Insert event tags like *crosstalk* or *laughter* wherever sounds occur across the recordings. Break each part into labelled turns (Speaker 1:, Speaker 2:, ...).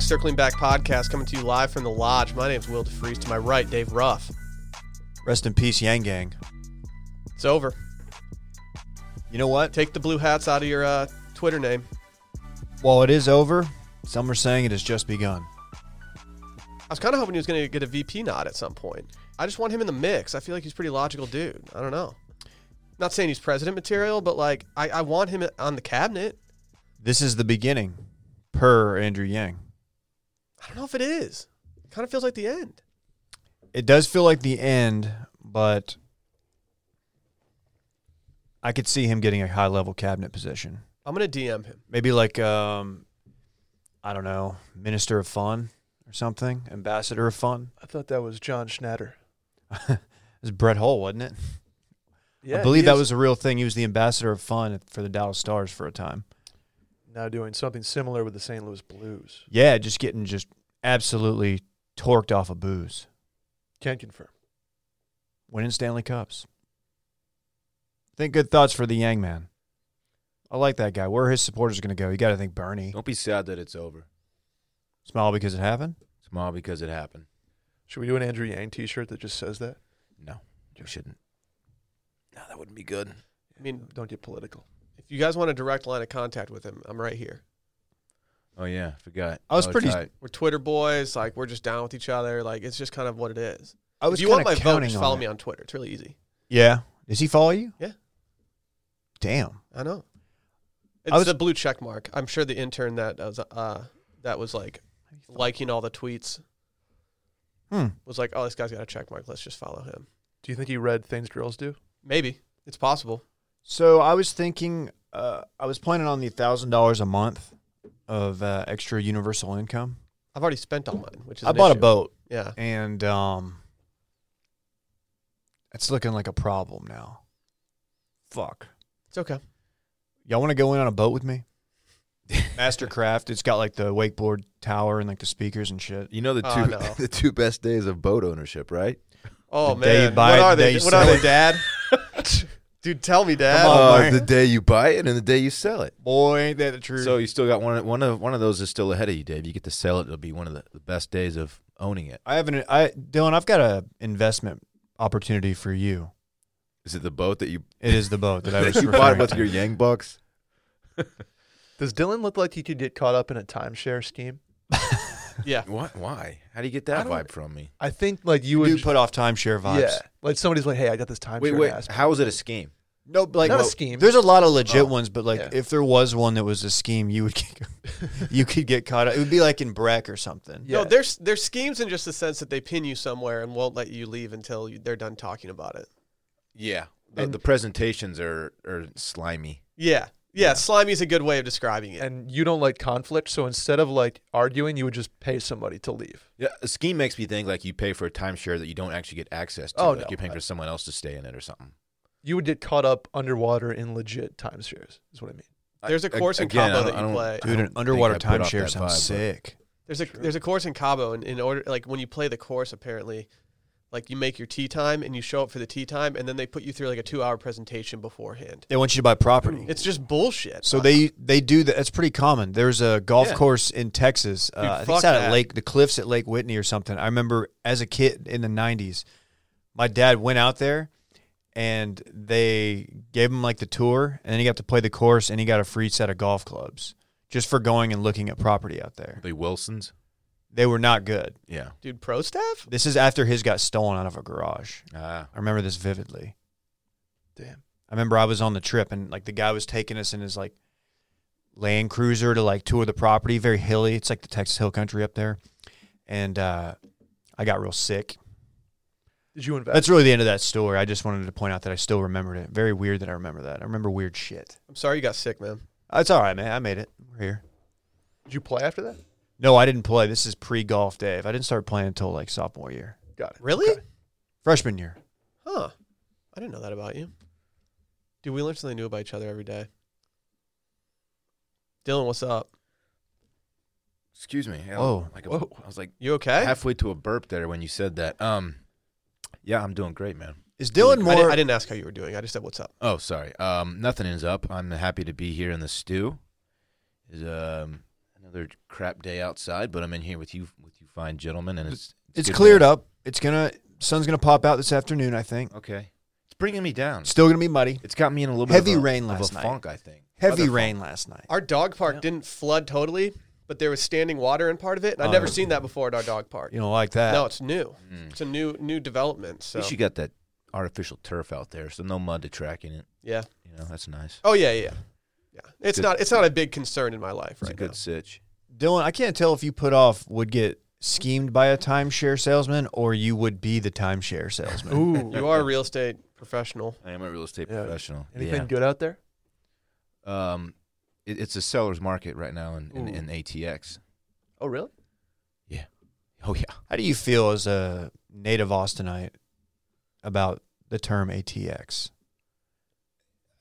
Speaker 1: Circling Back podcast coming to you live from the lodge. My name's Will DeFreeze. To my right, Dave Ruff.
Speaker 2: Rest in peace, Yang Gang.
Speaker 1: It's over.
Speaker 2: You know what?
Speaker 1: Take the blue hats out of your uh, Twitter name.
Speaker 2: While it is over, some are saying it has just begun.
Speaker 1: I was kind of hoping he was going to get a VP nod at some point. I just want him in the mix. I feel like he's a pretty logical dude. I don't know. Not saying he's president material, but like I, I want him on the cabinet.
Speaker 2: This is the beginning, per Andrew Yang.
Speaker 1: I don't know if it is. It kind of feels like the end.
Speaker 2: It does feel like the end, but I could see him getting a high level cabinet position.
Speaker 1: I'm going to DM him.
Speaker 2: Maybe like, um, I don't know, Minister of Fun or something, Ambassador of Fun. *laughs*
Speaker 3: I thought that was John Schnatter.
Speaker 2: It was Brett Hull, wasn't it?
Speaker 3: Yeah,
Speaker 2: I believe
Speaker 3: he
Speaker 2: that
Speaker 3: is
Speaker 2: was a real thing. He was the Ambassador of Fun for the Dallas Stars for a time.
Speaker 3: now doing something similar with the St. Louis Blues.
Speaker 2: Yeah, just getting just absolutely torqued off of booze.
Speaker 3: Can confirm.
Speaker 2: winning Stanley Cups. Think good thoughts for the Yang Man. I like that guy. Where are his supporters going to go? You got to think Bernie.
Speaker 4: Don't be sad that it's over.
Speaker 2: Smile because it happened.
Speaker 4: Smile because it happened.
Speaker 3: Should we do an Andrew Yang T-shirt that just says that?
Speaker 4: No, you shouldn't. No, that wouldn't be good.
Speaker 1: I mean,
Speaker 3: Don't get political.
Speaker 1: if you guys want a direct line of contact with him, I'm right here.
Speaker 4: Oh yeah, forgot.
Speaker 2: I was
Speaker 4: Oh,
Speaker 2: pretty-
Speaker 4: tight.
Speaker 1: We're Twitter boys. Like we're just down with each other. Like it's just kind of what it is.
Speaker 2: I was
Speaker 1: if you want my
Speaker 2: kinda
Speaker 1: vote,
Speaker 2: counting
Speaker 1: just follow
Speaker 2: that.
Speaker 1: me on Twitter. It's really easy.
Speaker 2: Yeah. Does he follow you?
Speaker 1: Yeah.
Speaker 2: Damn.
Speaker 1: I know. It's
Speaker 2: I was-
Speaker 1: the blue check mark. I'm sure the intern that was, uh, that was like liking all the tweets
Speaker 2: Hmm.
Speaker 1: was like, "Oh, this guy's got a check mark. Let's just follow him."
Speaker 3: Do you think he read things girls do?
Speaker 1: Maybe it's possible.
Speaker 2: So I was thinking, uh, I was planning on the thousand dollars a month of uh, extra universal income.
Speaker 1: I've already spent all mine, which is
Speaker 2: I
Speaker 1: an
Speaker 2: bought
Speaker 1: issue.
Speaker 2: a boat,
Speaker 1: Yeah,
Speaker 2: and um, it's looking like a problem now. Fuck.
Speaker 1: it's okay.
Speaker 2: Y'all want to go in on a boat with me? Mastercraft. It's got like the wakeboard tower and like the speakers and shit.
Speaker 4: You know the two
Speaker 1: Oh, no.
Speaker 4: *laughs* the two best days of boat ownership, right?
Speaker 1: Oh
Speaker 2: The day you
Speaker 1: man,
Speaker 2: buy
Speaker 1: what
Speaker 2: it,
Speaker 1: are
Speaker 2: the day
Speaker 1: they?
Speaker 2: you
Speaker 1: What are
Speaker 2: sell
Speaker 1: they, Dad?
Speaker 2: *laughs*
Speaker 1: Dude, tell me, Dad.
Speaker 2: Come on. Oh,
Speaker 4: Uh,
Speaker 2: man.
Speaker 4: the day you buy it and the day you sell it.
Speaker 2: Boy, ain't that the truth.
Speaker 4: So you still got one. One of one of those is still ahead of you, Dave. You get to sell it. It'll be one of the, the best days of owning it.
Speaker 2: I haven't. I Dylan, I've got a investment opportunity for you.
Speaker 4: Is it the boat that you
Speaker 2: It is the boat that I was
Speaker 4: *laughs* that *laughs* you bought
Speaker 2: referring
Speaker 4: with
Speaker 2: to.
Speaker 4: your Yang bucks?
Speaker 3: Does Dylan look like he could get caught up in a timeshare scheme?
Speaker 1: Yeah,
Speaker 4: What? Why? How do you get that
Speaker 3: I don't-
Speaker 4: vibe from me?
Speaker 3: I think like you
Speaker 2: You
Speaker 3: would.
Speaker 2: do put off timeshare vibes.
Speaker 3: yeah, like somebody's like, "Hey, I got this timeshare."
Speaker 4: Wait, wait.
Speaker 3: aspect.
Speaker 4: How is it a scheme?
Speaker 2: No, but, like
Speaker 3: Not a
Speaker 2: well,
Speaker 3: scheme.
Speaker 2: There's a lot of legit
Speaker 3: Oh,
Speaker 2: ones, but like
Speaker 3: yeah.
Speaker 2: if there was one that was a scheme, you would get, *laughs* you could get caught up. It would be like in Breck or something.
Speaker 3: Yeah.
Speaker 1: No, there's there's schemes in just the sense that they pin you somewhere and won't let you leave until you, they're done talking about it.
Speaker 4: Yeah. The,
Speaker 3: And-
Speaker 4: the presentations are are slimy.
Speaker 1: Yeah, yeah. Slimy is a good way of describing it.
Speaker 3: and you don't like conflict, so instead of like arguing, you would just pay somebody to leave.
Speaker 4: Yeah, a scheme makes me think like you pay for a timeshare that you don't actually get access to.
Speaker 3: Oh,
Speaker 4: like
Speaker 3: no.
Speaker 4: you're paying for someone else to stay in it or something.
Speaker 3: You would get caught up underwater in legit timeshares. Is what I mean.
Speaker 1: There's a
Speaker 4: Ag-
Speaker 1: course and
Speaker 4: again,
Speaker 1: combo
Speaker 4: I don't-
Speaker 1: that
Speaker 4: I
Speaker 1: you
Speaker 4: don't-
Speaker 1: play.
Speaker 4: I
Speaker 2: Dude,
Speaker 4: don't
Speaker 2: an
Speaker 4: think
Speaker 2: underwater
Speaker 4: I put off
Speaker 2: timeshare
Speaker 4: that
Speaker 2: sounds
Speaker 4: vibe, but-
Speaker 2: sick.
Speaker 1: There's a there's a course in Cabo, and in order like when you play the course, apparently, like you make your tea time and you show up for the tea time, and then they put you through like a two hour presentation beforehand.
Speaker 2: They want you to buy property.
Speaker 1: It's just bullshit. Uh,
Speaker 2: So they they do that. That's pretty common. There's a golf
Speaker 4: Yeah.
Speaker 2: course in Texas. Uh, I think
Speaker 1: fuck
Speaker 2: it's out at
Speaker 1: that.
Speaker 2: Lake the Cliffs at Lake Whitney or something. I remember as a kid in the '90s, my dad went out there, and they gave him like the tour, and then he got to play the course, and he got a free set of golf clubs just for going and looking at property out there.
Speaker 4: The Wilsons.
Speaker 2: They were not good.
Speaker 4: Yeah.
Speaker 1: dude, pro staff.
Speaker 2: This is after his got stolen out of a garage.
Speaker 4: Ah.
Speaker 2: I remember this vividly.
Speaker 3: Damn.
Speaker 2: I remember I was on the trip and like the guy was taking us in his like Land Cruiser to like tour the property, very hilly. It's like the Texas Hill Country up there. And uh, I got real sick.
Speaker 3: Did you invest?
Speaker 2: That's really the end of that story. I just wanted to point out that I still remembered it. Very weird that I remember that. I remember weird shit.
Speaker 1: I'm sorry you got sick, man.
Speaker 2: It's all right, man. I made it. We're here.
Speaker 3: Did you play after that?
Speaker 2: No, I didn't play. This is pre golf, Dave. I didn't start playing until like sophomore year,
Speaker 3: Got it.
Speaker 1: Really?
Speaker 3: Okay.
Speaker 2: freshman year.
Speaker 1: Huh. I didn't know that about you. Dude, we learn something new about each other every day. Dylan, what's up?
Speaker 4: Excuse me. I-
Speaker 2: Whoa.
Speaker 4: Like a,
Speaker 3: Whoa.
Speaker 4: I was like
Speaker 1: You okay?
Speaker 4: halfway to a burp there when you said that. Um. Yeah, I'm doing great, man.
Speaker 2: Is Dylan
Speaker 1: I,
Speaker 2: more?
Speaker 1: didn't, I didn't ask how you were doing. I just said what's up.
Speaker 4: Oh, sorry. Um, nothing is up. I'm happy to be here in the stew. Is um, I know another crap day outside, but I'm in here with you with you fine gentlemen, and it's
Speaker 2: It's
Speaker 4: good
Speaker 2: cleared
Speaker 4: weather.
Speaker 2: up. It's gonna sun's gonna pop out this afternoon. I think.
Speaker 4: Okay, it's bringing me down.
Speaker 2: Still gonna be muddy.
Speaker 4: It's got me in a little bit
Speaker 2: Heavy
Speaker 4: of a,
Speaker 2: rain
Speaker 4: of a
Speaker 2: last night.
Speaker 4: funk. I think
Speaker 2: Heavy
Speaker 4: Other
Speaker 2: rain last night.
Speaker 1: Our dog park didn't flood totally, but there was standing water in part of it, and I'd never
Speaker 2: Oh.
Speaker 1: seen that before at our dog park.
Speaker 2: You don't like that?
Speaker 1: No, it's new.
Speaker 4: Mm.
Speaker 1: It's a new new development.
Speaker 4: At
Speaker 1: So
Speaker 4: least you got that artificial turf out there, so no mud to track in it.
Speaker 1: yeah.
Speaker 4: You know that's nice.
Speaker 1: Oh yeah, yeah, yeah. yeah. It's
Speaker 4: Good.
Speaker 1: not it's not a big concern in my life
Speaker 4: It's
Speaker 1: right
Speaker 4: a good
Speaker 1: now.
Speaker 4: sitch.
Speaker 2: Dylan, I can't tell if you put off would get schemed by a timeshare salesman or you would be the timeshare salesman.
Speaker 3: Ooh.
Speaker 1: You are a real estate professional.
Speaker 4: I am a real estate
Speaker 3: Yeah.
Speaker 4: professional.
Speaker 3: Anything
Speaker 4: yeah.
Speaker 3: good out there?
Speaker 4: Um, it, it's a seller's market right now in, in,
Speaker 3: Ooh.
Speaker 4: in ATX.
Speaker 3: Oh, really?
Speaker 4: Oh yeah,
Speaker 2: How do you feel as a native Austinite about the term ATX?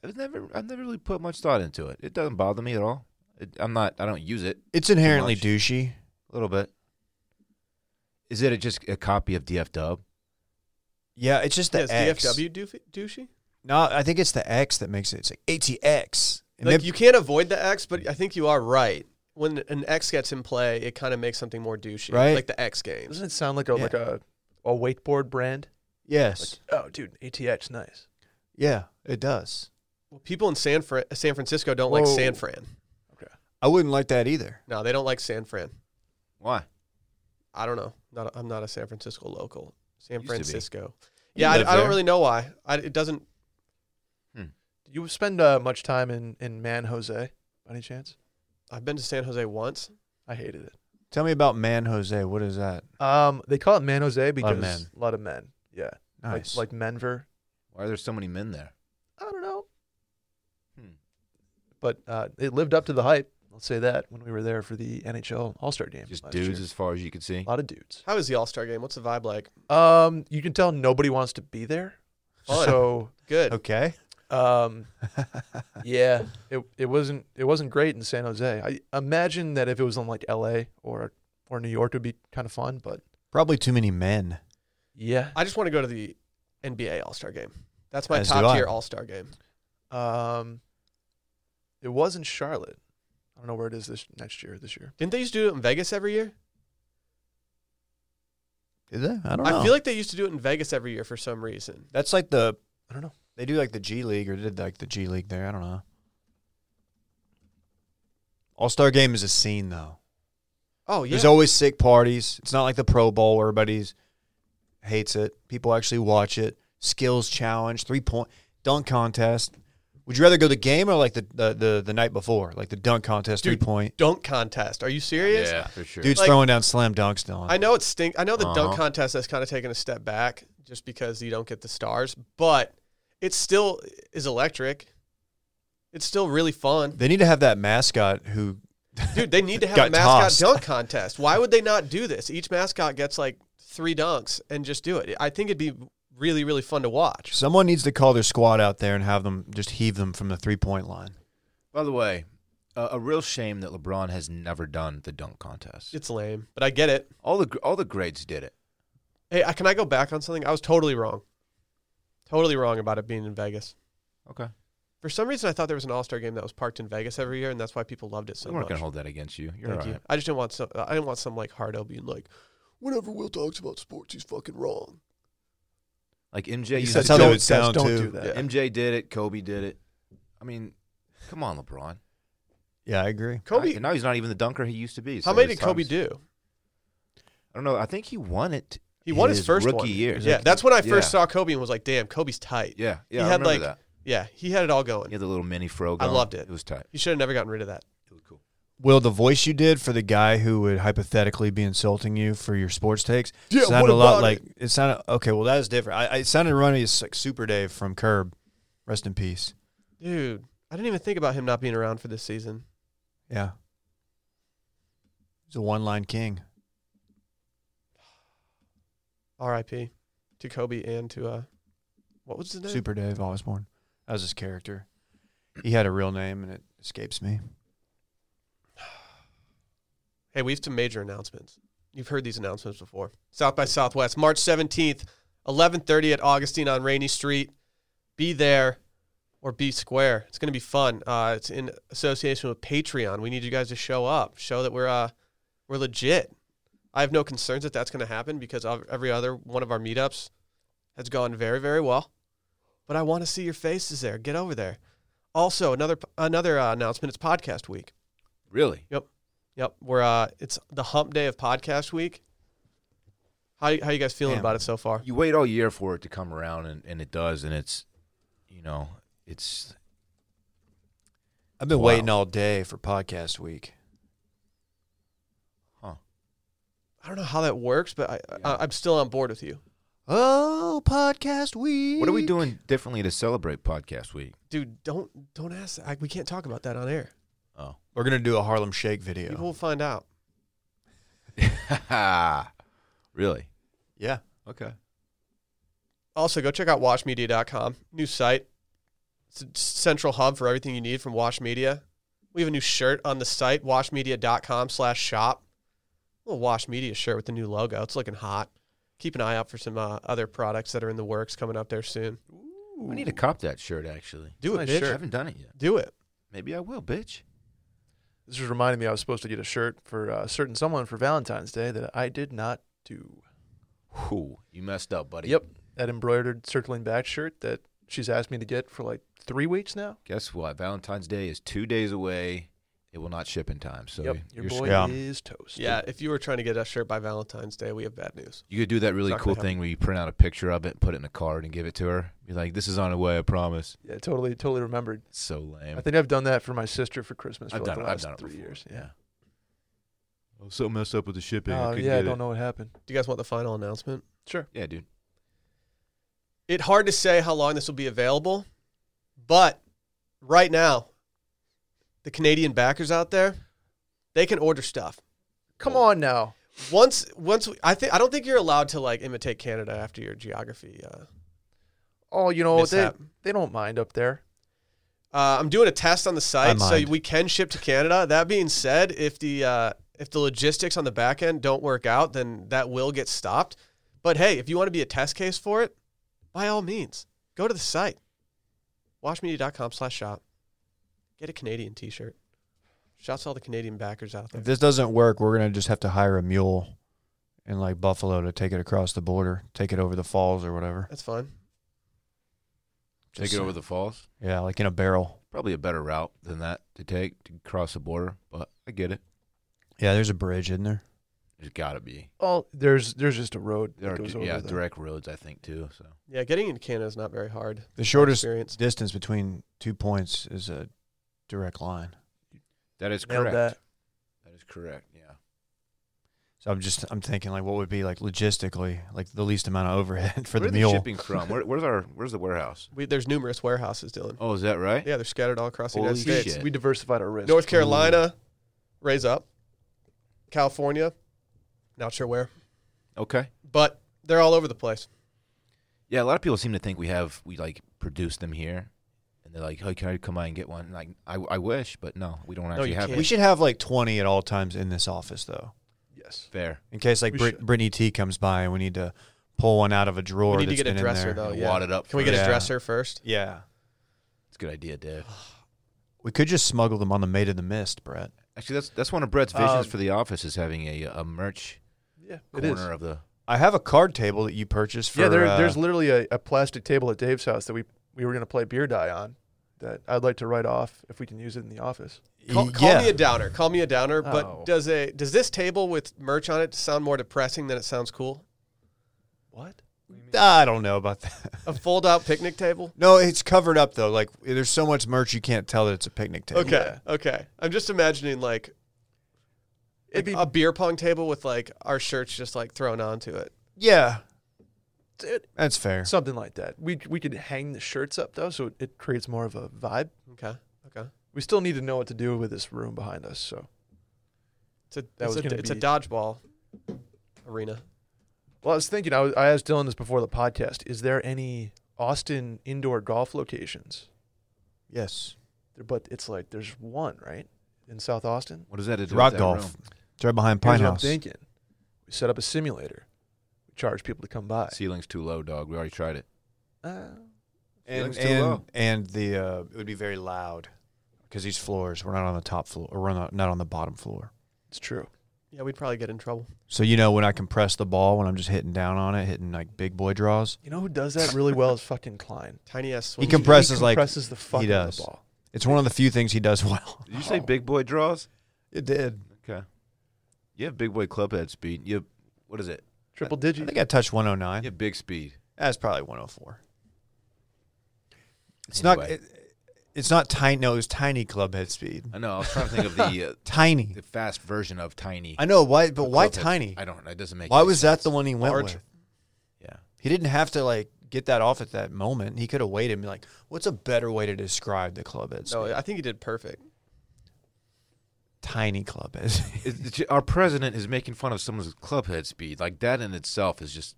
Speaker 4: I've never I've never really put much thought into it. It doesn't bother me at all. It, I'm not I don't use it
Speaker 2: It's inherently
Speaker 4: Much.
Speaker 2: douchey.
Speaker 4: a little bit. Is it a, just a copy of DF Dub?
Speaker 2: Yeah, it's just the
Speaker 1: Yeah, is
Speaker 2: X.
Speaker 1: DFW doofy, douchey?
Speaker 2: No, I think it's the X that makes it. It's like ATX. And
Speaker 1: Like
Speaker 2: mayb-
Speaker 1: you can't avoid the X, but I think you are right. When an X gets in play, it kind of makes something more douchey,
Speaker 2: Right?
Speaker 1: Like the X games.
Speaker 3: Doesn't it sound like a
Speaker 2: Yeah.
Speaker 3: like a a wakeboard brand?
Speaker 2: yes.
Speaker 3: Oh, dude, ATX, nice.
Speaker 2: yeah, it does.
Speaker 1: Well, people in San Fran, San Francisco don't like
Speaker 2: Whoa.
Speaker 1: San Fran.
Speaker 2: I wouldn't like that either.
Speaker 1: No, they don't like San Fran.
Speaker 4: Why?
Speaker 1: I don't know. Not a, I'm not a San Francisco local. San
Speaker 4: Used to be.
Speaker 1: Francisco.
Speaker 2: You
Speaker 1: Yeah, I,
Speaker 2: live
Speaker 1: I don't
Speaker 2: there.
Speaker 1: really know why. I, it doesn't.
Speaker 3: Do you spend uh, much time in in Man Jose by any chance?
Speaker 1: I've been to San Jose once.
Speaker 3: I hated it.
Speaker 2: Tell me about Man Jose. What is that?
Speaker 3: Um, they call it Man Jose because
Speaker 2: men.
Speaker 3: a lot of men. Yeah,
Speaker 2: Nice.
Speaker 3: like like Menver.
Speaker 4: Why are there so many men there?
Speaker 3: I don't know,
Speaker 4: Hmm.
Speaker 3: but uh, it lived up to the hype. I'll say that when we were there for the NHL All Star game,
Speaker 4: Just
Speaker 3: last
Speaker 4: dudes
Speaker 3: year.
Speaker 4: as far as you can see.
Speaker 3: a lot of dudes.
Speaker 1: How is the All Star game? What's the vibe like?
Speaker 3: Um, you can tell nobody wants to be there.
Speaker 1: Fun.
Speaker 3: So,
Speaker 1: Good.
Speaker 2: okay. *laughs*
Speaker 3: um, yeah, *laughs* it it wasn't it wasn't great in San Jose. I imagine that if it was in like L.A. or or New York, it would be kind of fun. But
Speaker 2: Probably too many men.
Speaker 3: yeah,
Speaker 1: I just want to go to the NBA All Star game. That's my
Speaker 2: As do
Speaker 1: top tier
Speaker 2: I.
Speaker 1: All Star game.
Speaker 3: um, it was in Charlotte. I don't know where it is this next year. This year,
Speaker 1: Didn't they used to do it in Vegas every year?
Speaker 2: Is it? I don't know.
Speaker 1: I feel like they used to do it in Vegas every year for some reason.
Speaker 2: that's like the
Speaker 3: I don't know.
Speaker 2: they do like the G League or did like the G League there. I don't know. All Star Game is a scene though.
Speaker 1: Oh yeah.
Speaker 2: There's always sick parties. It's not like the Pro Bowl where everybody's hates it. People actually watch it. Skills challenge, three point dunk contest. Would you rather go the game or like the the the, the night before, like the dunk contest,
Speaker 1: Dude,
Speaker 2: three point?
Speaker 1: dunk contest. Are you serious?
Speaker 4: for sure.
Speaker 2: Dude's
Speaker 1: Like-
Speaker 2: throwing down slam dunks, Dylan.
Speaker 1: I know it's stink. I know the
Speaker 4: Uh-huh.
Speaker 1: dunk contest has kind of taken a step back just because you don't get the stars, but it still is electric. It's still really fun,
Speaker 2: *laughs* They need to have that mascot who
Speaker 1: dude. They need to have
Speaker 2: Got
Speaker 1: a mascot
Speaker 2: tossed.
Speaker 1: dunk contest. Why would they not do this? Each mascot gets like three dunks and just do it. I think it'd be really, really fun to watch.
Speaker 2: someone needs to call their squad out there and have them just heave them from the three point line.
Speaker 4: By the way, uh, a real shame that LeBron has never done the dunk contest.
Speaker 1: It's lame, but I get it.
Speaker 4: All the gr- all the grades did it.
Speaker 1: Hey, I- can I go back on something? I was totally wrong. Totally wrong about it being in Vegas.
Speaker 4: Okay,
Speaker 1: For some reason, I thought there was an All Star game that was parked in Vegas every year, and that's why people loved it so
Speaker 4: so we're not
Speaker 1: much.
Speaker 4: gonna hold that against you. You're all
Speaker 1: Thank
Speaker 4: right.
Speaker 1: you. I just didn't want some. I didn't want some like Hardo being like, whenever Will talks about sports, he's fucking wrong.
Speaker 4: Like MJ,
Speaker 2: You
Speaker 4: used
Speaker 2: said
Speaker 4: to
Speaker 2: how
Speaker 4: do
Speaker 2: they
Speaker 4: it.
Speaker 2: would sound,
Speaker 3: don't
Speaker 2: too.
Speaker 3: do
Speaker 4: *laughs*
Speaker 3: that.
Speaker 1: Yeah.
Speaker 4: MJ did it. Kobe did it. I mean, come on, LeBron.
Speaker 2: Yeah, I agree.
Speaker 1: Kobe.
Speaker 4: And now he's not even the dunker he used to be.
Speaker 1: how
Speaker 4: so
Speaker 1: many
Speaker 4: his
Speaker 1: did Kobe
Speaker 4: times-
Speaker 1: do?
Speaker 4: I don't know. I think he won it.
Speaker 1: He won his, first
Speaker 4: rookie
Speaker 1: one.
Speaker 4: year.
Speaker 1: Yeah, that's when I
Speaker 4: Yeah.
Speaker 1: first saw Kobe and was like, damn, Kobe's tight. Yeah,
Speaker 4: Yeah, yeah.
Speaker 1: He
Speaker 4: I
Speaker 1: had,
Speaker 4: remember
Speaker 1: like-
Speaker 4: that.
Speaker 1: he had it all going.
Speaker 4: He had the little mini frog.
Speaker 1: I
Speaker 4: on.
Speaker 1: loved it.
Speaker 4: It was tight.
Speaker 1: He should have never gotten rid of that.
Speaker 4: It was cool.
Speaker 2: Will, the voice you did for the guy who would hypothetically be insulting you for your sports takes
Speaker 1: Yeah,
Speaker 2: sounded
Speaker 1: what
Speaker 2: a lot
Speaker 1: about
Speaker 2: like it? sounded okay. Well, that is different. I, I it sounded running as like Super Dave from Curb. Rest in peace.
Speaker 1: Dude, I didn't even think about him not being around for this season.
Speaker 2: Yeah, he's a one line king.
Speaker 1: R.I.P. to Kobe and to uh, what was his name?
Speaker 2: Super Dave Osborne. That was his character. He had a real name, and it escapes me.
Speaker 1: Hey, we have some major announcements. You've heard these announcements before. South by Southwest, March 17th, 11:30 at Augustine on Rainey Street. Be there. or B Square. It's going to be fun. Uh, it's in association with Patreon. We need you guys to show up, show that we're uh, we're legit. I have no concerns that that's going to happen because of- every other one of our meetups has gone very, very well. But I want to see your faces there. Get over there. Also, another another uh, announcement. It's podcast week.
Speaker 4: Really?
Speaker 1: Yep, we're uh, it's the hump day of podcast week. How how you guys feeling
Speaker 2: Damn.
Speaker 1: about it so far?
Speaker 4: You wait all year for it to come around, and, and it does, and it's, you know, it's
Speaker 2: I've been
Speaker 4: Wow.
Speaker 2: waiting all day for podcast week.
Speaker 1: I don't know how that works, but I,
Speaker 4: Yeah.
Speaker 1: I I'm still on board with you,
Speaker 2: Oh, podcast week.
Speaker 4: What are we doing differently to celebrate podcast week?
Speaker 1: dude. Don't don't ask. That. I, we can't talk about that on air.
Speaker 4: Oh.
Speaker 2: We're gonna do a Harlem Shake video.
Speaker 1: People will find out.
Speaker 4: *laughs* really?
Speaker 2: yeah.
Speaker 4: Okay.
Speaker 1: Also, go check out WashMedia.com, new site. It's a central hub for everything you need from Wash Media. We have a new shirt on the site, WashMedia.com/shop. Little Wash Media shirt with the new logo. It's looking hot. Keep an eye out for some uh, other products that are in the works coming up there soon.
Speaker 4: I need to cop that shirt actually.
Speaker 1: Do it,
Speaker 3: Nice
Speaker 1: bitch.
Speaker 4: I
Speaker 3: Sure.
Speaker 4: haven't done it yet.
Speaker 1: Do it.
Speaker 4: Maybe I will, bitch.
Speaker 3: This just reminded me I was supposed to get a shirt for a certain someone for Valentine's Day that I did not do.
Speaker 4: Whew, you messed up, buddy.
Speaker 3: Yep, that embroidered circling back shirt that she's asked me to get for like three weeks now.
Speaker 4: Guess what? Valentine's Day is two days away. It will not ship in time. So
Speaker 3: yep,
Speaker 4: you're
Speaker 3: your boy
Speaker 4: screwed.
Speaker 2: Yeah.
Speaker 3: is toast.
Speaker 1: Yeah, if you were trying to get a shirt by Valentine's Day, we have bad news.
Speaker 4: You could do that really
Speaker 1: Not gonna
Speaker 4: cool
Speaker 1: happen.
Speaker 4: thing where you print out a picture of it and put it in a card and give it to her. Be like, this is on the way, I promise.
Speaker 3: yeah, totally, totally remembered.
Speaker 4: It's so lame.
Speaker 3: I think I've done that for my sister for Christmas for
Speaker 4: I've
Speaker 3: like
Speaker 4: done
Speaker 3: the
Speaker 4: it. I've
Speaker 3: last
Speaker 4: done it
Speaker 3: three
Speaker 4: before.
Speaker 3: years. Yeah.
Speaker 4: I was so messed up with the shipping.
Speaker 3: Oh, yeah, I don't know what happened.
Speaker 1: Do you guys want the final announcement?
Speaker 3: Sure.
Speaker 4: Yeah, dude.
Speaker 1: It's hard to say how long this will be available, but right now, the Canadian backers out there, they can order stuff.
Speaker 3: Come on now.
Speaker 1: Once, once we, I think I don't think you're allowed to like imitate Canada after your geography. Uh,
Speaker 3: Oh, you know they,
Speaker 1: mishap.
Speaker 3: they don't mind up there.
Speaker 1: Uh, I'm doing a test on the
Speaker 2: I
Speaker 1: site, so
Speaker 2: mind.
Speaker 1: we can ship to Canada. That being said, if the uh, if the logistics on the back end don't work out, then that will get stopped. But hey, if you want to be a test case for it, by all means, go to the site, washmedia.com/shop. Get a Canadian T-shirt. Shouts to all the Canadian backers out there.
Speaker 2: If this doesn't work, we're gonna just have to hire a mule in like Buffalo to take it across the border, take it over the falls or whatever.
Speaker 1: That's fun.
Speaker 4: Take it over the falls.
Speaker 2: Yeah, like in a barrel.
Speaker 4: Probably a better route than that to take to cross the border, but I get it.
Speaker 2: Yeah, there's a bridge in there.
Speaker 4: There's got to be.
Speaker 3: Oh, there's there's just a road
Speaker 4: There
Speaker 3: that
Speaker 4: are,
Speaker 3: goes
Speaker 4: d-
Speaker 3: over
Speaker 4: yeah,
Speaker 3: there.
Speaker 4: direct roads, I think, too. So
Speaker 1: Yeah, getting into Canada is not very hard.
Speaker 2: The shortest
Speaker 1: Experience.
Speaker 2: distance between two points is a direct line.
Speaker 4: that is
Speaker 3: Nailed
Speaker 4: correct.
Speaker 3: that.
Speaker 4: that is correct. Yeah.
Speaker 2: So I'm just I'm thinking like what would be like logistically like the least amount of overhead *laughs* for
Speaker 4: Where
Speaker 2: the
Speaker 4: are
Speaker 2: mule.
Speaker 4: they shipping from? Where, where's our? Where's the warehouse?
Speaker 1: We, there's numerous warehouses, Dylan.
Speaker 4: Oh, is that right?
Speaker 1: Yeah, they're scattered all across the
Speaker 4: Holy
Speaker 1: United States.
Speaker 4: shit.
Speaker 3: We diversified our risk.
Speaker 1: North Carolina, raise up. California, not sure where,
Speaker 4: Okay.
Speaker 1: but they're all over the place.
Speaker 4: Yeah, a lot of people seem to think we have we like produce them here, and they're like, "Oh, can I come by and get one?" And Like, I, I wish, but no, we don't actually
Speaker 1: you
Speaker 4: have
Speaker 1: can't.
Speaker 2: We
Speaker 4: it.
Speaker 2: should have like 20 at all times in this office though,
Speaker 3: Yes.
Speaker 4: Fair.
Speaker 2: in case like
Speaker 3: We
Speaker 2: Brit-
Speaker 3: should.
Speaker 2: Brittany T comes by and we need to pull one out of a drawer.
Speaker 1: We need to
Speaker 2: that's
Speaker 1: get a
Speaker 2: been in
Speaker 1: dresser
Speaker 2: there.
Speaker 1: though.
Speaker 4: And
Speaker 1: yeah.
Speaker 4: wad it up
Speaker 1: Can we get
Speaker 2: first.
Speaker 1: a
Speaker 2: Oh, Yeah.
Speaker 1: dresser first?
Speaker 2: Yeah,
Speaker 4: It's a good idea, Dave.
Speaker 2: we could just smuggle them on the Maid of the Mist, Brett.
Speaker 4: Actually, that's that's one of Brett's visions
Speaker 3: Um,
Speaker 4: for the office is having a a merch
Speaker 3: Yeah, it is.
Speaker 4: corner of the.
Speaker 2: I have a card table that you purchased for.
Speaker 3: yeah, there,
Speaker 2: uh,
Speaker 3: there's literally a, a plastic table at Dave's house that we, we were going to play beer die on that I'd like to write off if we can use it in the office.
Speaker 1: Call,
Speaker 2: y-
Speaker 1: call
Speaker 2: yeah.
Speaker 1: me a downer. Call me a downer. But
Speaker 3: Oh.
Speaker 1: does a does this table with merch on it sound more depressing than it sounds cool?
Speaker 3: What?
Speaker 2: *laughs* I don't know about that. *laughs*
Speaker 1: A fold out picnic table.
Speaker 2: No, it's covered up though. Like there's so much merch you can't tell that it's a picnic table.
Speaker 1: Okay, okay. I'm just imagining like,
Speaker 3: It'd be,
Speaker 1: a beer pong table with like our shirts just like thrown onto it.
Speaker 2: Yeah,
Speaker 3: it-
Speaker 2: that's fair.
Speaker 3: something like that. We, we could hang the shirts up, though, so it, it creates more of a vibe.
Speaker 1: Okay, okay.
Speaker 3: We still need to know what to do with this room behind us. So,
Speaker 1: It's a
Speaker 3: That
Speaker 1: it's,
Speaker 3: was
Speaker 1: a,
Speaker 3: gonna
Speaker 1: it's a
Speaker 3: be-
Speaker 1: dodgeball arena.
Speaker 3: well, I was thinking, I, was, I asked Dylan this before the podcast. Is there any Austin indoor golf locations?
Speaker 2: Yes,
Speaker 3: There- But it's like there's one, right? In South Austin?
Speaker 4: What is that? to do with
Speaker 2: rock
Speaker 4: that
Speaker 2: golf.
Speaker 4: room?
Speaker 2: It's right behind Pine
Speaker 3: Here's
Speaker 2: House.
Speaker 3: What I'm thinking. We set up a simulator. We charge people to come by.
Speaker 4: Ceiling's too low, dog. We already tried it.
Speaker 3: Uh,
Speaker 2: and
Speaker 4: Ceiling's too
Speaker 2: and,
Speaker 4: low.
Speaker 2: and the uh, it would be very loud because these floors we're not on the top floor or we're not, not on the bottom floor.
Speaker 3: It's true.
Speaker 1: Yeah, we'd probably get in trouble.
Speaker 2: So you know when I compress the ball when I'm just hitting down on it, hitting like big boy draws,
Speaker 3: You know who does that really well is fucking Klein.
Speaker 1: Tiny ass
Speaker 2: he
Speaker 1: swing.
Speaker 3: He
Speaker 2: compresses like
Speaker 3: compresses the fuck out of
Speaker 2: does.
Speaker 3: the ball.
Speaker 2: it's one of the few things he does *laughs* well.
Speaker 4: Did you say big boy draws?
Speaker 2: It did.
Speaker 4: Okay. You have big boy club head speed. You have, what is it?
Speaker 3: Triple
Speaker 2: I
Speaker 3: digit.
Speaker 2: think I touched
Speaker 4: You
Speaker 2: 109.
Speaker 4: have big speed.
Speaker 2: That's probably 104. It's not.
Speaker 4: Anyway.
Speaker 2: It, it's not tiny. No, it was tiny club head speed.
Speaker 4: I know. I was trying to think of the uh, *laughs*
Speaker 2: Tiny.
Speaker 4: the fast version of tiny.
Speaker 2: I know why, but
Speaker 4: club
Speaker 2: why
Speaker 4: head speed.
Speaker 2: tiny?
Speaker 4: I don't. know. It doesn't make.
Speaker 2: Why
Speaker 4: any
Speaker 2: was that
Speaker 4: sense.
Speaker 2: the one he went
Speaker 1: Large.
Speaker 2: with?
Speaker 4: Yeah.
Speaker 2: He didn't have to like get that off at that moment. He could have waited and be like, "What's a better way to describe the club head speed?
Speaker 1: No, I think he did perfect.
Speaker 2: Tiny club head. speed.
Speaker 4: It's- it's- our president is making fun of someone's club head speed. Like that in itself is just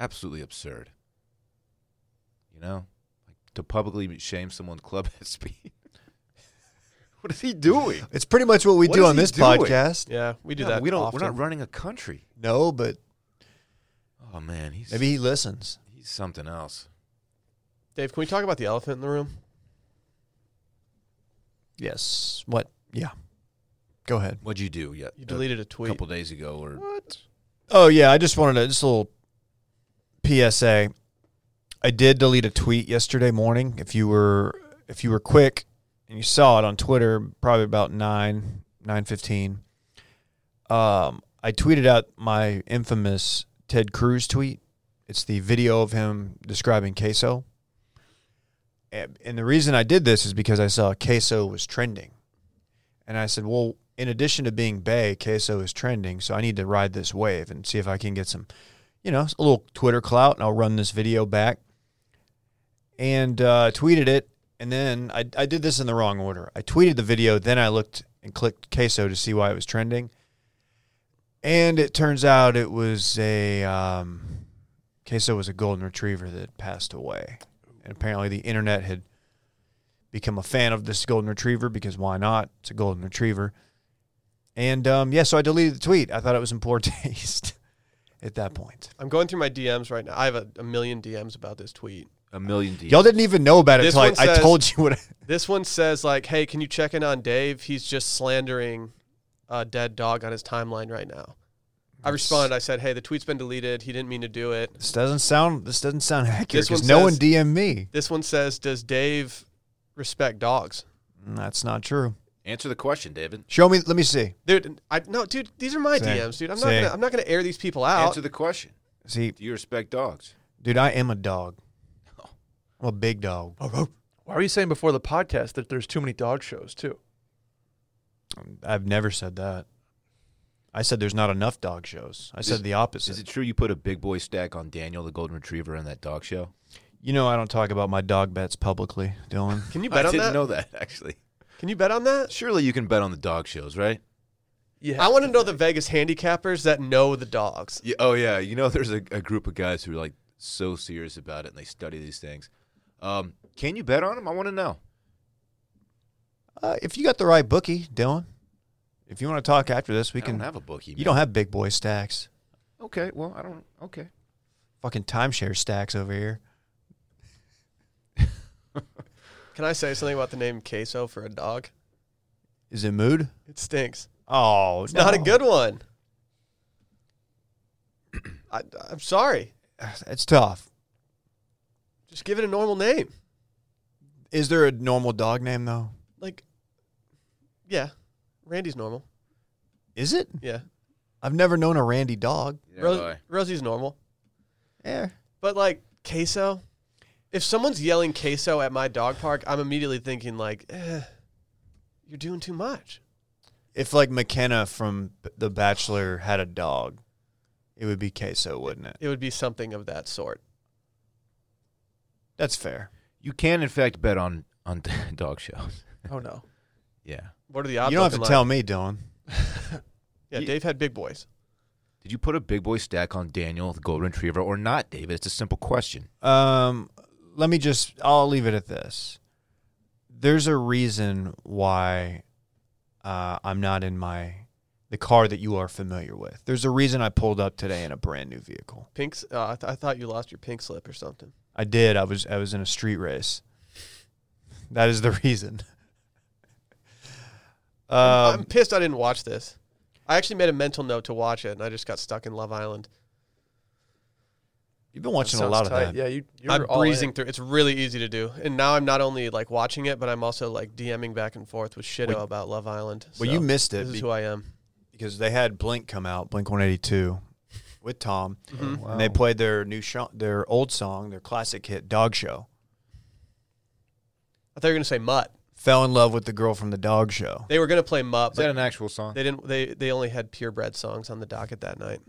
Speaker 4: absolutely absurd. You know, like to publicly shame someone's club *laughs* head speed. what is he doing?
Speaker 2: *laughs* it's pretty much what we
Speaker 4: What
Speaker 2: do
Speaker 4: is
Speaker 2: on
Speaker 4: he
Speaker 2: this
Speaker 4: doing?
Speaker 2: podcast.
Speaker 1: Yeah, we do
Speaker 4: Yeah,
Speaker 1: that.
Speaker 4: We don't.
Speaker 1: Often.
Speaker 4: We're not running a country.
Speaker 2: No, but
Speaker 4: Oh man, he's
Speaker 2: maybe he listens.
Speaker 4: he's something else.
Speaker 1: Dave, can we talk about the elephant in the room?
Speaker 2: Yes. What? Yeah. Go ahead.
Speaker 4: What'd you do? Yet
Speaker 1: You deleted a
Speaker 4: a
Speaker 1: tweet.
Speaker 4: couple days ago, or
Speaker 1: What?
Speaker 2: Oh yeah, I just wanted to just a little PSA. I did delete a tweet yesterday morning. If you were if you were quick and you saw it on Twitter, probably about nine nine fifteen. Um, I tweeted out my infamous Ted Cruz tweet. It's the video of him describing queso. And, and the reason I did this is because I saw queso was trending. And I said, well, in addition to being Bay, queso is trending. So I need to ride this wave and see if I can get some, you know, a little Twitter clout. And I'll run this video back. And uh, tweeted it. And then I, I did this in the wrong order. I tweeted the video. Then I looked and clicked queso to see why it was trending. And it turns out it was a um, queso was a golden retriever that passed away. And apparently the internet had become a fan of this golden retriever because why not? It's a golden retriever. And um, yeah, so I deleted the tweet. I thought it was in poor *laughs* taste at that point.
Speaker 1: I'm going through my DMs right now. I have a, a million DMs about this tweet.
Speaker 4: a million D.
Speaker 2: Y'all didn't even know about it
Speaker 1: This
Speaker 2: until I,
Speaker 1: one
Speaker 2: I
Speaker 1: says-
Speaker 2: told you what. I,
Speaker 1: This one says like, "Hey, can you check in on Dave? He's just slandering a dead dog on his timeline right now." I responded. I said, "Hey, the tweet's been deleted. He didn't mean to do it."
Speaker 2: This doesn't sound. This doesn't sound *laughs* accurate
Speaker 1: This one
Speaker 2: because no one
Speaker 1: says-
Speaker 2: DM'd me.
Speaker 1: This one says, "Does Dave respect dogs?"
Speaker 2: Mm, That's not true.
Speaker 4: Answer the question, David.
Speaker 2: Show me. Let me see.
Speaker 1: Dude, I no, dude. These are my
Speaker 2: Say.
Speaker 1: DMs, dude. I'm
Speaker 2: Say.
Speaker 1: not. Gonna, I'm not going to air these people out.
Speaker 4: Answer the question.
Speaker 2: See,
Speaker 4: Do you respect dogs?
Speaker 2: dude, I am a dog. I'm a big dog.
Speaker 3: Why were you saying before the podcast that there's too many dog shows too?
Speaker 2: I've never said that. I said there's not enough dog shows. I
Speaker 4: Is-
Speaker 2: said the
Speaker 4: Is
Speaker 2: opposite.
Speaker 4: it true you put a big boy stack on Daniel the golden retriever in that dog show?
Speaker 2: you know, I don't talk about my dog bets publicly, Dylan.
Speaker 1: Can you
Speaker 4: I
Speaker 1: bet on
Speaker 4: didn't
Speaker 1: that?
Speaker 4: know that actually.
Speaker 1: Can you bet on that?
Speaker 4: Surely you can bet on the dog shows, right?
Speaker 3: Yeah.
Speaker 1: I want to know the Vegas handicappers that know the dogs.
Speaker 4: Yeah, oh yeah, you know there's a, a group of guys who are like so serious about it and they study these things. Um, can you bet on them? I want to know.
Speaker 2: Uh, if you got the right bookie, Dylan, if you want to talk after this, we
Speaker 4: We can
Speaker 2: can.
Speaker 4: don't have a bookie.
Speaker 2: you
Speaker 4: man.
Speaker 2: don't have big boy stacks,
Speaker 4: Okay, well I don't. Okay.
Speaker 2: fucking timeshare stacks over here.
Speaker 1: Can I say something about the name queso for a dog?
Speaker 2: Is it mood?
Speaker 1: It stinks.
Speaker 2: Oh,
Speaker 1: It's not a good one. I, I'm sorry.
Speaker 2: *sighs* It's tough.
Speaker 1: Just give it a normal name.
Speaker 2: Is there a normal dog name though?
Speaker 1: Like, yeah, Randy's normal.
Speaker 2: Is it?
Speaker 1: Yeah,
Speaker 2: I've never known a Randy dog.
Speaker 1: Ros- Rosie's normal.
Speaker 2: Yeah.
Speaker 1: But like queso, if someone's yelling queso at my dog park, I'm immediately thinking like, eh, you're doing too much.
Speaker 2: If like McKenna from B- The Bachelor had a dog, it would be queso, wouldn't it?
Speaker 1: It would be something of that sort.
Speaker 2: That's fair.
Speaker 4: you can in fact bet on on dog shows.
Speaker 3: Oh no. *laughs*
Speaker 4: Yeah.
Speaker 1: What are the odds?
Speaker 2: you don't have to
Speaker 1: looking like?
Speaker 2: tell me, Dylan.
Speaker 1: Yeah,
Speaker 4: You-
Speaker 1: Dave had big boys.
Speaker 4: Did you put a big boy stack on Daniel the golden retriever or not, David? It's a simple question.
Speaker 2: Um, let me just. I'll leave it at this. There's a reason why uh, I'm not in my the car that you are familiar with. There's a reason I pulled up today in a brand new vehicle.
Speaker 1: Pinks. Uh, I, th- I thought you lost your pink slip or something.
Speaker 2: I did. I was I was in a street race. That is the *laughs* reason.
Speaker 1: I'm
Speaker 2: Um,
Speaker 1: pissed I didn't watch this. I actually made a mental note to watch it, and I just got stuck in Love Island.
Speaker 2: you've been watching a
Speaker 3: Sounds
Speaker 2: lot of
Speaker 3: tight.
Speaker 2: that.
Speaker 3: Yeah, you, you're
Speaker 1: I'm
Speaker 3: all in.
Speaker 1: breezing through. It's really easy to do, and now I'm not only like watching it, but I'm also like DMing back and forth with Shido
Speaker 2: Well,
Speaker 1: about Love Island.
Speaker 2: Well,
Speaker 1: So,
Speaker 2: you missed
Speaker 1: This
Speaker 2: it
Speaker 1: is
Speaker 2: be-
Speaker 1: who I am.
Speaker 2: because they had Blink come out, Blink 182, with Tom,
Speaker 1: Mhm.
Speaker 2: and they played their new sho their old song, their classic hit, Dog Show.
Speaker 1: I thought you were gonna say Mutt.
Speaker 2: Fell in love with the girl from the Dog Show.
Speaker 1: They were gonna play Mutt,
Speaker 4: Is
Speaker 1: but
Speaker 4: that an actual song?
Speaker 1: they didn't. They they only had purebred songs on the docket that night.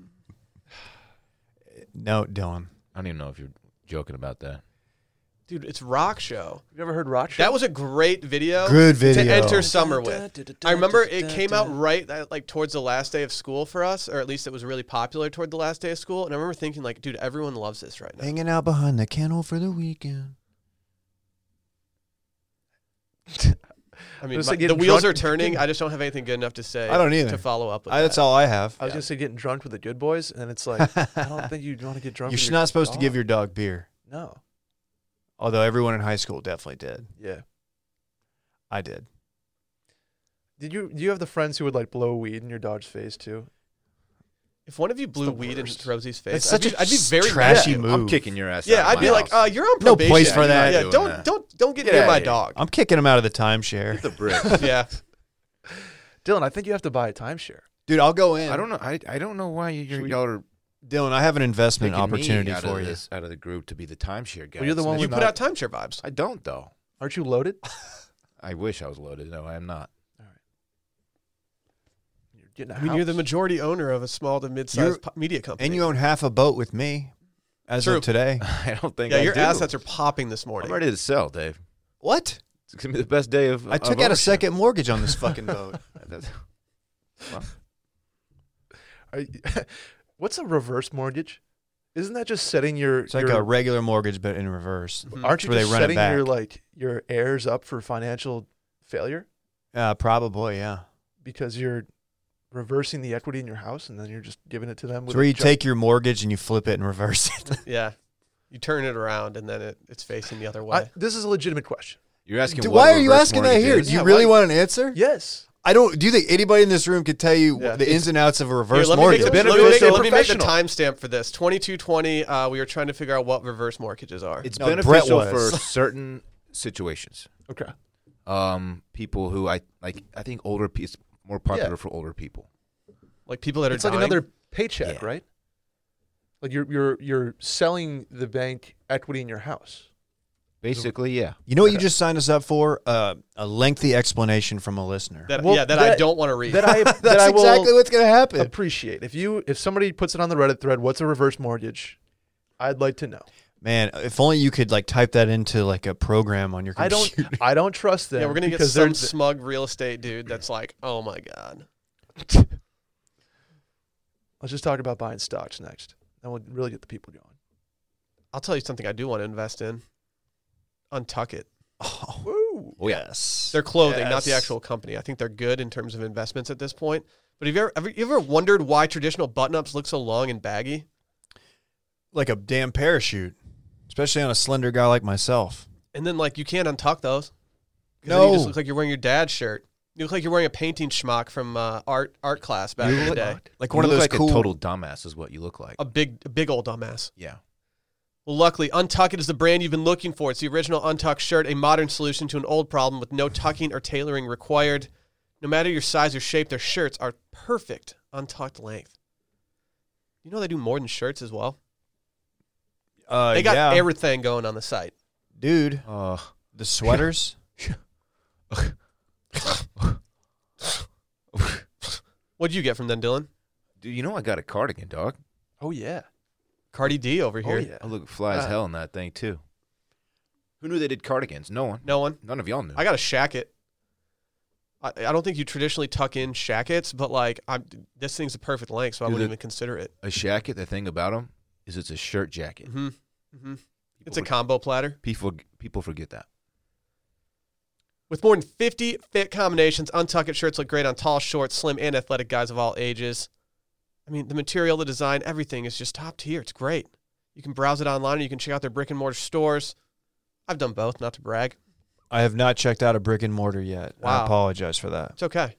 Speaker 2: No, Dylan.
Speaker 4: I don't even know if you're joking about that.
Speaker 1: Dude, it's rock show.
Speaker 3: You ever heard rock?
Speaker 1: That was a great video.
Speaker 2: Good video.
Speaker 1: To enter summer with. I remember it came *laughs* out right uh, like towards the last day of school for us, or at least it was really popular toward the last day of school. And I remember thinking, like, dude, everyone loves this right now.
Speaker 2: *laughs* Hanging out behind the kennel for the weekend.
Speaker 1: I mean,
Speaker 3: Just,
Speaker 1: my-
Speaker 3: like,
Speaker 1: the
Speaker 3: getting
Speaker 1: wheels are
Speaker 2: *laughs*
Speaker 3: drunk-
Speaker 1: turning. I just don't have anything good enough to say.
Speaker 2: I don't either.
Speaker 1: To follow up with
Speaker 2: I,
Speaker 1: that.
Speaker 2: that's all I have.
Speaker 3: I
Speaker 2: *laughs*
Speaker 3: was gonna say getting drunk with the good boys, and then it's like I don't think you'd want to get drunk.
Speaker 2: You're
Speaker 3: with your
Speaker 2: not supposed to give
Speaker 3: dog.
Speaker 2: your dog beer,
Speaker 3: no.
Speaker 2: although everyone in high school definitely did.
Speaker 3: Yeah.
Speaker 2: I did.
Speaker 3: Did you do you have the friends who would like blow weed in your dog's face too?
Speaker 1: If one of you blew
Speaker 3: the
Speaker 1: weed
Speaker 3: worst.
Speaker 1: in Rosie's face,
Speaker 2: That's
Speaker 1: I'd,
Speaker 2: such
Speaker 1: be,
Speaker 2: a
Speaker 1: I'd be very
Speaker 2: trashy *laughs*
Speaker 1: mad.
Speaker 2: move.
Speaker 4: I'm kicking your ass. out
Speaker 1: Yeah,
Speaker 4: of
Speaker 1: I'd
Speaker 4: my
Speaker 1: be like,
Speaker 4: house.
Speaker 1: uh, you're on
Speaker 2: No
Speaker 1: probation.
Speaker 2: place for that.
Speaker 1: Yeah,
Speaker 4: Doing
Speaker 1: don't
Speaker 4: that.
Speaker 1: don't don't get
Speaker 4: Get
Speaker 1: near
Speaker 4: outta
Speaker 1: my
Speaker 4: here.
Speaker 1: dog.
Speaker 2: *laughs*
Speaker 1: *laughs*
Speaker 2: I'm kicking him out of the timeshare.
Speaker 4: Get
Speaker 1: "Oh,
Speaker 4: the *laughs* brick.
Speaker 1: yeah,
Speaker 3: Dylan, I think you have to buy a timeshare.
Speaker 2: Dude, I'll go in.
Speaker 4: I don't know. I, I don't know why you,
Speaker 2: Should we
Speaker 4: y'all are
Speaker 2: Dylan, I have an investment
Speaker 4: picking
Speaker 2: opportunity
Speaker 4: me out
Speaker 2: for
Speaker 4: of
Speaker 2: you.
Speaker 4: this, out of the group to be the timeshare guy.
Speaker 3: Well, you're the
Speaker 4: It's
Speaker 3: one
Speaker 4: not-
Speaker 1: you
Speaker 3: with-
Speaker 1: put out timeshare vibes.
Speaker 4: I don't though.
Speaker 3: Aren't you loaded?
Speaker 2: *laughs*
Speaker 4: I wish I was loaded. No, I am not. *laughs*
Speaker 3: You're getting a
Speaker 1: I mean, you're the
Speaker 3: house.
Speaker 1: majority owner of a small to
Speaker 2: You're-
Speaker 1: mid-sized po- media company,
Speaker 2: And you own half a boat with me as
Speaker 1: True.
Speaker 2: of
Speaker 3: *laughs*
Speaker 2: today.
Speaker 4: I don't think.
Speaker 1: yeah,
Speaker 4: I
Speaker 1: your
Speaker 4: do.
Speaker 1: assets are popping this morning.
Speaker 4: I'm ready to sell, Dave.
Speaker 2: What?
Speaker 4: It's gonna be the best day of.
Speaker 2: I
Speaker 4: of
Speaker 2: took out a
Speaker 4: ownership.
Speaker 2: second mortgage on this fucking
Speaker 3: *laughs*
Speaker 2: boat.
Speaker 4: That's-
Speaker 3: Are you- *laughs* What's a reverse mortgage? Isn't that just setting your?
Speaker 2: It's like
Speaker 3: your-
Speaker 2: a regular mortgage, but in reverse.
Speaker 1: Mhm.
Speaker 3: aren't you
Speaker 2: where they
Speaker 3: just
Speaker 2: run it
Speaker 3: setting your
Speaker 2: back.
Speaker 3: like your heirs up for financial failure
Speaker 2: Uh, probably, yeah.
Speaker 3: because you're reversing the equity in your house and then you're just giving it to them?
Speaker 2: It's
Speaker 3: with
Speaker 2: where
Speaker 3: a
Speaker 2: you
Speaker 3: ju-
Speaker 2: take your mortgage and you flip it and reverse
Speaker 3: *laughs*
Speaker 2: it.
Speaker 1: Yeah. You turn it around and then it, it's facing the other way.
Speaker 3: I, this is a legitimate question.
Speaker 4: You're asking.
Speaker 2: Dude,
Speaker 4: what
Speaker 2: why are you
Speaker 4: reverse
Speaker 2: asking that
Speaker 4: mortgage
Speaker 2: here?
Speaker 4: is?
Speaker 2: Do you
Speaker 3: Yeah,
Speaker 2: really
Speaker 3: why-
Speaker 2: want an answer?
Speaker 3: Yes.
Speaker 2: I don't. Do you think anybody in this room could tell you
Speaker 1: Yeah.
Speaker 2: the ins and outs of a reverse
Speaker 1: Here, let,
Speaker 2: mortgage?
Speaker 1: Me
Speaker 3: It's
Speaker 1: make, let, me make,
Speaker 3: beneficial.
Speaker 1: let me make the
Speaker 3: Professional.
Speaker 1: timestamp for this. 2220, uh, we were trying to figure out what reverse mortgages are.
Speaker 4: It's
Speaker 2: No, Brett
Speaker 4: beneficial for
Speaker 2: was.
Speaker 4: certain situations.
Speaker 3: Okay.
Speaker 4: um, people who I like. I think older people more popular
Speaker 3: Yeah.
Speaker 4: for older people.
Speaker 1: like people that are
Speaker 3: It's like
Speaker 1: dying.
Speaker 3: another paycheck,
Speaker 4: Yeah.
Speaker 3: right? Like you're you're you're selling the bank equity in your house.
Speaker 4: Basically, yeah.
Speaker 2: you know what you
Speaker 3: Okay.
Speaker 2: just signed us up for? Uh, a lengthy explanation from a listener. *laughs*
Speaker 1: that,
Speaker 3: Well,
Speaker 1: yeah, that, I
Speaker 3: that-
Speaker 1: don't want to read.
Speaker 3: That I that
Speaker 2: That's
Speaker 3: I will
Speaker 2: exactly what's going to happen.
Speaker 3: appreciate. If you if somebody puts it on the Reddit thread, what's a reverse mortgage? I'd like to know.
Speaker 2: Man, if only you could like type that into like a program on your
Speaker 3: I don't
Speaker 2: computer.
Speaker 3: I don't trust
Speaker 1: *laughs*
Speaker 3: them.
Speaker 1: yeah, we're going to get
Speaker 3: because
Speaker 1: some
Speaker 3: they're-
Speaker 1: smug real estate dude that's like, oh my God.
Speaker 3: Let's just talk about buying stocks next. That would really get the people going.
Speaker 1: I'll tell you something I do want to invest in. Untuck it.
Speaker 2: Oh,
Speaker 3: Woo.
Speaker 4: Oh, yeah.
Speaker 2: yes.
Speaker 1: Their clothing, not the
Speaker 2: Yes.
Speaker 1: actual company. I think they're good in terms of investments at this point. But have you ever, ever, you ever wondered why traditional button ups look so long and baggy?
Speaker 2: like a damn parachute, especially on a slender guy like myself.
Speaker 1: And then like you can't untuck those. 'Cause then you just
Speaker 2: No.
Speaker 1: look like you're wearing your dad's shirt. You look like you're wearing a painting schmuck from uh, art art class back in the day.
Speaker 2: Like
Speaker 4: You
Speaker 2: one of
Speaker 4: look
Speaker 2: those
Speaker 4: like
Speaker 2: cool.
Speaker 4: a total dumbass is what you look like.
Speaker 1: A big a big old dumbass.
Speaker 4: yeah.
Speaker 1: Well, luckily, Untuck It is the brand you've been looking for. It's the original Untuck shirt, a modern solution to an old problem with no tucking or tailoring required. No matter your size or shape, their shirts are perfect untucked length. You know they do more than shirts as well.
Speaker 2: uh,
Speaker 1: They got
Speaker 2: yeah.
Speaker 1: everything going on the site.
Speaker 2: dude.
Speaker 4: Uh,
Speaker 2: *laughs* The sweaters.
Speaker 1: What'd you get from them, Dylan?
Speaker 4: dude, you know I got a cardigan, dog.
Speaker 3: Oh yeah.
Speaker 1: Cardi D over
Speaker 3: Oh
Speaker 1: here.
Speaker 3: yeah.
Speaker 4: I look fly as
Speaker 3: Uh,
Speaker 4: hell in that thing too. Who knew they did cardigans? No one.
Speaker 1: No one.
Speaker 4: None of y'all knew.
Speaker 1: I got a shacket. I, I don't think you traditionally tuck in shackets, but like I'm, this thing's the perfect length, so I
Speaker 4: Dude,
Speaker 1: wouldn't
Speaker 4: the-
Speaker 1: even consider it.
Speaker 4: a jacket. The thing about them is it's a shirt jacket.
Speaker 1: hmm hmm It's a
Speaker 4: People-
Speaker 1: combo platter
Speaker 4: people people forget that.
Speaker 1: with more than 50 fit combinations. Untucked shirts look great on tall, short, slim, and athletic guys of all ages. I mean, the material, the design, everything is just top tier. It's great. You can browse it online. and You can check out their brick and mortar stores. I've done both, not to brag.
Speaker 2: I have not checked out a brick and mortar yet. I
Speaker 1: Wow.
Speaker 2: apologize for that.
Speaker 1: It's okay.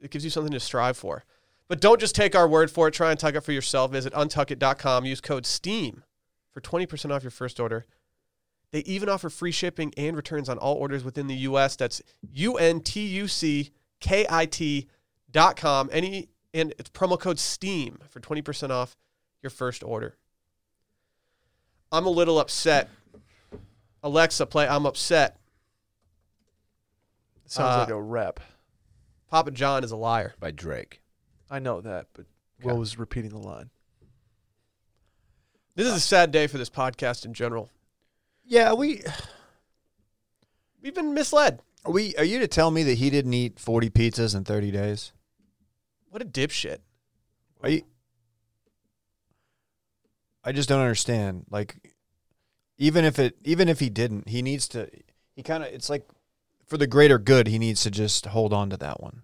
Speaker 1: It gives you something to strive for. But don't just take our word for it. Try and tuck it for yourself. Visit untuckit.com. Use code STEAM for 20% off your first order. They even offer free shipping and returns on all orders within the U.S. That's U-N-T-U-C-K-I-T dot com. Any, and it's promo code STEAM for 20% off your first order. I'm a little upset. Alexa, play I'm Upset.
Speaker 3: Sounds
Speaker 1: Uh,
Speaker 3: like a rep.
Speaker 1: Papa John is a liar.
Speaker 4: by Drake.
Speaker 3: I know that, but Will was repeating the line.
Speaker 1: This is a sad day for this podcast in general.
Speaker 2: Yeah, we
Speaker 1: We've been misled.
Speaker 2: are we are you to tell me that he didn't eat 40 pizzas in 30 days?
Speaker 1: What a dipshit.
Speaker 2: Are you I just don't understand. Like even if it even if he didn't, he needs to he kind of it's like for the greater good, he needs to just hold on to that one.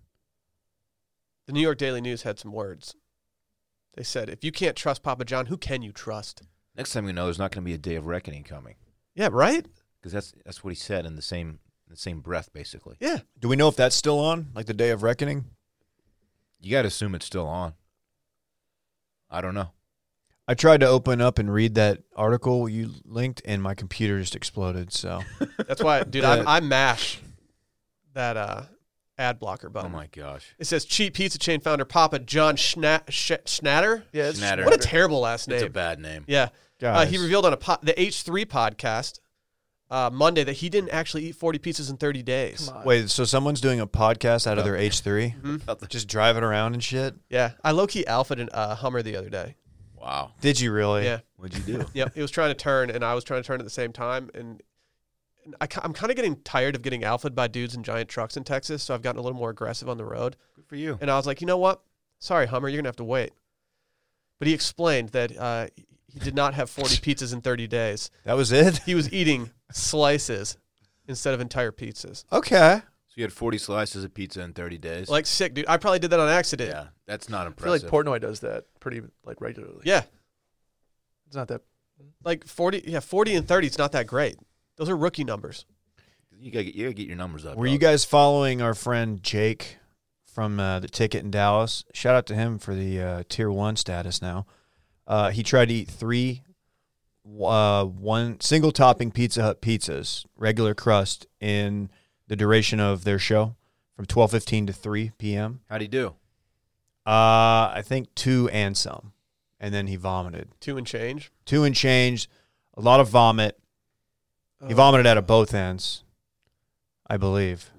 Speaker 1: The New York Daily News had some words. They said, if you can't trust Papa John, who can you trust?
Speaker 4: Next time we know, there's not going to be a day of reckoning coming
Speaker 1: Yeah, right?
Speaker 4: because that's that's what he said in the same the same breath, basically.
Speaker 1: Yeah.
Speaker 2: Do we know if that's still on? Like the day of reckoning?
Speaker 4: You got to assume it's still on. I don't know.
Speaker 2: I tried to open up and read that article you linked and my computer just exploded, so
Speaker 1: That's why, dude,
Speaker 4: Yeah.
Speaker 1: I, I mash that uh, ad blocker
Speaker 4: oh
Speaker 1: button.
Speaker 4: my gosh,
Speaker 1: It says, cheap pizza chain founder Papa John Schna- Sh- Schnatter.
Speaker 3: Yeah, it's
Speaker 4: Schnatter.
Speaker 1: What a terrible last
Speaker 4: it's a
Speaker 1: name.
Speaker 4: bad
Speaker 2: *laughs*
Speaker 4: name.
Speaker 1: Yeah. *laughs* Uh,
Speaker 2: Guys.
Speaker 1: he revealed on a po- the H3 podcast uh, Monday that he didn't actually eat 40 pizzas in 30 days. Mm-hmm.
Speaker 3: Come on.
Speaker 2: Wait, so someone's doing a podcast out of their H3?
Speaker 4: About the-
Speaker 2: Just driving around and shit?
Speaker 1: Yeah. I low key alpha in a uh, Hummer the other day.
Speaker 4: Wow,
Speaker 2: Did you really?
Speaker 1: Yeah.
Speaker 4: what'd you do?
Speaker 1: Yep, it was trying to turn, and I was trying to turn at the same time, and, and I, am kind of getting tired of getting alphaed by dudes in giant trucks in Texas, so I've gotten a little more aggressive on the road.
Speaker 4: *laughs* Good for you.
Speaker 1: And I was like, you know what? Sorry, Hummer, you're gonna have to wait. But he explained that uh, he did not have 40 pizzas in 30 days.
Speaker 2: That was it? *laughs*
Speaker 1: He was eating slices instead of entire pizzas.
Speaker 2: Okay.
Speaker 4: So you had 40 slices of pizza in 30 days.
Speaker 1: Like sick, dude. I probably did that on accident.
Speaker 4: yeah, that's not
Speaker 3: I feel like
Speaker 4: impressive.
Speaker 3: Portnoy does that pretty like regularly.
Speaker 1: Yeah,
Speaker 3: It's not that
Speaker 1: like 40. Yeah, 40 and 30 is not that great. Those are rookie numbers.
Speaker 4: you gotta get you gotta get your numbers up.
Speaker 2: Were you
Speaker 4: dog.
Speaker 2: guys following our friend Jake from uh, the ticket in Dallas? Shout out to him for the uh, tier one status now. Uh, he tried to eat three uh, one single topping Pizza Hut pizzas, regular crust, in the duration of their show from twelve fifteen to three p.m.
Speaker 4: How'd he do?
Speaker 2: Uh, I think two and some, and then he vomited.
Speaker 1: Two and change.
Speaker 2: Two and change, a lot of vomit. He
Speaker 3: Oh.
Speaker 2: vomited out of both ends, I believe.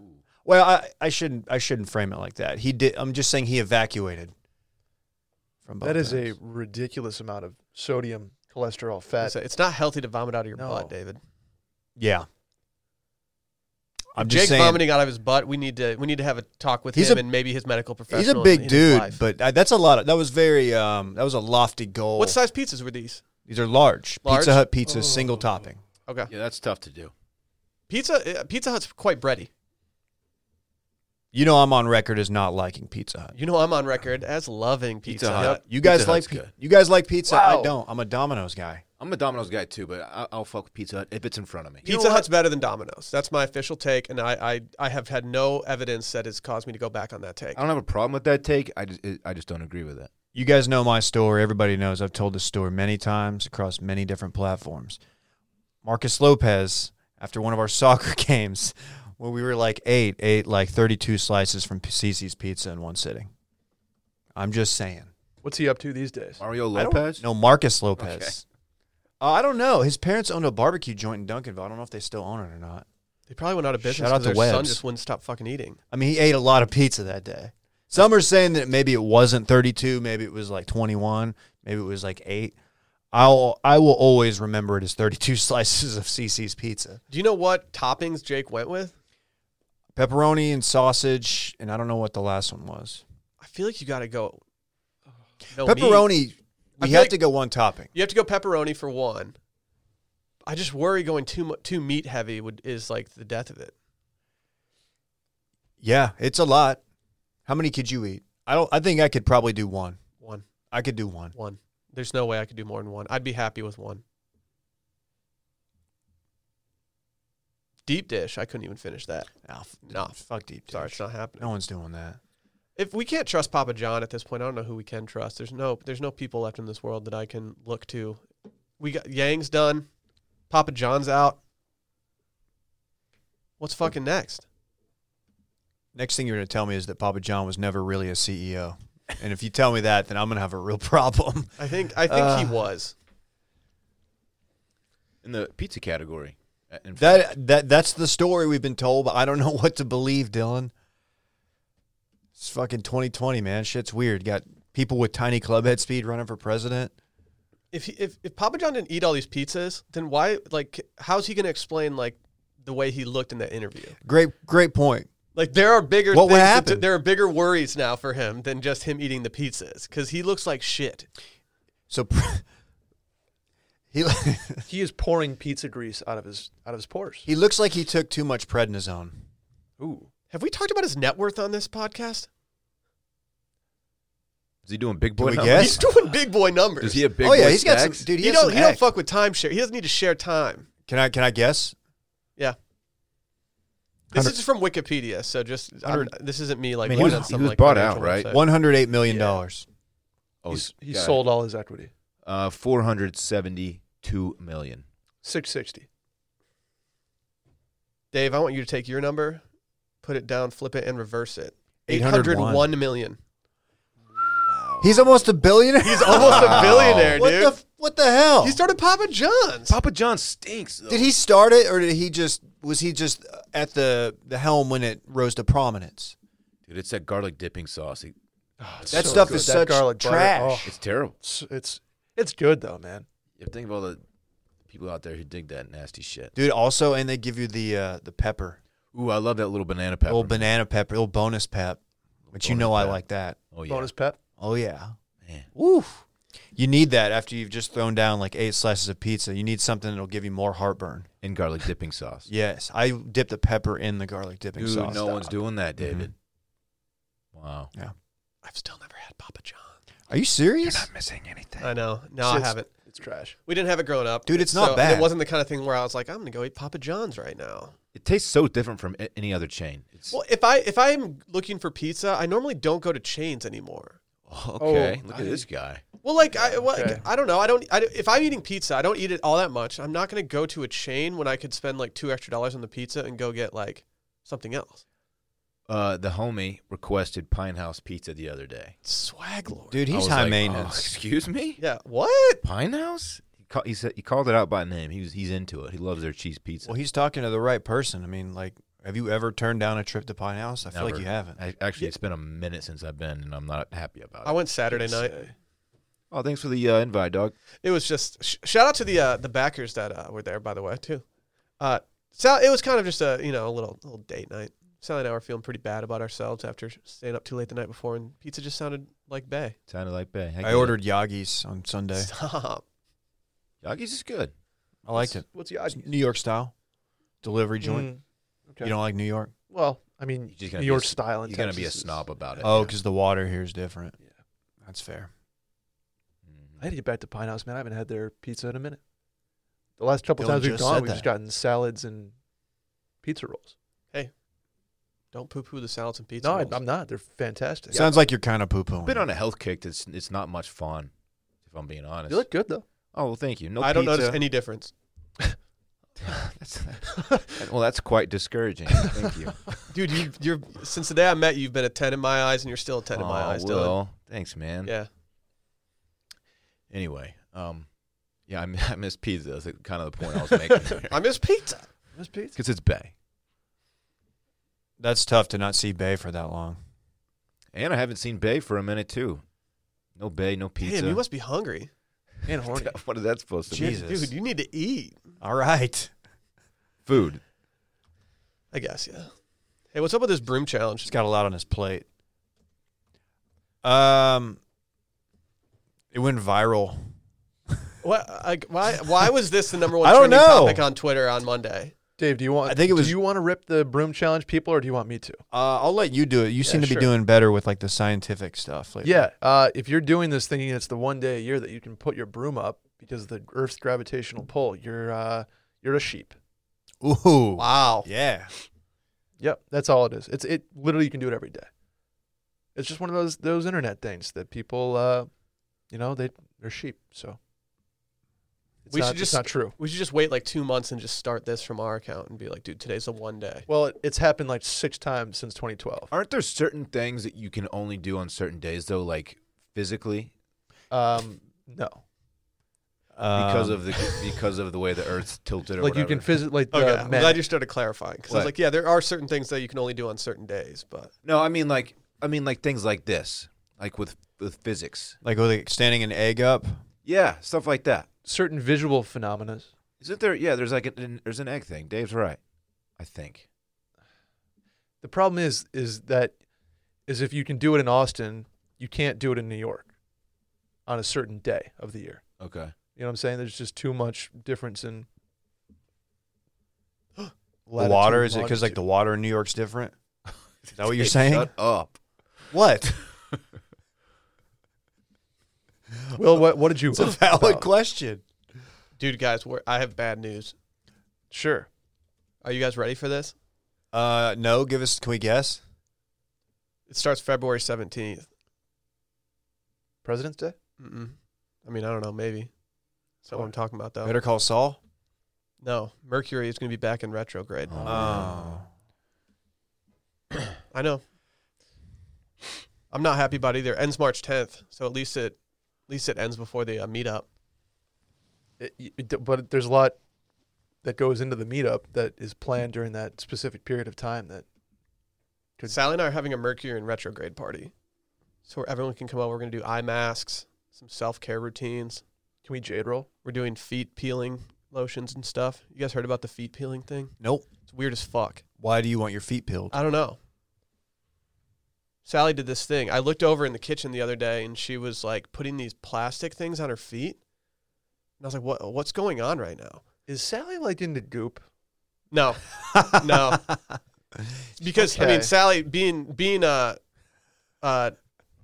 Speaker 2: Well, I, I shouldn't I shouldn't frame it like that. He did. I'm just saying he evacuated from both.
Speaker 3: that is a
Speaker 2: ends.
Speaker 3: ridiculous amount of sodium, cholesterol, fat.
Speaker 1: So It's not healthy to vomit out of your
Speaker 3: No.
Speaker 1: butt, David.
Speaker 2: yeah. I'm
Speaker 1: Jake
Speaker 2: just saying
Speaker 1: vomiting out of his butt. We need to we need to have a talk with
Speaker 2: He's
Speaker 1: him
Speaker 2: a-
Speaker 1: and maybe his medical professional.
Speaker 2: he's a
Speaker 1: in-
Speaker 2: big
Speaker 1: in his
Speaker 2: dude,
Speaker 1: life.
Speaker 2: but I, that's a lot. Of, that was very um that was a lofty goal.
Speaker 1: what size pizzas were these?
Speaker 2: These are large,
Speaker 1: Large?
Speaker 2: Pizza Hut pizzas,
Speaker 3: Oh.
Speaker 2: single topping.
Speaker 1: Okay,
Speaker 4: Yeah, that's tough to do.
Speaker 1: pizza uh, Pizza Hut's quite bready.
Speaker 2: You know I'm on record as not liking Pizza Hut.
Speaker 1: You know, I'm on record as loving Pizza,
Speaker 4: Pizza
Speaker 1: Hut.
Speaker 4: Hut.
Speaker 2: You
Speaker 4: Pizza
Speaker 2: guys
Speaker 4: Hut's
Speaker 2: like pi-
Speaker 4: good.
Speaker 2: you guys like pizza.
Speaker 3: Wow.
Speaker 2: I don't. I'm a Domino's guy.
Speaker 4: I'm a Domino's guy too, but I, I'll fuck with Pizza Hut if it's in front of me.
Speaker 1: Pizza Hut's better than Domino's. That's my official take, and I, I I have had no evidence that has caused me to go back on that take.
Speaker 4: I don't have a problem with that take. I just it, I just don't agree with it.
Speaker 2: You guys know my story. Everybody knows I've told this story many times across many different platforms. Marcus Lopez, after one of our *laughs* soccer games, where we were like eight, ate like 32 slices from Cece's Pizza in one sitting. I'm just saying.
Speaker 3: What's he up to these days?
Speaker 4: Mario
Speaker 2: I don't-
Speaker 4: Lopez.
Speaker 2: No, Marcus Lopez. Uh, I don't know. His parents owned a barbecue joint in Duncanville. I don't know if they still own it or not.
Speaker 1: They probably went out of business
Speaker 2: Shout out
Speaker 1: because their
Speaker 2: to
Speaker 1: son
Speaker 2: Webb's.
Speaker 1: just wouldn't stop fucking eating.
Speaker 2: I mean, he ate a lot of pizza that day. Some are saying that maybe it wasn't 32, maybe it was like 21, maybe it was like 8. I'll I will always remember it as 32 *laughs* slices of CC's pizza.
Speaker 1: Do you know what toppings Jake went with?
Speaker 2: Pepperoni and sausage, and I don't know what the last one was.
Speaker 1: I feel like you got to go. No Oh, meat. I
Speaker 2: Pepperoni, we
Speaker 1: feel
Speaker 2: have
Speaker 1: like-
Speaker 2: to go one topping.
Speaker 1: You have to go pepperoni for one. I just worry going too mu- too meat heavy would is like the death of it.
Speaker 2: Yeah, it's a lot. How many could you eat? I don't I think I could probably do one.
Speaker 1: One,
Speaker 2: I could do one.
Speaker 1: one, There's no way I could do more than one. I'd be happy with one. Deep dish. I couldn't even finish that.
Speaker 2: Oh, f-
Speaker 1: No.
Speaker 2: fuck deep.
Speaker 1: Sorry,
Speaker 2: dish.
Speaker 1: it's not happening.
Speaker 2: no one's doing that.
Speaker 1: If we can't trust Papa John at this point, I don't know who we can trust. There's no there's no people left in this world that I can look to. We got Yang's done. Papa John's out. What's fucking next?
Speaker 2: Next thing you're gonna tell me is that Papa John was never really a CEO, and if you tell me that, then I'm gonna have a real *laughs* problem.
Speaker 1: I think I think
Speaker 2: Uh,
Speaker 1: he was.
Speaker 4: in the pizza category. uh, in fact.
Speaker 2: That that that's the story we've been told, but I don't know *laughs* what to believe, Dylan. It's fucking 2020, man. Shit's weird. Got people with tiny club head speed running for president.
Speaker 1: If he, if if Papa John didn't eat all these pizzas, then why like how's he going to explain like the way he looked in that interview?
Speaker 2: Great great point.
Speaker 1: Like there are bigger
Speaker 2: What would
Speaker 1: things that-
Speaker 2: happen?
Speaker 1: there are bigger worries now for him than just him eating the pizzas cuz he looks like shit.
Speaker 2: So *laughs* he *laughs*
Speaker 3: He is pouring pizza grease out of his out of his pores.
Speaker 2: he looks like he took too much prednisone.
Speaker 3: Ooh,
Speaker 1: Have we talked about his net worth on this podcast?
Speaker 4: Is he doing big
Speaker 2: Can
Speaker 4: boy?
Speaker 2: we
Speaker 4: numbers?
Speaker 1: He's doing big boy numbers.
Speaker 4: Does he have big
Speaker 2: oh yeah,
Speaker 4: boy
Speaker 2: he's got some
Speaker 4: stacks?
Speaker 2: dude.
Speaker 1: he
Speaker 2: He, has
Speaker 1: don't
Speaker 2: some
Speaker 1: he don't
Speaker 2: act.
Speaker 1: fuck with timeshare. He doesn't need to share time.
Speaker 2: Can I can I guess?
Speaker 1: This
Speaker 2: Hundred-
Speaker 1: is from Wikipedia, so just I'm- this isn't me like
Speaker 2: I mean, he
Speaker 1: looking
Speaker 2: was-
Speaker 1: at
Speaker 4: he
Speaker 1: some,
Speaker 4: was
Speaker 1: like,
Speaker 4: bought out,
Speaker 1: financial
Speaker 4: right?
Speaker 1: website.
Speaker 2: One hundred eight million dollars.
Speaker 4: Oh,
Speaker 3: he's, he
Speaker 4: got it.
Speaker 3: sold all his equity.
Speaker 4: uh, four hundred seventy-two million.
Speaker 3: Six sixty.
Speaker 1: Dave, I want you to take your number, put it down, flip it, and reverse it.
Speaker 2: 801.
Speaker 1: 801 million.
Speaker 2: He's almost a billionaire.
Speaker 1: He's almost
Speaker 2: *laughs*
Speaker 1: a billionaire,
Speaker 2: what
Speaker 1: dude.
Speaker 2: the f- what the hell?
Speaker 1: he started Papa John's.
Speaker 4: Papa John stinks. Though.
Speaker 2: Did he start it, or did he just was he just at the the helm when it rose to prominence?
Speaker 4: Dude, it's that garlic dipping sauce. It-
Speaker 2: That
Speaker 4: Oh, so
Speaker 2: stuff
Speaker 4: good.
Speaker 2: is
Speaker 3: That
Speaker 2: such
Speaker 3: garlic butter,
Speaker 2: trash.
Speaker 3: oh.
Speaker 4: It's terrible.
Speaker 3: It's, it's it's good though, man.
Speaker 4: You think of all the people out there who dig that nasty shit.
Speaker 2: Dude, also, and they give you the uh, the pepper,
Speaker 4: Ooh, I love that little banana pepper.
Speaker 2: little banana pepper, little bonus pep, which you
Speaker 4: Bonus
Speaker 2: know I
Speaker 4: pep.
Speaker 2: like that.
Speaker 4: oh yeah.
Speaker 3: Bonus pep.
Speaker 2: Oh yeah,
Speaker 4: Man.
Speaker 2: woof. You need that after you've just thrown down like eight slices of pizza. You need something that'll give you more heartburn.
Speaker 4: And garlic
Speaker 2: *laughs*
Speaker 4: dipping sauce.
Speaker 2: Yes, I dip the pepper in the garlic dipping
Speaker 4: Dude,
Speaker 2: sauce. Mm-hmm.
Speaker 4: no one's doing that, David. Wow.
Speaker 1: I've still never had Papa John's.
Speaker 2: Are you serious?
Speaker 4: missing anything.
Speaker 1: I know. No, I
Speaker 3: It's-
Speaker 1: haven't.
Speaker 3: It's trash.
Speaker 1: We didn't have it growing up.
Speaker 2: Dude, it's not
Speaker 1: so- and
Speaker 2: bad.
Speaker 1: It wasn't the kind of thing where I was like, I'm going to go eat Papa John's right now.
Speaker 4: It tastes so different from a- any other chain. It's
Speaker 1: Well, if I if I'm looking for pizza, I normally don't go to chains anymore.
Speaker 4: okay.
Speaker 3: Oh,
Speaker 4: Look
Speaker 3: I-
Speaker 4: at this guy.
Speaker 1: Well, like I, well,
Speaker 3: Okay.
Speaker 1: like, I don't know. I don't. I, don't- if I'm eating pizza, I don't eat it all that much. I'm not going to go to a chain when I could spend like two extra dollars on the pizza and go get like something else.
Speaker 4: Uh, the homie requested Pine House Pizza the other day.
Speaker 1: Swag lord.
Speaker 2: Dude,
Speaker 4: I
Speaker 2: he's
Speaker 4: was
Speaker 2: high
Speaker 4: like, "Oh, *laughs*
Speaker 2: maintenance.
Speaker 4: excuse me.
Speaker 1: Yeah. What?
Speaker 4: Pine House? He, call, he said he called it out by name. He was he's into it. He loves their cheese pizza.
Speaker 2: Well, he's talking to the right person. I mean, like, have you ever turned down a trip to Pine House? I feel like
Speaker 4: Never.
Speaker 2: you haven't.
Speaker 4: I, actually, it's been a minute since I've been, and I'm not happy about it.
Speaker 1: I went Saturday night.
Speaker 3: uh,
Speaker 4: oh, thanks for the uh, invite, dog.
Speaker 1: It was just sh- shout out to the uh, the backers that uh, were there by the way too. Uh, Sal, it was kind of just a you know a little little date night. Sally and I were feeling pretty bad about ourselves after staying up too late the night before, and pizza just sounded like bay.
Speaker 4: Sounded like Bay.
Speaker 2: I,
Speaker 4: get it.
Speaker 2: ordered Yagi's on Sunday.
Speaker 1: Stop.
Speaker 4: Yagi's is good.
Speaker 2: I liked it.
Speaker 3: What's the
Speaker 2: It's New York style delivery joint.
Speaker 3: Mm, okay.
Speaker 2: You don't like New York?
Speaker 3: well, I mean,
Speaker 4: He's just
Speaker 3: New
Speaker 4: gonna be a
Speaker 3: York
Speaker 4: s-
Speaker 3: style. in
Speaker 4: He's gonna be a
Speaker 3: Texas is-
Speaker 4: snob about it.
Speaker 2: Oh, because the water here is different.
Speaker 3: Yeah.
Speaker 2: That's fair.
Speaker 4: Mm-hmm.
Speaker 3: I had to get back to Pine House, man. I haven't had their pizza in a minute. The last couple
Speaker 2: Dylan
Speaker 3: times we've
Speaker 2: just
Speaker 3: gone,
Speaker 2: said
Speaker 3: we've just
Speaker 2: that.
Speaker 3: gotten salads and pizza rolls.
Speaker 1: Don't poo poo the salads and pizza.
Speaker 3: no, I,
Speaker 1: rolls.
Speaker 3: I'm not. They're fantastic.
Speaker 2: Sounds like you're kind of poo pooing.
Speaker 4: I've been on a health kick. That's it's not much fun, if I'm being honest.
Speaker 3: They look good though.
Speaker 4: Oh well, thank you. No,
Speaker 1: I don't
Speaker 4: *laughs* pizza.
Speaker 1: notice any difference.
Speaker 4: That's- *laughs* well, that's quite discouraging.
Speaker 1: *laughs*
Speaker 4: Thank you.
Speaker 1: Dude, you, you're since the day I met you, you've been a ten in my eyes, and you're still a ten in my
Speaker 4: Aw,
Speaker 1: eyes, Dylan.
Speaker 4: Will. Thanks, man.
Speaker 1: Yeah,
Speaker 4: Anyway, um, yeah, I, mi- *laughs* I miss pizza. That's like kind of the point I was
Speaker 1: *laughs*
Speaker 4: making there.
Speaker 1: I miss pizza.
Speaker 3: Miss pizza.
Speaker 4: Because it's Bay,
Speaker 2: That's tough to not see Bay for that long.
Speaker 4: and I haven't seen Bay for a minute too. No Bay, no pizza.
Speaker 1: Damn, you must be hungry,
Speaker 3: And horny.
Speaker 4: *laughs* what is that supposed to mean?
Speaker 2: Jesus.
Speaker 1: dude. You need to eat.
Speaker 2: All right. *laughs*
Speaker 4: Food.
Speaker 1: I guess, yeah. Hey, what's up with this broom challenge?
Speaker 2: He's got a lot on his plate. Um, it went viral.
Speaker 1: What, like, why? Why was this the number one
Speaker 2: I
Speaker 1: *laughs*
Speaker 2: don't
Speaker 1: trending
Speaker 2: know.
Speaker 1: topic on Twitter on Monday?
Speaker 3: Dave, do you want?
Speaker 2: I think it was-
Speaker 3: Do you want to rip the broom challenge people, or do you want me to?
Speaker 2: Uh, I'll let you do it. You seem to be
Speaker 3: sure.
Speaker 2: doing better with like the scientific stuff. Lately.
Speaker 3: Yeah. Uh, if you're doing this thinking it's the one day a year that you can put your broom up because of the Earth's gravitational pull, you're uh, you're a sheep.
Speaker 2: Ooh.
Speaker 1: Wow.
Speaker 2: Yeah.
Speaker 3: Yep, that's all it is. It's it literally you can do it every day. It's just one of those those internet things that people, uh, you know, they they're sheep. So it's
Speaker 1: We
Speaker 3: not,
Speaker 1: should
Speaker 3: it's
Speaker 1: just-
Speaker 3: not true.
Speaker 1: We should just wait like two months and just start this from our account and be like, dude, today's the one day.
Speaker 3: Well, it, it's happened like six times since 2012.
Speaker 4: Aren't there certain things that you can only do on certain days though, like physically,
Speaker 3: Um, no,
Speaker 4: because
Speaker 2: Um,
Speaker 4: of the because of the way the Earth's tilted? Or
Speaker 3: like you can
Speaker 4: whatever?
Speaker 3: physically like
Speaker 1: Okay,
Speaker 3: the
Speaker 1: I'm
Speaker 3: men-
Speaker 1: glad you started clarifying because I was
Speaker 4: What?
Speaker 1: like, yeah, there are certain things that you can only do on certain days, but
Speaker 4: No, I mean like I mean like things like this, like with with physics.
Speaker 2: like with like, standing an egg up.
Speaker 4: Yeah, stuff like that.
Speaker 3: certain visual phenomena.
Speaker 4: Isn't there? Yeah, there's like an, there's an egg thing. Dave's right, I think.
Speaker 3: The problem is is that is if you can do it in Austin, you can't do it in New York on a certain day of the year.
Speaker 4: Okay.
Speaker 3: You know what I'm saying? There's just too much difference
Speaker 1: *laughs*
Speaker 3: in
Speaker 2: The water is it because like the water in New York's different? Is that what you're
Speaker 4: Dave,
Speaker 2: saying?
Speaker 4: Shut up.
Speaker 2: What? *laughs*
Speaker 3: Will, what, what did you?
Speaker 2: It's a valid
Speaker 3: about?
Speaker 2: question.
Speaker 1: dude, guys, we're, I have bad news.
Speaker 3: Sure.
Speaker 1: Are you guys ready for this?
Speaker 2: Uh, no. Give us. Can we guess?
Speaker 1: It starts February 17th.
Speaker 3: President's Day.
Speaker 1: Mm-mm. I mean, I don't know, maybe. That's not what I'm talking about, though.
Speaker 2: Better call Saul.
Speaker 1: No, Mercury is going to be back in retrograde.
Speaker 4: Oh.
Speaker 2: Oh.
Speaker 1: I know. I'm not happy about either. Ends March 10th, so at least it, at least it ends before the uh, meetup.
Speaker 3: It- it- but there's a lot that goes into the meetup that is planned during that specific period of time. That Good.
Speaker 1: Sally and I are having a Mercury in retrograde party, so where everyone can come over. We're going to do eye masks, some self care routines.
Speaker 3: can we jade roll?
Speaker 1: We're doing feet peeling lotions and stuff. You guys heard about the feet peeling thing?
Speaker 2: Nope.
Speaker 1: It's weird as fuck.
Speaker 2: Why do you want your feet peeled?
Speaker 1: I don't know. Sally did this thing. I looked over in the kitchen the other day and she was like putting these plastic things on her feet. And I was like, "What what's going on right now?"
Speaker 3: Is Sally like into goop?
Speaker 1: No.
Speaker 2: *laughs*
Speaker 1: no. Because I mean,
Speaker 3: Okay.
Speaker 1: Sally being being a uh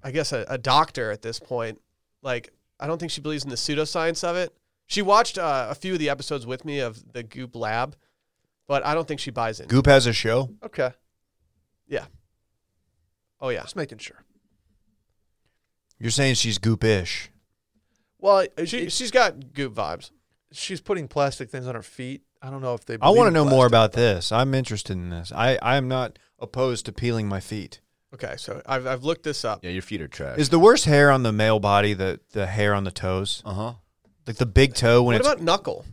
Speaker 1: I guess a, a doctor at this point, like I don't think she believes in the pseudoscience of it. She watched uh, a few of the episodes with me of the Goop Lab, but I don't think she buys it.
Speaker 2: Goop has a show.
Speaker 3: Okay,
Speaker 1: Oh yeah.
Speaker 3: just making sure.
Speaker 2: You're saying she's goopish.
Speaker 3: Well, I-
Speaker 1: She
Speaker 3: it-
Speaker 1: she's got Goop vibes.
Speaker 3: she's putting plastic things on her feet. I don't know if they.
Speaker 2: I want to
Speaker 3: believe in
Speaker 2: know more
Speaker 3: plastic.
Speaker 2: about this. I'm interested in this. I I am not opposed to peeling my feet.
Speaker 1: Okay, so I've I've looked this up.
Speaker 4: Yeah, your feet are trash.
Speaker 2: Is the worst hair on the male body the the hair on the toes?
Speaker 4: Uh huh.
Speaker 2: Like the big toe when
Speaker 1: What
Speaker 2: it's
Speaker 1: about knuckle?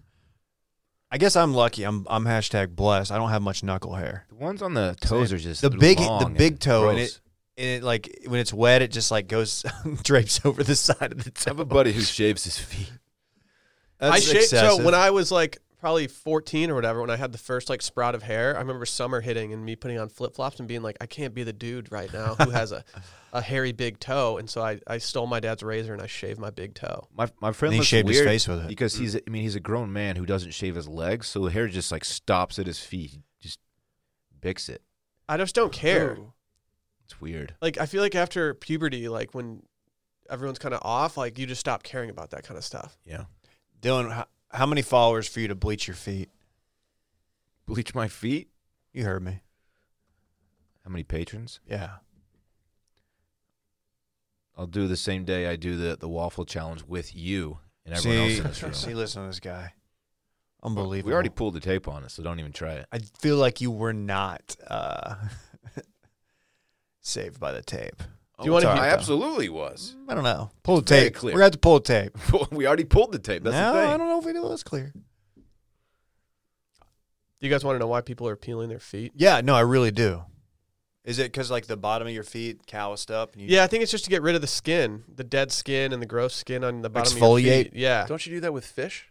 Speaker 2: I guess I'm lucky. I'm I'm hashtag blessed. I don't have much knuckle hair.
Speaker 4: The ones on the toes are just
Speaker 2: The big
Speaker 4: long
Speaker 2: the
Speaker 4: and
Speaker 2: big toe and
Speaker 4: gross.
Speaker 2: it and it like when it's wet it just like goes *laughs* drapes over the *laughs* side of the
Speaker 4: I have a
Speaker 2: toe.
Speaker 4: buddy who shaves his feet.
Speaker 1: I
Speaker 2: That's
Speaker 1: shaved, so
Speaker 2: excessive.
Speaker 1: when I was like probably 14 or whatever, when I had the first like sprout of hair, I remember summer hitting and me putting on flip flops and being like, I can't be the dude right now who has
Speaker 2: *laughs*
Speaker 1: a, a hairy big toe. And so I, I stole my dad's razor and I shaved my big toe.
Speaker 4: My my friend
Speaker 2: and he
Speaker 4: looks
Speaker 2: shaved
Speaker 4: weird
Speaker 2: his face with it.
Speaker 4: because he's I mean he's a grown man who doesn't shave his legs, so the hair just like stops at his feet. He just bicks it.
Speaker 1: I just don't care.
Speaker 3: Ooh.
Speaker 4: It's weird.
Speaker 1: Like, I feel like after puberty, like when everyone's kind of off, like you just stop caring about that kind of stuff.
Speaker 4: Yeah.
Speaker 2: Dylan, how, how many followers for you to bleach your feet?
Speaker 4: Bleach my feet.
Speaker 2: You heard me.
Speaker 4: How many patrons?
Speaker 2: Yeah.
Speaker 4: I'll do the same day I do the the waffle challenge with you and everyone
Speaker 2: See,
Speaker 4: else in this
Speaker 2: see,
Speaker 4: room.
Speaker 2: listen to this guy.
Speaker 4: Well,
Speaker 2: Unbelievable.
Speaker 4: We already pulled the tape on it, so don't even try it.
Speaker 2: I feel like you were not uh, *laughs* saved by the tape.
Speaker 1: Do you wanna
Speaker 2: hear-
Speaker 4: I
Speaker 2: though.
Speaker 4: absolutely was. *laughs*
Speaker 2: I don't know. Pull the
Speaker 4: Very
Speaker 2: tape.
Speaker 4: clear.
Speaker 2: We're gonna have to pull the tape.
Speaker 4: we already pulled the tape. That's
Speaker 2: no,
Speaker 4: the thing.
Speaker 2: I don't know if we do. That's clear.
Speaker 1: Do you guys want to know why people are peeling their feet?
Speaker 2: Yeah, no, I really do. Is it because like the bottom of your feet calloused up? And you,
Speaker 1: Yeah, I think it's just to get rid of the skin, the dead skin and the gross skin on the bottom of your
Speaker 2: Exfoliate?
Speaker 1: feet. Yeah.
Speaker 3: Don't you do that with fish?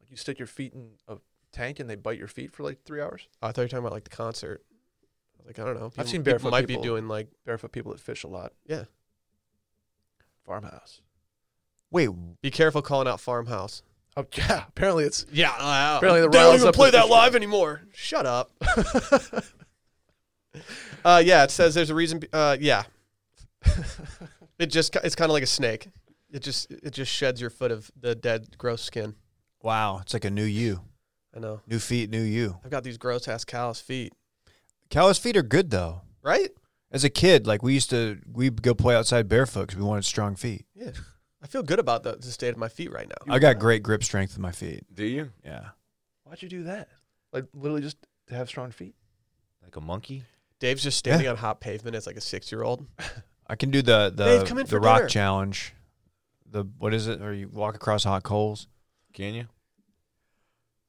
Speaker 3: Like you stick your feet in a tank and they bite your feet for like three hours.
Speaker 1: Oh, I thought you were talking about like the concert. I was Like I don't know.
Speaker 3: seen
Speaker 1: people
Speaker 3: barefoot
Speaker 1: might
Speaker 3: people.
Speaker 1: be doing like
Speaker 3: Barefoot people that fish a lot.
Speaker 1: Yeah.
Speaker 3: Farmhouse.
Speaker 2: Wait,
Speaker 1: be careful calling out farmhouse.
Speaker 3: Oh, *laughs* yeah, apparently it's
Speaker 1: Yeah, wow.
Speaker 3: Apparently the
Speaker 1: they don't
Speaker 3: Royals
Speaker 1: even
Speaker 3: up
Speaker 1: play
Speaker 3: the
Speaker 1: that
Speaker 3: fish
Speaker 1: live anymore. Shut up. *laughs* uh, yeah, it says there's a reason. Uh, yeah, *laughs* it just it's kind of like a snake. It just it just sheds your foot of the dead gross skin.
Speaker 2: Wow, it's like a new you,
Speaker 1: I know.
Speaker 2: new feet, new you.
Speaker 1: I've got these gross ass callous feet.
Speaker 2: Callous feet are good though.
Speaker 1: Right?
Speaker 2: As a kid, like we used to, we would go play outside barefoot because we wanted strong feet.
Speaker 1: Yeah. I feel good about the, the state of my feet right now.
Speaker 2: I got great grip strength in my feet.
Speaker 4: Do you?
Speaker 2: Yeah.
Speaker 3: why'd you do that? Like literally just to have strong feet.
Speaker 4: Like a monkey?
Speaker 1: Dave's just standing on hot pavement as like a six year old.
Speaker 2: I can do the the,
Speaker 1: Dave, come in
Speaker 2: the
Speaker 1: for
Speaker 2: rock
Speaker 1: dinner.
Speaker 2: challenge. The what is it? Or you walk across hot coals?
Speaker 4: Can you?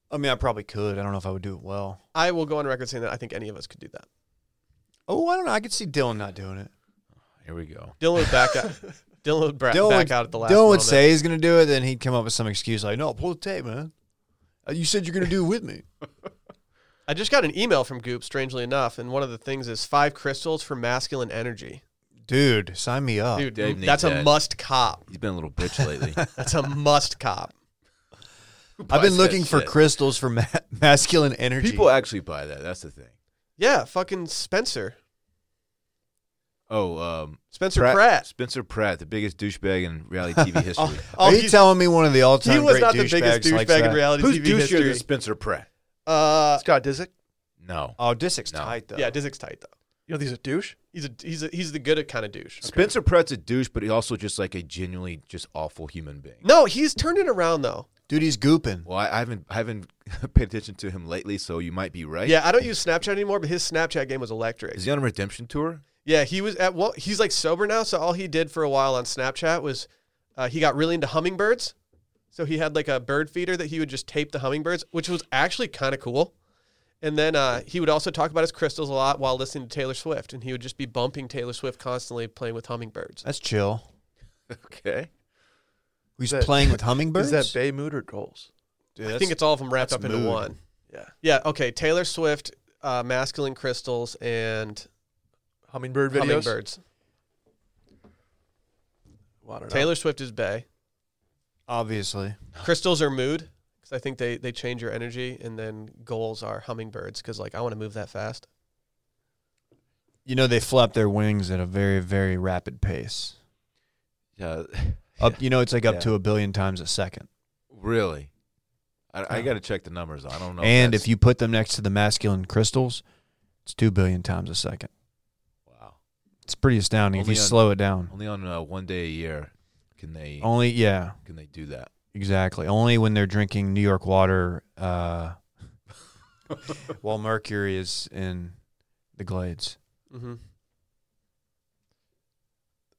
Speaker 2: I mean, I probably could. I don't know if I would do it well.
Speaker 1: I will go on record saying that I think any of us could do that.
Speaker 2: Oh, I don't know. I could see Dylan not doing it.
Speaker 4: Here we go.
Speaker 1: Dylan would back *laughs* out. Dylan would bra-
Speaker 2: Dylan
Speaker 1: back
Speaker 2: would-
Speaker 1: out at the last.
Speaker 2: Dylan
Speaker 1: moment.
Speaker 2: would say he's gonna do it, then he'd come up with some excuse like, "No, pull the tape, man. Uh, You said you're gonna do it with me."
Speaker 1: I just got an email from Goop, strangely enough, and one of the things is five crystals for masculine energy.
Speaker 2: Dude, sign me up.
Speaker 1: Dude,
Speaker 4: Dave needs
Speaker 1: that's a
Speaker 4: that.
Speaker 1: must cop.
Speaker 4: He's been a little bitch
Speaker 2: *laughs*
Speaker 4: lately.
Speaker 1: That's *laughs* a must cop.
Speaker 2: I've
Speaker 4: Buys
Speaker 2: been
Speaker 4: that
Speaker 2: looking for
Speaker 4: shit.
Speaker 2: crystals for ma- *laughs* masculine energy.
Speaker 4: People actually buy that. That's the thing.
Speaker 1: Yeah, fucking Spencer.
Speaker 4: Oh, um,
Speaker 1: Spencer Pratt.
Speaker 4: Spencer Pratt, the biggest douchebag in reality
Speaker 2: *laughs* Oh,
Speaker 4: TV history.
Speaker 2: Are you
Speaker 1: Oh, he's-
Speaker 2: telling me one of the
Speaker 1: he
Speaker 2: all-time
Speaker 1: was
Speaker 2: great
Speaker 1: not the biggest
Speaker 2: douchebags
Speaker 1: douchebag
Speaker 2: likes
Speaker 1: in
Speaker 2: that?
Speaker 1: reality
Speaker 4: Who's
Speaker 1: TV
Speaker 4: douchier
Speaker 1: history.
Speaker 4: than Spencer Pratt?
Speaker 1: uh,
Speaker 3: Scott Disick,
Speaker 4: No.
Speaker 2: Oh, Disick's
Speaker 4: No.
Speaker 2: tight though.
Speaker 1: yeah, Dizzy's tight though.
Speaker 3: you know these are douche.
Speaker 1: He's a he's a, he's the good kind of douche.
Speaker 4: Spencer Pratt's a douche, but he's also just like a genuinely just awful human being.
Speaker 2: Mm.
Speaker 1: No, he's turned it around though.
Speaker 2: dude, he's gooping.
Speaker 4: Well, I, I haven't I haven't *laughs* paid attention to him lately, so you might be right.
Speaker 1: Yeah, I don't use Snapchat anymore, but his Snapchat game was electric.
Speaker 4: Is he on a
Speaker 2: *laughs*
Speaker 4: redemption tour?
Speaker 1: Yeah, he was at well, he's like sober now, so all he did for a while on Snapchat was uh, he got really into hummingbirds. So he had like a bird feeder that he would just tape the hummingbirds, which was actually kind of cool. And then uh, he would also talk about his crystals a lot while listening to Taylor Swift, and he would just be bumping Taylor Swift constantly, playing with hummingbirds.
Speaker 2: That's chill.
Speaker 4: Okay.
Speaker 2: He's
Speaker 1: *laughs*
Speaker 3: that-
Speaker 2: playing with hummingbirds.
Speaker 3: Is that Bay Mood or Goals?
Speaker 2: Dude,
Speaker 1: I
Speaker 2: that's-
Speaker 1: think it's all of them wrapped
Speaker 2: that's
Speaker 1: up into
Speaker 2: mood.
Speaker 1: one.
Speaker 3: Yeah,
Speaker 1: Yeah. Okay. Taylor Swift, uh, masculine crystals, and
Speaker 3: hummingbird videos.
Speaker 1: hummingbirds.
Speaker 3: Well, I don't know.
Speaker 1: Taylor Swift is Bay.
Speaker 2: obviously.
Speaker 1: crystals are mood because I think they they change your energy, and then goals are hummingbirds because like I want to move that fast.
Speaker 2: You know they flap their wings at a very very rapid pace.
Speaker 4: Yeah.
Speaker 2: Up, you know it's like up
Speaker 4: Yeah.
Speaker 2: to a billion times a second.
Speaker 4: Really? I, I got to check the numbers. I don't know.
Speaker 2: and
Speaker 4: that's-
Speaker 2: if you put them next to the masculine crystals, it's two billion times a second.
Speaker 4: wow,
Speaker 2: It's pretty astounding if
Speaker 4: Only
Speaker 2: you
Speaker 4: on-
Speaker 2: slow it down.
Speaker 4: only on uh, one day a year can they
Speaker 2: Only yeah,
Speaker 4: can they do *laughs* that?
Speaker 2: exactly. Only when they're drinking New York water, uh, while Mercury is in the glades.
Speaker 1: Mm-hmm.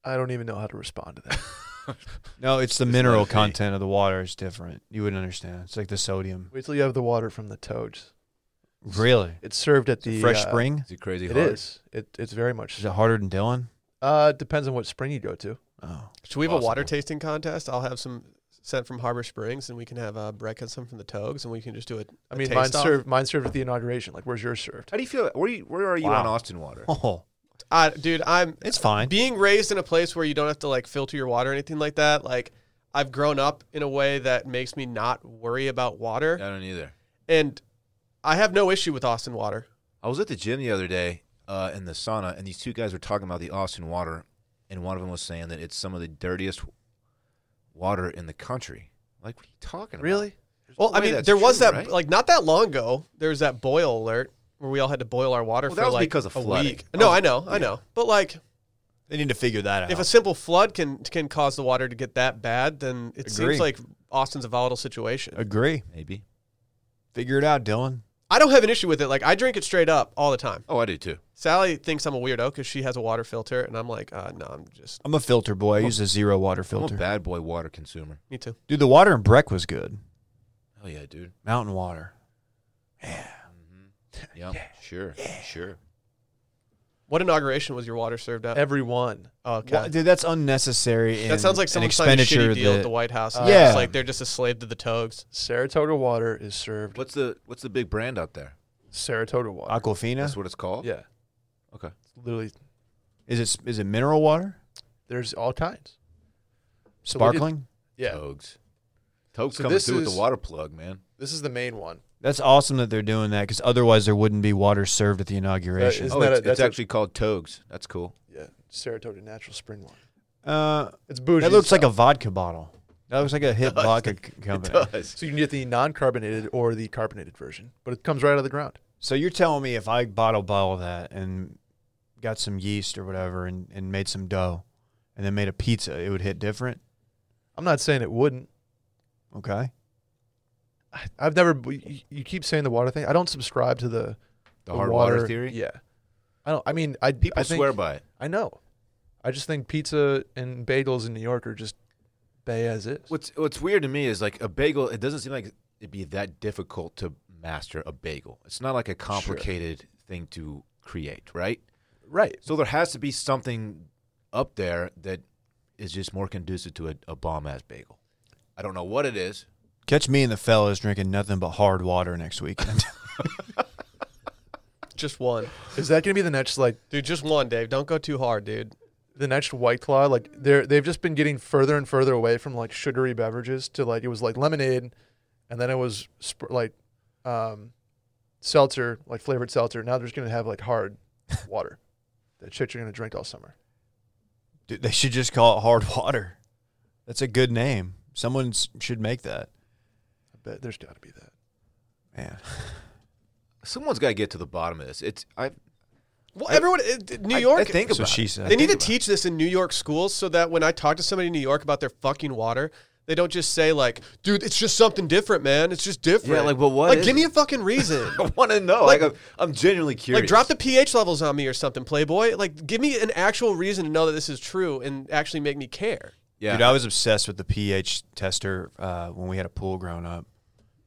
Speaker 3: I don't even know how to respond to that.
Speaker 2: No, it's the
Speaker 4: It's
Speaker 2: mineral
Speaker 4: not a-
Speaker 2: content of the water is different. You wouldn't understand. It's like the sodium.
Speaker 3: Wait till you have the water from the Toads.
Speaker 2: Really,
Speaker 3: It's served at the
Speaker 2: fresh
Speaker 3: uh,
Speaker 2: spring.
Speaker 4: *laughs* Is it crazy
Speaker 3: It
Speaker 4: hard?
Speaker 3: is. It it's very much.
Speaker 2: Is it harder than Dylan?
Speaker 3: Uh, depends on what spring you go to.
Speaker 2: Oh,
Speaker 1: Should we have a water
Speaker 4: Possible.
Speaker 1: tasting contest? I'll have some sent from Harbor Springs, and we can have uh, Brett get some from the Togs, and we can just do it.
Speaker 3: I mean,
Speaker 1: taste
Speaker 3: mine
Speaker 1: off?
Speaker 3: served. Mine served at the inauguration. Like, where's yours served?
Speaker 4: How do you feel? Where you, where are you
Speaker 2: Wow.
Speaker 4: on Austin water?
Speaker 2: oh,
Speaker 1: I, dude, I'm
Speaker 2: it's fine.
Speaker 1: being raised in a place where you don't have to like filter your water or anything like that. Like I've grown up in a way that makes me not worry about water,
Speaker 4: I don't either.
Speaker 1: and I have no issue with Austin water.
Speaker 4: I was at the gym the other day uh, in the sauna, and these two guys were talking about the Austin water, and one of them was saying that it's some of the dirtiest water in the country. Like, what are you talking about?
Speaker 3: Really?
Speaker 4: There's
Speaker 1: Well,
Speaker 4: no
Speaker 1: I
Speaker 4: way
Speaker 1: mean,
Speaker 4: that's
Speaker 1: there was
Speaker 4: true,
Speaker 1: that
Speaker 4: right?
Speaker 1: like not that long ago. There was that boil alert where we all had to boil our water
Speaker 4: Well,
Speaker 1: for
Speaker 4: that was
Speaker 1: like
Speaker 4: because of
Speaker 1: a
Speaker 4: flooding.
Speaker 1: week.
Speaker 4: That
Speaker 1: No,
Speaker 4: was-
Speaker 1: I know, I
Speaker 4: yeah.
Speaker 1: know. But like,
Speaker 2: They need to figure that out.
Speaker 1: if a simple flood can can cause the water to get that bad, then it
Speaker 2: Agree.
Speaker 1: seems like Austin's a volatile situation.
Speaker 2: Agree.
Speaker 4: maybe.
Speaker 2: Figure it out, Dylan.
Speaker 1: I don't have an issue with it. Like I drink it straight up all the time.
Speaker 4: Oh, I do too.
Speaker 1: Sally thinks I'm a weirdo because she has a water filter, and I'm like, uh, no, I'm just
Speaker 2: I'm a filter boy. I use a zero water filter.
Speaker 4: I'm a bad boy water consumer.
Speaker 1: me too.
Speaker 2: Dude, the water in Breck was good.
Speaker 4: Oh yeah, dude.
Speaker 2: Mountain water.
Speaker 4: Yep. Sure. Sure.
Speaker 1: What inauguration was your water served at?
Speaker 3: Everyone.
Speaker 1: oh, okay.
Speaker 2: Wha- dude, that's unnecessary.
Speaker 1: that
Speaker 2: and
Speaker 1: sounds like
Speaker 2: an
Speaker 1: someone signed a
Speaker 2: expenditure
Speaker 1: shitty deal at
Speaker 2: that-
Speaker 1: the White House. and
Speaker 2: Uh,
Speaker 1: they're just
Speaker 2: yeah.
Speaker 1: like they're just a slave to the togs.
Speaker 3: Saratoga water is served.
Speaker 4: What's the What's the big brand out there?
Speaker 3: Saratoga water.
Speaker 2: Aquafina.
Speaker 4: That's what it's called.
Speaker 3: Yeah.
Speaker 4: Okay.
Speaker 3: Literally,
Speaker 2: Is it is it mineral water?
Speaker 3: there's all kinds. So we did-
Speaker 2: Sparkling.
Speaker 3: yeah.
Speaker 4: Togs. Toke
Speaker 3: So
Speaker 4: coming
Speaker 3: this
Speaker 4: through with
Speaker 3: is-
Speaker 4: the water plug, man.
Speaker 3: This is the main one.
Speaker 2: That's awesome that they're doing that because otherwise there wouldn't be water served at the inauguration.
Speaker 3: Isn't
Speaker 4: oh,
Speaker 3: that
Speaker 4: it's,
Speaker 3: a- that's
Speaker 4: it's
Speaker 3: a-
Speaker 4: actually called Togues. That's cool.
Speaker 3: Yeah, Saratoga Natural Spring Water.
Speaker 2: uh,
Speaker 3: It's bougie.
Speaker 2: that looks
Speaker 3: stuff.
Speaker 2: like a vodka bottle. That looks like a hip vodka c- company.
Speaker 4: It does.
Speaker 3: So you can get the non-carbonated or the carbonated version, but it comes right out of the ground.
Speaker 2: So you're telling me if I bottle bottle that and got some yeast or whatever and, and made some dough and then made a pizza, it would hit different?
Speaker 3: I'm not saying it wouldn't.
Speaker 2: Okay.
Speaker 3: I- I've never. You you keep saying the water thing. I don't subscribe to the
Speaker 4: The hard water, theory.
Speaker 3: Yeah, I don't. I mean, I
Speaker 4: People
Speaker 3: I think-
Speaker 4: swear by it.
Speaker 3: I know. I just think pizza and bagels in New York are just bay as is.
Speaker 4: What's What's weird to me is like a bagel. It doesn't seem like it'd be that difficult to master a bagel. It's not like a complicated thing to create, right?
Speaker 3: Right.
Speaker 4: So there has to be something up there that is just more conducive to a, a bomb ass bagel. I don't know what it is.
Speaker 2: Catch me and the fellas drinking nothing but hard water next weekend.
Speaker 1: Just one,
Speaker 3: Is that gonna be the next like
Speaker 1: dude. Just one, Dave. Don't go too hard, dude.
Speaker 3: the next White Claw? Like they're they've just been getting further and further away from like sugary beverages to like it was like lemonade, and then it was sp- like um, seltzer, like flavored seltzer. Now they're just gonna have like hard water *laughs* that chicks are gonna drink all summer.
Speaker 2: Dude, they should just call it hard *laughs* water. That's a good name. Someone s- should make that.
Speaker 3: I bet there's got to be that.
Speaker 2: Man.
Speaker 4: Someone's got to get to the bottom of this. It's I
Speaker 1: Well, everyone, it, it- New York.
Speaker 4: I think
Speaker 2: So
Speaker 4: about
Speaker 2: she
Speaker 4: it.
Speaker 2: said.
Speaker 1: they need to
Speaker 4: about it.
Speaker 1: teach this in New York schools so that when I talk to somebody in New York about their fucking water, they don't just say like, "Dude, it's just something different, man. It's just different."
Speaker 4: like, but what
Speaker 1: Like,
Speaker 4: is
Speaker 1: give
Speaker 4: it?
Speaker 1: me a fucking
Speaker 4: *laughs*
Speaker 1: reason.
Speaker 4: I want to know. Like, I'm, I'm genuinely curious.
Speaker 1: Like drop the pH levels on me or something, Playboy. Like give me an actual reason to know that this is true and actually make me care.
Speaker 4: Yeah.
Speaker 2: Dude, I was obsessed with the pH tester uh, when we had a pool growing up.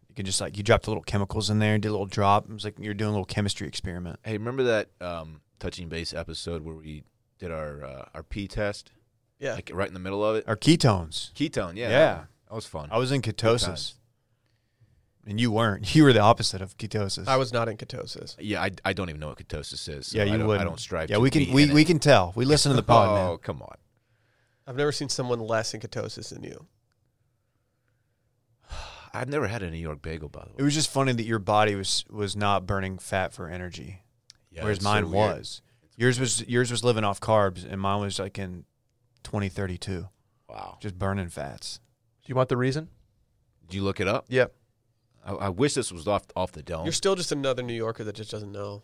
Speaker 2: You can just like you dropped little chemicals in there and did a little drop. It was like you're doing a little chemistry experiment.
Speaker 4: hey, remember that um, touching base episode where we did our uh, our pee test?
Speaker 1: Yeah.
Speaker 4: Like right in the middle of it.
Speaker 2: Or ketones.
Speaker 4: Ketone. Yeah.
Speaker 2: Yeah.
Speaker 4: That was fun.
Speaker 2: I was in ketosis,
Speaker 4: times.
Speaker 2: and you weren't. *laughs* You were the opposite of ketosis.
Speaker 1: I was not in ketosis.
Speaker 4: yeah. I, I don't even know what ketosis is. so
Speaker 2: yeah,
Speaker 4: I
Speaker 2: you
Speaker 4: don't,
Speaker 2: would.
Speaker 4: I don't strive.
Speaker 2: Yeah,
Speaker 4: to
Speaker 2: we can
Speaker 4: be
Speaker 2: we,
Speaker 4: in
Speaker 2: we
Speaker 4: it.
Speaker 2: can tell. We listen to
Speaker 4: *laughs*
Speaker 2: the pod,
Speaker 4: Oh
Speaker 2: man.
Speaker 4: come on.
Speaker 1: I've never seen someone less in ketosis than you.
Speaker 4: I've never had a New York bagel by the
Speaker 2: It
Speaker 4: way.
Speaker 2: was just funny that your body was was not burning fat for energy,
Speaker 4: Yeah,
Speaker 2: whereas
Speaker 4: it's so
Speaker 2: mine
Speaker 4: weird.
Speaker 2: was. Yours was yours was living off carbs, and mine was like in 2032,
Speaker 4: Wow.
Speaker 2: just burning fats.
Speaker 3: Do you want the reason?
Speaker 4: Did you look it up?
Speaker 3: Yeah.
Speaker 4: I, I wish this was off off the dome.
Speaker 1: You're still just another New Yorker that just doesn't know.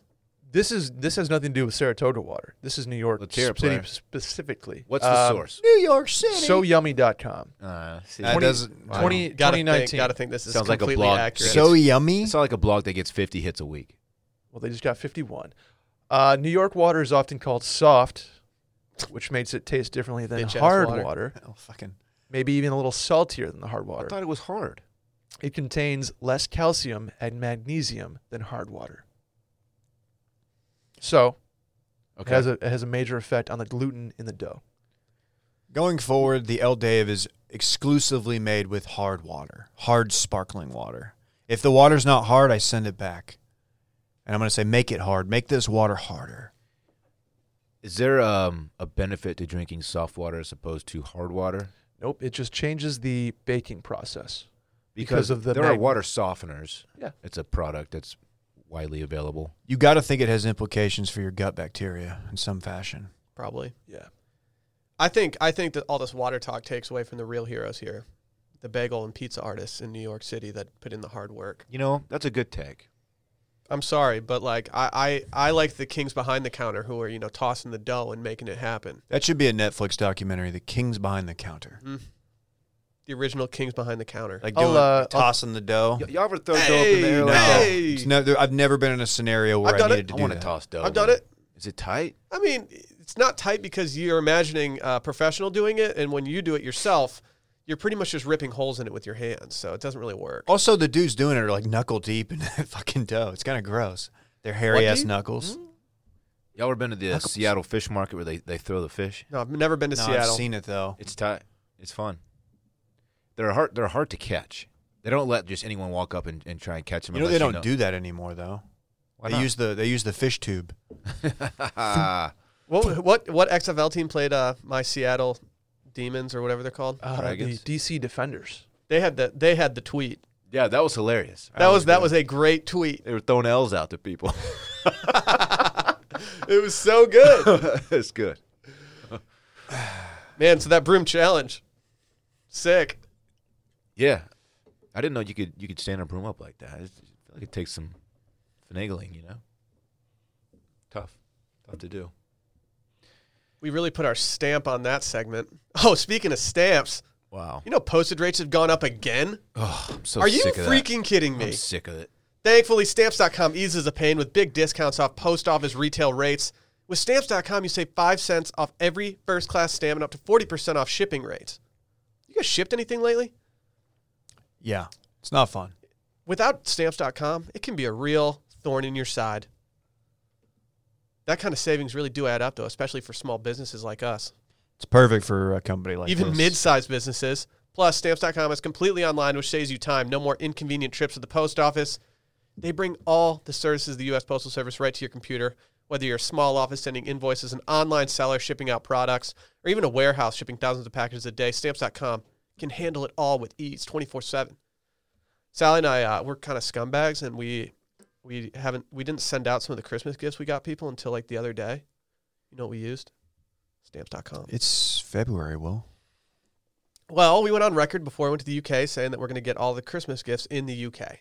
Speaker 3: This is this has nothing to do with Saratoga water. This is New York
Speaker 4: Let's hear it,
Speaker 3: City
Speaker 4: player.
Speaker 3: specifically.
Speaker 4: What's the
Speaker 3: Um,
Speaker 4: source?
Speaker 2: New York City.
Speaker 3: SoYummy.com.
Speaker 4: Uh, see,
Speaker 2: That
Speaker 3: 20
Speaker 2: doesn't- Wow.
Speaker 3: 20
Speaker 1: Gotta
Speaker 3: 2019.
Speaker 1: think, gotta think this is
Speaker 4: Sounds like a
Speaker 1: completely
Speaker 4: blog.
Speaker 1: accurate.
Speaker 2: so yummy.
Speaker 4: It's not like a blog that gets 50 hits a week.
Speaker 3: Well, they just got 51. Uh, New York water is often called soft, which makes it taste differently than
Speaker 1: Bitch ass
Speaker 3: hard water.
Speaker 1: water.
Speaker 2: *laughs* oh fucking.
Speaker 3: maybe even a little saltier than the hard
Speaker 4: I
Speaker 3: water.
Speaker 4: thought it was hard.
Speaker 3: It contains less calcium and magnesium than hard water. So
Speaker 4: Okay.
Speaker 3: it, has a, it has a major effect on the gluten in the dough.
Speaker 2: Going forward, the El Dave is exclusively made with hard water, hard sparkling water. If the water's not hard, I send it back. And I'm going to say, make it hard. Make this water harder.
Speaker 4: Is there um, a benefit to drinking soft water as opposed to hard water?
Speaker 3: Nope, it just changes the baking process. Because of the
Speaker 4: there are
Speaker 3: mag-
Speaker 4: water softeners.
Speaker 3: Yeah.
Speaker 4: It's a product that's widely available.
Speaker 2: You got to think it has implications for your gut bacteria in some fashion.
Speaker 1: Probably.
Speaker 3: Yeah.
Speaker 1: I think I think that all this water talk takes away from the real heroes here. The bagel and pizza artists in New York City that put in the hard work.
Speaker 4: You know, that's a good take.
Speaker 1: I'm sorry, but like I, I, I like the kings behind the counter who are, you know, tossing the dough and making it happen. Mm-hmm.
Speaker 2: That should be a Netflix documentary, The Kings Behind the Counter.
Speaker 1: The original kings behind the counter.
Speaker 2: Like
Speaker 3: I'll,
Speaker 2: doing,
Speaker 3: uh, I'll-
Speaker 2: tossing the dough.
Speaker 4: Y- y'all ever throw dough up in
Speaker 1: Hey,
Speaker 4: the air
Speaker 2: No.
Speaker 4: like that?
Speaker 1: hey.
Speaker 2: It's no- there- I've never been in a scenario where
Speaker 1: I've
Speaker 2: I
Speaker 1: done
Speaker 2: needed
Speaker 1: it.
Speaker 2: to
Speaker 4: I
Speaker 2: do
Speaker 4: want to
Speaker 2: that.
Speaker 4: toss dough.
Speaker 1: I've done
Speaker 4: man.
Speaker 1: it.
Speaker 4: Is it tight?
Speaker 1: I mean, it's not tight because you're imagining a professional doing it, and when you do it yourself, you're pretty much just ripping holes in it with your hands, so it doesn't really work.
Speaker 2: Also, the dudes doing it are like knuckle deep in *laughs* that fucking dough. It's kind of gross. Their hairy
Speaker 1: What
Speaker 2: ass
Speaker 1: deep?
Speaker 2: knuckles.
Speaker 4: Y'all ever been to the
Speaker 2: Knuckles.
Speaker 4: Seattle fish market where they, they throw the fish?
Speaker 1: No, I've never been to
Speaker 2: No, I've
Speaker 1: Seattle.
Speaker 2: seen it though.
Speaker 4: It's tight. It's fun. They're hard. They're hard to catch. They don't let just anyone walk up and, and try and catch them.
Speaker 2: You know they
Speaker 4: unless
Speaker 2: don't do that anymore though.
Speaker 4: Why
Speaker 2: they
Speaker 4: not?
Speaker 2: use the they use the fish tube.
Speaker 1: what what what XFL team played uh, my Seattle Demons or whatever they're called?
Speaker 3: Uh, the
Speaker 4: Dragons?
Speaker 3: DC Defenders.
Speaker 1: They had the they had the tweet.
Speaker 4: *laughs* Yeah, that was hilarious. I
Speaker 1: That was
Speaker 4: remember
Speaker 1: that was a great tweet.
Speaker 4: They were throwing L's out to people. *laughs*
Speaker 1: It was so good,
Speaker 4: *laughs* it's good.
Speaker 1: man. So that broom challenge, sick.
Speaker 4: Yeah, I didn't know you could you could stand a broom up like that. It's- I feel like it takes some finagling, you know. Tough, tough to do.
Speaker 1: We really put our stamp on that segment. Oh, speaking of stamps,
Speaker 4: Wow.
Speaker 1: you know postage rates have gone up again.
Speaker 4: Oh, I'm so
Speaker 1: Are you
Speaker 4: sick of that.
Speaker 1: freaking kidding
Speaker 4: I'm
Speaker 1: me?
Speaker 4: sick of it.
Speaker 1: Thankfully, stamps.com eases the pain with big discounts off post office retail rates. With stamps.com, you save 5 cents off every first class stamp and up to 40% off shipping rates. You guys shipped anything lately?
Speaker 2: Yeah, it's not fun.
Speaker 1: Without stamps.com, it can be a real thorn in your side. That kind of savings really do add up, though, especially for small businesses like us,
Speaker 2: It's perfect for a company like
Speaker 1: even
Speaker 2: this.
Speaker 1: mid sized businesses. Plus, stamps.com is completely online, which saves you time. No more inconvenient trips to the post office. They bring all the services of the U.S. Postal Service right to your computer, whether you're a small office sending invoices, an online seller shipping out products, or even a warehouse shipping thousands of packages a day. Stamps.com can handle it all with ease 24 7. Sally and I, uh, we're kind of scumbags, and we we haven't we didn't send out some of the Christmas gifts we got people until like the other day. You know what we used? Stamps.com.
Speaker 2: It's February, Will.
Speaker 1: Well, we went on record before I went to the UK saying that we're going to get all the Christmas gifts in the UK.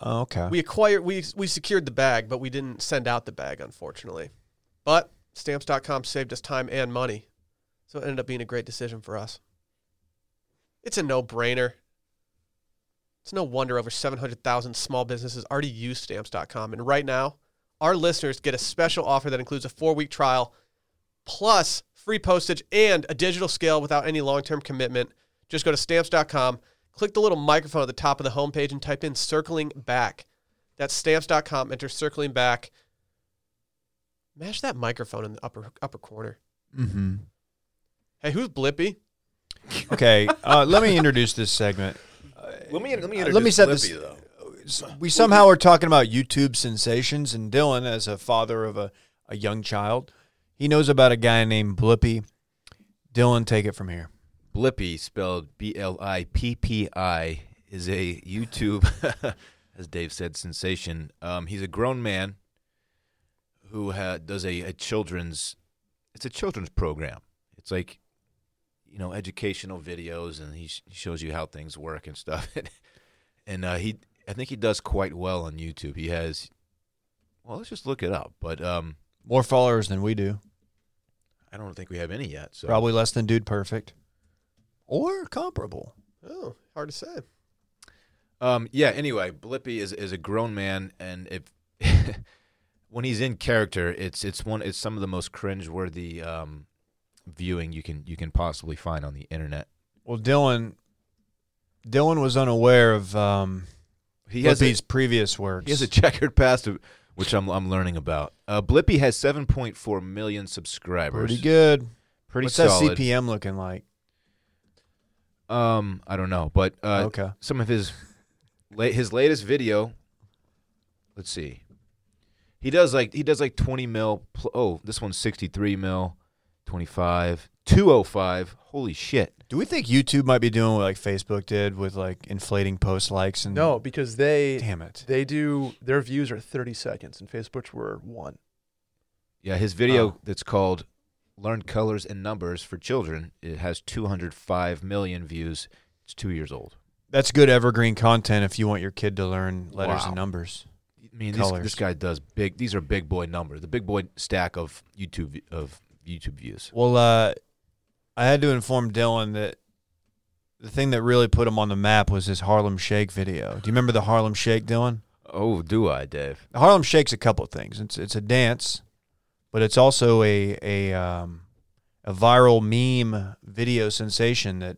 Speaker 2: Oh, okay.
Speaker 1: We acquired, we we secured the bag, but we didn't send out the bag, unfortunately. But stamps.com saved us time and money, so it ended up being a great decision for us. It's a no-brainer. It's no wonder over 700,000 small businesses already use stamps.com, and right now, our listeners get a special offer that includes a four-week trial, plus free postage and a digital scale without any long-term commitment. Just go to stamps.com, click the little microphone at the top of the homepage, and type in "circling back." That's stamps.com. Enter circling back. Mash that microphone in the upper upper corner.
Speaker 2: mm-hmm.
Speaker 1: Hey, who's Blippy?
Speaker 2: Okay, uh, let me introduce this segment.
Speaker 4: Let me let me
Speaker 2: Uh, let me set this- S- We somehow are talking about YouTube sensations, and Dylan, as a father of a, a young child, he knows about a guy named Blippy. Dylan, take it from here.
Speaker 4: Blippy, spelled B L I P P I, is a YouTube, *laughs* as Dave said, sensation. Um, he's a grown man who ha- does a, a children's. It's a children's program. It's like, you know, educational videos, and he, sh- he shows you how things work and stuff. *laughs* and uh, he, I think he does quite well on YouTube. He has, well, let's just look it up. But um,
Speaker 2: More followers than we do.
Speaker 4: I don't think we have any yet. So
Speaker 2: Probably less than Dude Perfect, or comparable.
Speaker 1: Oh, hard to say.
Speaker 4: Um, yeah. Anyway, Blippy is is a grown man, and if *laughs* when he's in character, it's it's one it's some of the most cringeworthy um, viewing you can you can possibly find on the internet.
Speaker 2: Well, Dylan, Dylan was unaware of um,
Speaker 4: He has a,
Speaker 2: Blippy's previous works.
Speaker 4: he has a checkered past, of- which I'm I'm learning about. Uh, Blippy has 7.4 million subscribers.
Speaker 2: pretty good.
Speaker 4: Pretty
Speaker 2: What's
Speaker 4: solid.
Speaker 2: that CPM looking like?
Speaker 4: Um, I don't know, but uh,
Speaker 2: okay.
Speaker 4: some of his la- his latest video. Let's see. He does like he does like 20 mil. Pl- oh, this one's 63 mil, 25, 205. Holy shit!
Speaker 2: Do we think YouTube might be doing what like Facebook did with like inflating post likes
Speaker 4: Hmm.
Speaker 2: and
Speaker 3: No, because they
Speaker 2: Damn it.
Speaker 3: they do their views are 30 seconds and Facebook's were one.
Speaker 4: Yeah, his video
Speaker 2: Oh.
Speaker 4: that's called "Learn Colors and Numbers for Children." It has 205 million views. It's two years old.
Speaker 2: That's good evergreen content if you want your kid to learn letters
Speaker 4: Wow.
Speaker 2: and numbers.
Speaker 4: I mean, these,
Speaker 2: Colors.
Speaker 4: this guy does big. These are big boy numbers. The big boy stack of YouTube of YouTube views.
Speaker 2: Well, uh, I had to inform Dylan that the thing that really put him on the map was his Harlem Shake video. Do you remember the Harlem Shake, Dylan?
Speaker 4: Oh, do I, Dave?
Speaker 2: The Harlem Shake's a couple of things. It's it's a dance, but it's also a a um, a viral meme video sensation that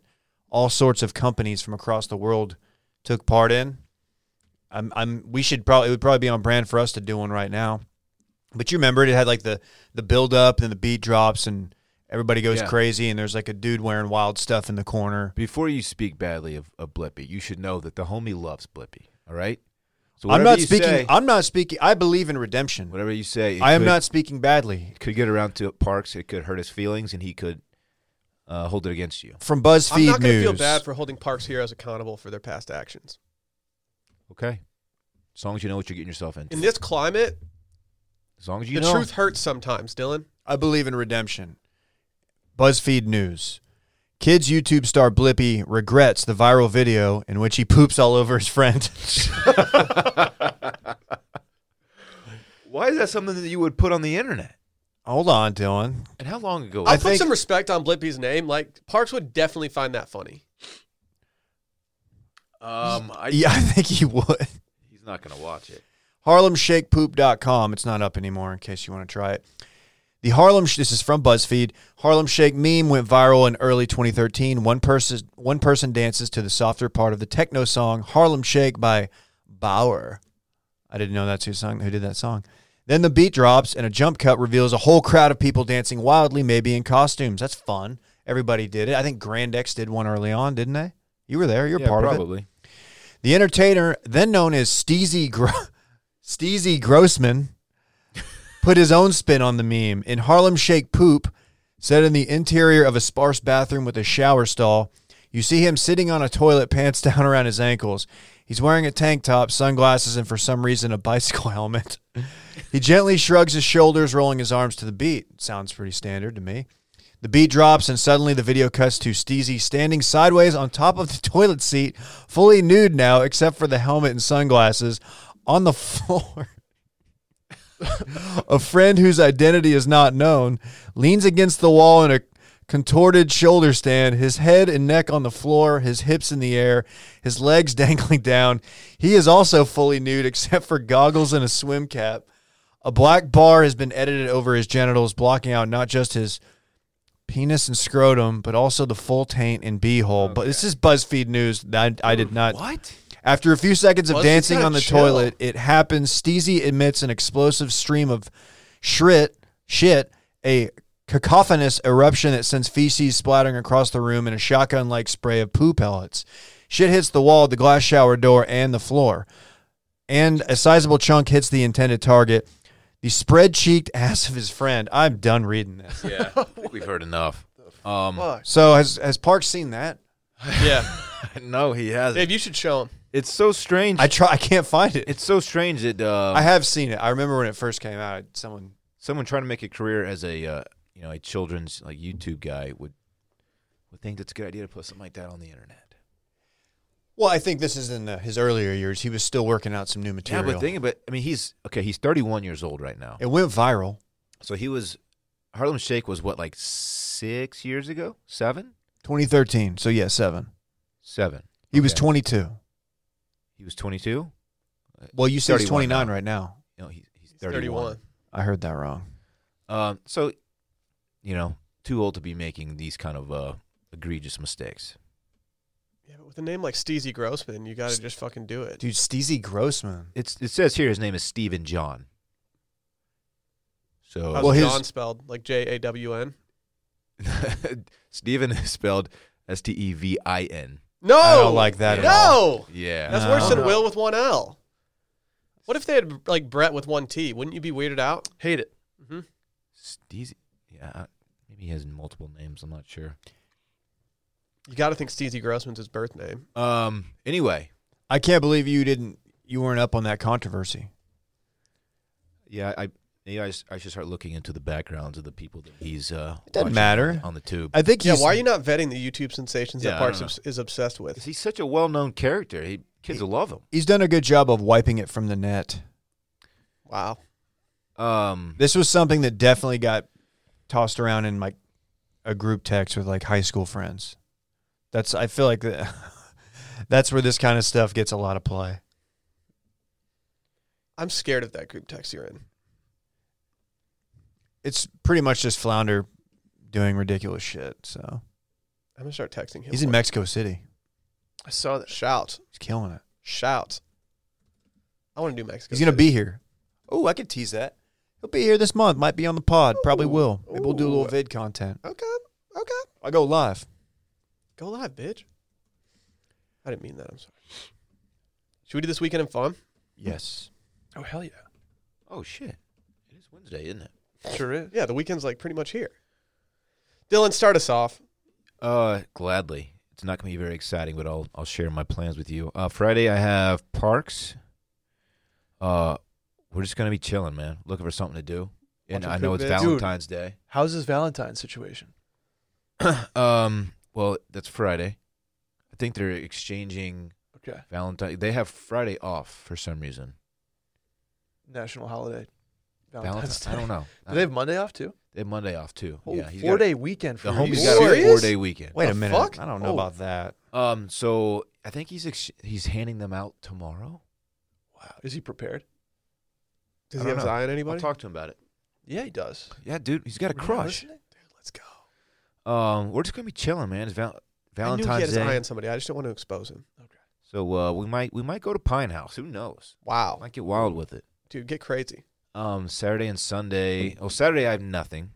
Speaker 2: all sorts of companies from across the world took part in. I'm I'm we should probably it would probably be on brand for us to do one right now. But you remember it, it had like the the build up and the beat drops and everybody goes
Speaker 4: Yeah.
Speaker 2: crazy and there's like a dude wearing wild stuff in the corner.
Speaker 4: Before you speak badly of, of Blippy, you should know that the homie loves Blippy. All right. So
Speaker 2: I'm
Speaker 4: whatever
Speaker 2: not
Speaker 4: you
Speaker 2: speaking
Speaker 4: say-
Speaker 2: I'm not speaking I believe in redemption.
Speaker 4: whatever you say, it
Speaker 2: I am
Speaker 4: could-
Speaker 2: not speaking badly.
Speaker 4: Could get around to Parks. It could hurt his feelings, and he could uh, hold it against you.
Speaker 2: From
Speaker 1: I'm
Speaker 2: BuzzFeed
Speaker 1: not going to
Speaker 2: News.
Speaker 1: feel bad for holding Parks Heroes accountable for their past actions.
Speaker 4: Okay. As long as you know what you're getting yourself into.
Speaker 1: In this climate,
Speaker 4: as long as you
Speaker 1: the
Speaker 4: know.
Speaker 1: truth hurts sometimes, Dylan.
Speaker 2: I believe in redemption. BuzzFeed News. Kids YouTube star Blippy regrets the viral video in which he poops all over his friend. *laughs*
Speaker 4: Why is that something that you would put on the internet?
Speaker 2: Hold on, Dylan.
Speaker 4: And how long ago?
Speaker 1: I'll
Speaker 4: was
Speaker 1: put
Speaker 4: that?
Speaker 1: some respect on Blippi's name. Like Parks would definitely find that
Speaker 2: *laughs*
Speaker 1: funny.
Speaker 4: um, I,
Speaker 2: Yeah, I think he would.
Speaker 4: he's not gonna watch it.
Speaker 2: HarlemShakePoop.com. It's not up anymore in case you want to try it. The Harlem, Sh- this is from BuzzFeed. Harlem Shake meme went viral in early 2013. One person, one person dances to the softer part of the techno song Harlem Shake by Bauer. I didn't know that's who sung, who did that song. Then the beat drops and a jump cut reveals a whole crowd of people dancing wildly, maybe in costumes. That's fun. Everybody did it. I think Grand X did one early on, didn't they? You were there. You're part of it.
Speaker 4: probably.
Speaker 2: The entertainer, then known as Steezy, Gro- *laughs* Steezy Grossman, put his own spin on the meme. In Harlem Shake Poop, set in the interior of a sparse bathroom with a shower stall, you see him sitting on a toilet, *laughs* pants down around his ankles. He's wearing a tank top, sunglasses, and for some reason, a bicycle *laughs* helmet. he gently shrugs his shoulders, rolling his arms to the beat. Sounds pretty standard to me. The beat drops, and suddenly the video cuts to Steezy standing sideways on top of the *laughs* toilet seat, fully nude now, except for the helmet and sunglasses, on the floor. a friend whose identity is not known leans against the wall in a contorted shoulder stand, his head and neck on the floor, his hips in the air, his legs *laughs* dangling down. He is also fully nude, except for goggles and a swim cap. A black bar has been edited over his genitals, blocking out not just his penis and scrotum, but also the full taint and beehole. But this is BuzzFeed news. that I, I did not.
Speaker 4: What?
Speaker 2: After a few seconds of
Speaker 1: Buzzfeed's
Speaker 2: dancing
Speaker 1: gotta
Speaker 2: on the
Speaker 1: chill.
Speaker 2: toilet, it happens. Steezy emits an explosive stream of shrit, shit, a cacophonous eruption that sends feces splattering across the room in a shotgun like spray of poo pellets. Shit hits the wall, the glass shower door, and the floor. And a sizable chunk hits the intended target. The spread cheeked ass of his friend. I'm done reading this.
Speaker 4: *laughs* Yeah, I think we've heard enough. Um,
Speaker 3: Fuck.
Speaker 2: So has has Parks seen that?
Speaker 1: Yeah,
Speaker 4: *laughs* no, he hasn't.
Speaker 1: Dave, you should show him.
Speaker 4: It's so strange.
Speaker 2: I try I can't find it.
Speaker 4: it's so strange that uh,
Speaker 2: I have seen it. I remember when it first came out, someone
Speaker 4: someone trying to make a career as a uh, you know a children's like YouTube guy would would think that's a good idea to put something like that on the internet.
Speaker 2: Well, I think this is in the, his earlier years. He was still working out some new material.
Speaker 4: Yeah, but think about. I mean, he's okay. He's 31 years old right now.
Speaker 2: it went viral.
Speaker 4: So he was Harlem Shake was what like six years ago, seven,
Speaker 2: 2013. So yeah, seven.
Speaker 4: seven.
Speaker 2: He was
Speaker 4: Okay.
Speaker 2: 22.
Speaker 4: He was 22.
Speaker 2: Well, you said he's
Speaker 4: 31
Speaker 2: 29
Speaker 4: now.
Speaker 2: right now.
Speaker 4: No, he, he's 31.
Speaker 1: 31.
Speaker 2: I heard that wrong.
Speaker 4: Um, so, you know, too old to be making these kind of uh, egregious mistakes.
Speaker 1: Yeah, but with a name like Steezy Grossman, you got to just fucking do it.
Speaker 2: Dude, Steezy Grossman.
Speaker 4: It's it says here his name is Stephen John. So
Speaker 1: How's
Speaker 2: Well, his-
Speaker 1: John spelled? Like J A W N?
Speaker 4: *laughs* Stephen is spelled S T E V I N.
Speaker 1: No,
Speaker 2: I don't like that
Speaker 1: No,
Speaker 2: at all.
Speaker 4: Yeah.
Speaker 1: that's
Speaker 2: No.
Speaker 1: worse than
Speaker 3: No.
Speaker 1: Will with one L. What if they had like Brett with one T? Wouldn't you be weirded out?
Speaker 3: Hate it.
Speaker 4: Steezy. Yeah. I- Maybe he has multiple names. I'm not sure.
Speaker 1: You got to think Steezy Grossman's his birth name.
Speaker 4: Um. Anyway.
Speaker 2: I can't believe you didn't. You weren't up on that controversy.
Speaker 4: Yeah. I. Maybe I, s- I should start looking into the backgrounds of the people that he's. Uh,
Speaker 2: It doesn't
Speaker 4: watching
Speaker 2: matter.
Speaker 4: on the tube.
Speaker 2: I think.
Speaker 1: Yeah,
Speaker 2: he's,
Speaker 1: why are you not vetting the YouTube sensations
Speaker 4: Yeah,
Speaker 1: that
Speaker 4: I
Speaker 1: Parks
Speaker 4: don't
Speaker 1: obs- is obsessed
Speaker 4: 'Cause
Speaker 1: with?
Speaker 4: He's such a well-known character. He, kids will love him.
Speaker 2: He's done a good job of wiping it from the net.
Speaker 1: Wow.
Speaker 4: Um.
Speaker 2: This was something that definitely got tossed around in like a group text with like high school friends. That's. I feel like the, *laughs* that's where this kind of stuff gets a lot of play.
Speaker 1: I'm scared of that group text you're in.
Speaker 2: it's pretty much just Flounder doing ridiculous shit. So
Speaker 1: I'm going to start texting him.
Speaker 2: he's in
Speaker 1: more.
Speaker 2: Mexico City.
Speaker 3: I saw that.
Speaker 1: Shout.
Speaker 2: He's killing it.
Speaker 1: Shout. I want to do Mexico.
Speaker 2: He's gonna
Speaker 1: City.
Speaker 2: be here. Oh, I could tease that. He'll be here this month. Might be on the pod. Probably
Speaker 1: Ooh.
Speaker 2: will. Maybe we'll do a little
Speaker 1: Ooh. Oh.
Speaker 2: vid content.
Speaker 1: Okay. Okay.
Speaker 2: I'll go live.
Speaker 1: Go live, bitch. I didn't mean that. I'm sorry. Should we do this weekend in fun?
Speaker 2: Yes.
Speaker 3: Oh hell yeah.
Speaker 4: Oh shit! It is Wednesday, isn't it?
Speaker 3: Sure is.
Speaker 1: Yeah, the weekend's like pretty much here. Dylan, start us off.
Speaker 4: Uh, gladly. It's not going to be very exciting, but I'll I'll share my plans with you. Uh, Friday I have parks. Uh, we're just going to be chilling, man. Looking for something to do, and
Speaker 1: Watching
Speaker 4: I know
Speaker 1: Creep
Speaker 4: it's
Speaker 1: Vids.
Speaker 3: Dude.
Speaker 4: Valentine's Day.
Speaker 3: How's this Valentine's situation?
Speaker 4: um, well, that's Friday. I think they're exchanging
Speaker 3: Okay,
Speaker 4: Valentine. They have Friday off for some reason.
Speaker 3: national holiday. Valentine's
Speaker 4: Valentine's. I
Speaker 3: Day.
Speaker 4: don't know.
Speaker 3: Oh, Do they have Monday off too?
Speaker 4: They have Monday off too.
Speaker 3: Whole
Speaker 4: yeah, he's
Speaker 3: four
Speaker 4: got-
Speaker 3: day weekend for
Speaker 4: The
Speaker 3: you.
Speaker 4: homie's
Speaker 1: you
Speaker 4: got a
Speaker 1: serious?
Speaker 4: four day weekend.
Speaker 2: Wait a
Speaker 1: The
Speaker 2: minute.
Speaker 1: fuck?
Speaker 2: I don't know
Speaker 1: Oh.
Speaker 2: about that.
Speaker 4: Um, so I think he's ex- he's handing them out tomorrow.
Speaker 3: Wow, is he prepared?
Speaker 1: Does
Speaker 4: I
Speaker 1: he
Speaker 4: don't
Speaker 1: have his
Speaker 4: know.
Speaker 1: eye on
Speaker 4: I'll
Speaker 1: anybody?
Speaker 4: talk to him about it.
Speaker 3: Yeah, he does.
Speaker 4: Yeah, dude, he's got a
Speaker 3: Were you
Speaker 4: crush.
Speaker 3: listening?
Speaker 1: Let's go.
Speaker 4: Um, we're just gonna be chilling, man. It's
Speaker 1: I
Speaker 4: val-
Speaker 1: knew he had
Speaker 4: Valentine's
Speaker 1: his eye
Speaker 4: Day,
Speaker 1: on somebody. I just didn't want to expose him.
Speaker 4: so uh, we might we might go to Pine House. Who knows?
Speaker 1: Wow,
Speaker 4: Might get wild with it.
Speaker 1: dude, get crazy.
Speaker 4: Um, Saturday and Sunday. Oh, Saturday I have nothing.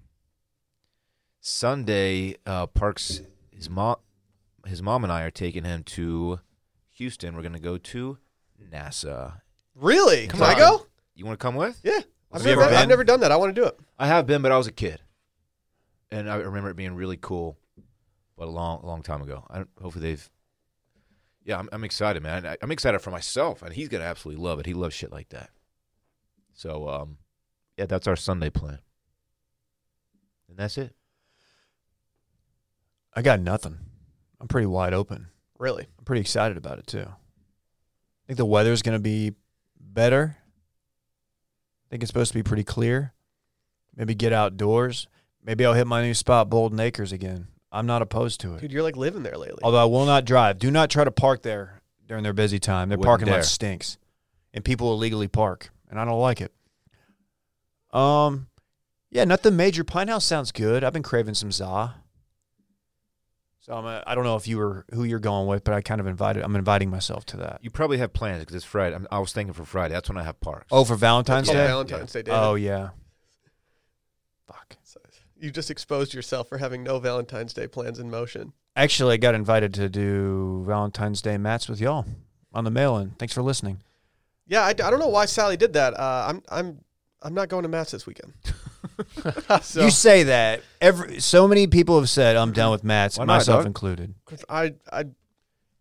Speaker 4: Sunday, uh, Parks, his mom, his mom and I are taking him to Houston. We're gonna go to NASA.
Speaker 1: Really?
Speaker 4: Come
Speaker 1: Can I
Speaker 4: on.
Speaker 1: go?
Speaker 4: You want to come with?
Speaker 1: Yeah. I've
Speaker 4: Have
Speaker 2: you
Speaker 1: never,
Speaker 2: ever
Speaker 1: I've
Speaker 2: been?
Speaker 1: never done that. I want to do it.
Speaker 4: I have been, but I was a kid, and I remember it being really cool, but a long, long time ago. I don't, hopefully they've. Yeah, I'm, I'm excited, man. I, I'm excited for myself, and he's gonna absolutely love it. He loves shit like that. So, um, yeah, that's our Sunday plan, and that's it.
Speaker 2: I got nothing. I'm pretty wide open.
Speaker 1: Really?
Speaker 2: I'm pretty excited about it too. I think the weather's going to be better. I think it's supposed to be pretty clear. Maybe get outdoors. Maybe I'll hit my new spot, Bolden Acres, again. I'm not opposed to it.
Speaker 1: Dude, you're like living there lately.
Speaker 2: Although I will not drive. Do not try to park there during their busy time. Their
Speaker 4: Wouldn't
Speaker 2: parking
Speaker 4: dare.
Speaker 2: lot stinks, and people illegally park, and I don't like it. Um, yeah, nothing major. Pine House sounds good. I've been craving some za. So I'm. A, I don't know if you were who you're going with, but I kind of invited. I'm inviting myself to that.
Speaker 4: You probably have plans because it's Friday. I'm, I was thinking for Friday. That's when I have parks.
Speaker 2: Oh, for Valentine's
Speaker 1: It's called
Speaker 2: Day.
Speaker 1: Valentine's Day, David.
Speaker 2: oh yeah. Fuck.
Speaker 1: So you just exposed yourself for having no Valentine's Day plans in motion.
Speaker 2: Actually, I got invited to do Valentine's Day mats with y'all on the mail-in. Thanks for listening.
Speaker 1: Yeah, I, I don't know why Sally did that. Uh, I'm I'm I'm not going to Matt's this
Speaker 2: *laughs*
Speaker 1: weekend. so
Speaker 2: you say that every so many people have said I'm done with Mats,
Speaker 4: Why not,
Speaker 2: myself
Speaker 4: dog?
Speaker 2: included.
Speaker 1: 'cause I I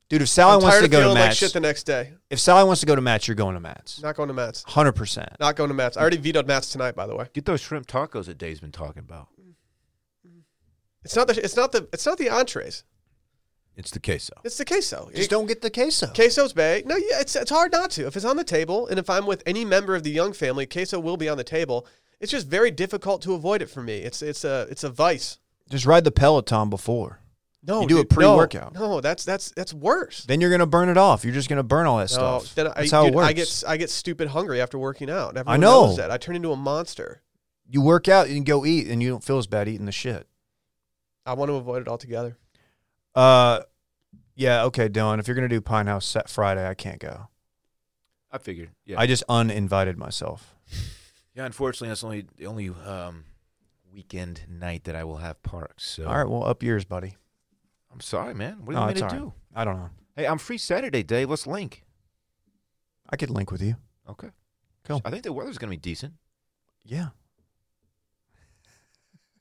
Speaker 2: Dude, if Sally
Speaker 1: I'm
Speaker 2: wants
Speaker 1: tired
Speaker 2: to
Speaker 1: of
Speaker 2: go
Speaker 1: feeling
Speaker 2: to
Speaker 1: like
Speaker 2: Mats,
Speaker 1: shit the next day.
Speaker 2: if Sally wants to go to Mats, you're going to Mats,
Speaker 1: Not going to Matt's.
Speaker 2: hundred percent.
Speaker 1: Not going to Matt's. I already vetoed Matt's tonight. By the way,
Speaker 4: get those shrimp tacos that Dave's been talking about.
Speaker 1: it's not the it's not the it's not the entrees.
Speaker 4: It's the queso.
Speaker 1: It's the queso.
Speaker 2: Just
Speaker 1: It-
Speaker 2: don't get the queso.
Speaker 1: queso's bay. No, yeah, it's it's hard not to. If it's on the table, and if I'm with any member of the Young family, queso will be on the table. It's just very difficult to avoid it for me. It's it's a it's a vice.
Speaker 2: Just ride the Peloton before.
Speaker 1: No,
Speaker 2: You do a
Speaker 1: dude, no,
Speaker 2: pre-workout.
Speaker 1: No, that's that's that's worse.
Speaker 2: Then you're gonna burn it off. You're just gonna burn all that
Speaker 1: No,
Speaker 2: stuff.
Speaker 1: then
Speaker 2: That's
Speaker 1: I,
Speaker 2: how
Speaker 1: dude,
Speaker 2: it works.
Speaker 1: I get I get stupid hungry after working out. Everyone
Speaker 2: know.
Speaker 1: knows that. I turn into a monster.
Speaker 2: you work out and go eat, and you don't feel as bad eating the shit.
Speaker 1: I want to avoid it altogether.
Speaker 2: Uh, yeah, okay, Dylan. If you're gonna do Pine House set Friday, I can't go.
Speaker 4: I figured. Yeah.
Speaker 2: I just uninvited myself.
Speaker 4: yeah. Unfortunately, that's only the only um, weekend night that I will have parks. So
Speaker 2: All right, well, up yours, buddy.
Speaker 4: I'm sorry, man. What
Speaker 2: No,
Speaker 4: are you
Speaker 2: it's
Speaker 4: going
Speaker 2: all
Speaker 4: to
Speaker 2: right.
Speaker 4: do?
Speaker 2: I don't know.
Speaker 4: Hey, I'm free Saturday, Dave. Let's link.
Speaker 2: I could link with you.
Speaker 4: Okay.
Speaker 2: Cool.
Speaker 4: I think the weather's going to be decent.
Speaker 2: Yeah.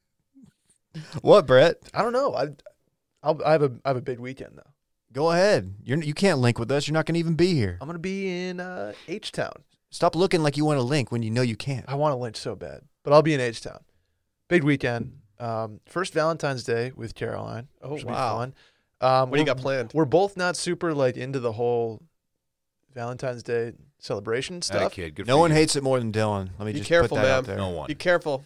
Speaker 2: *laughs* what, Brett?
Speaker 3: I don't know. I, I'll, I have a I have a big weekend though.
Speaker 2: Go ahead. You're, you can't link with us. You're not going to even be here.
Speaker 3: I'm gonna be in uh, H Town.
Speaker 2: Stop looking like you want to link when you know you can't.
Speaker 3: I want to lynch so bad, but I'll be in H Town. Big weekend. Um, first Valentine's Day with Caroline.
Speaker 1: Oh,
Speaker 3: which will be
Speaker 1: wow.
Speaker 3: fun. Um,
Speaker 1: What do you
Speaker 3: we're-
Speaker 1: got planned?
Speaker 3: We're both not super like into the whole Valentine's Day celebration
Speaker 4: Atta
Speaker 3: stuff.
Speaker 4: kid. Good
Speaker 2: No
Speaker 4: for
Speaker 2: one
Speaker 4: you.
Speaker 2: hates it more than Dylan. Let me
Speaker 1: Be
Speaker 2: just
Speaker 1: careful,
Speaker 2: put that out
Speaker 1: ma'am.
Speaker 2: there.
Speaker 4: No one.
Speaker 1: Be careful.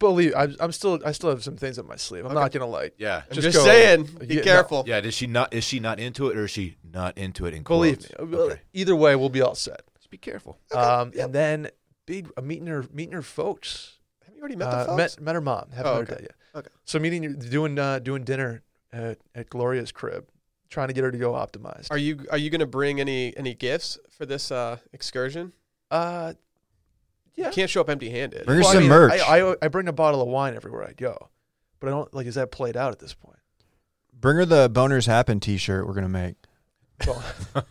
Speaker 3: Believe I, I'm still I still have some things up my sleeve. I'm
Speaker 1: Okay.
Speaker 3: not gonna like.
Speaker 4: Yeah.
Speaker 1: I'm
Speaker 3: Just
Speaker 1: just
Speaker 3: go-
Speaker 1: saying. Be
Speaker 3: Yeah, no.
Speaker 1: careful.
Speaker 4: Yeah. Is she not? Is she not into it, or is she not into it? In
Speaker 3: Believe me. uh,
Speaker 4: quotes?
Speaker 3: Well,
Speaker 4: Okay.
Speaker 3: Either way, we'll be all set.
Speaker 4: Just be careful.
Speaker 3: Um, and then big uh, meeting her meeting her folks.
Speaker 1: Have you already met the
Speaker 3: Uh,
Speaker 1: folks?
Speaker 3: met met her mom. Haven't
Speaker 1: Oh,
Speaker 3: met her
Speaker 1: okay.
Speaker 3: dad yet.
Speaker 1: Okay.
Speaker 3: So meeting your- doing uh, doing dinner at, at Gloria's crib, trying to get her to go optimized.
Speaker 1: Are you are you gonna bring any any gifts for this uh, excursion?
Speaker 3: uh, yeah.
Speaker 1: You can't show up empty handed.
Speaker 2: Bring her
Speaker 3: Well, I
Speaker 2: some
Speaker 3: mean,
Speaker 2: merch.
Speaker 3: I, I I bring a bottle of wine everywhere I go, but I don't like. Is that played out at this point?
Speaker 2: Bring her the Boners Happen t shirt we're going to make.
Speaker 3: Well, *laughs*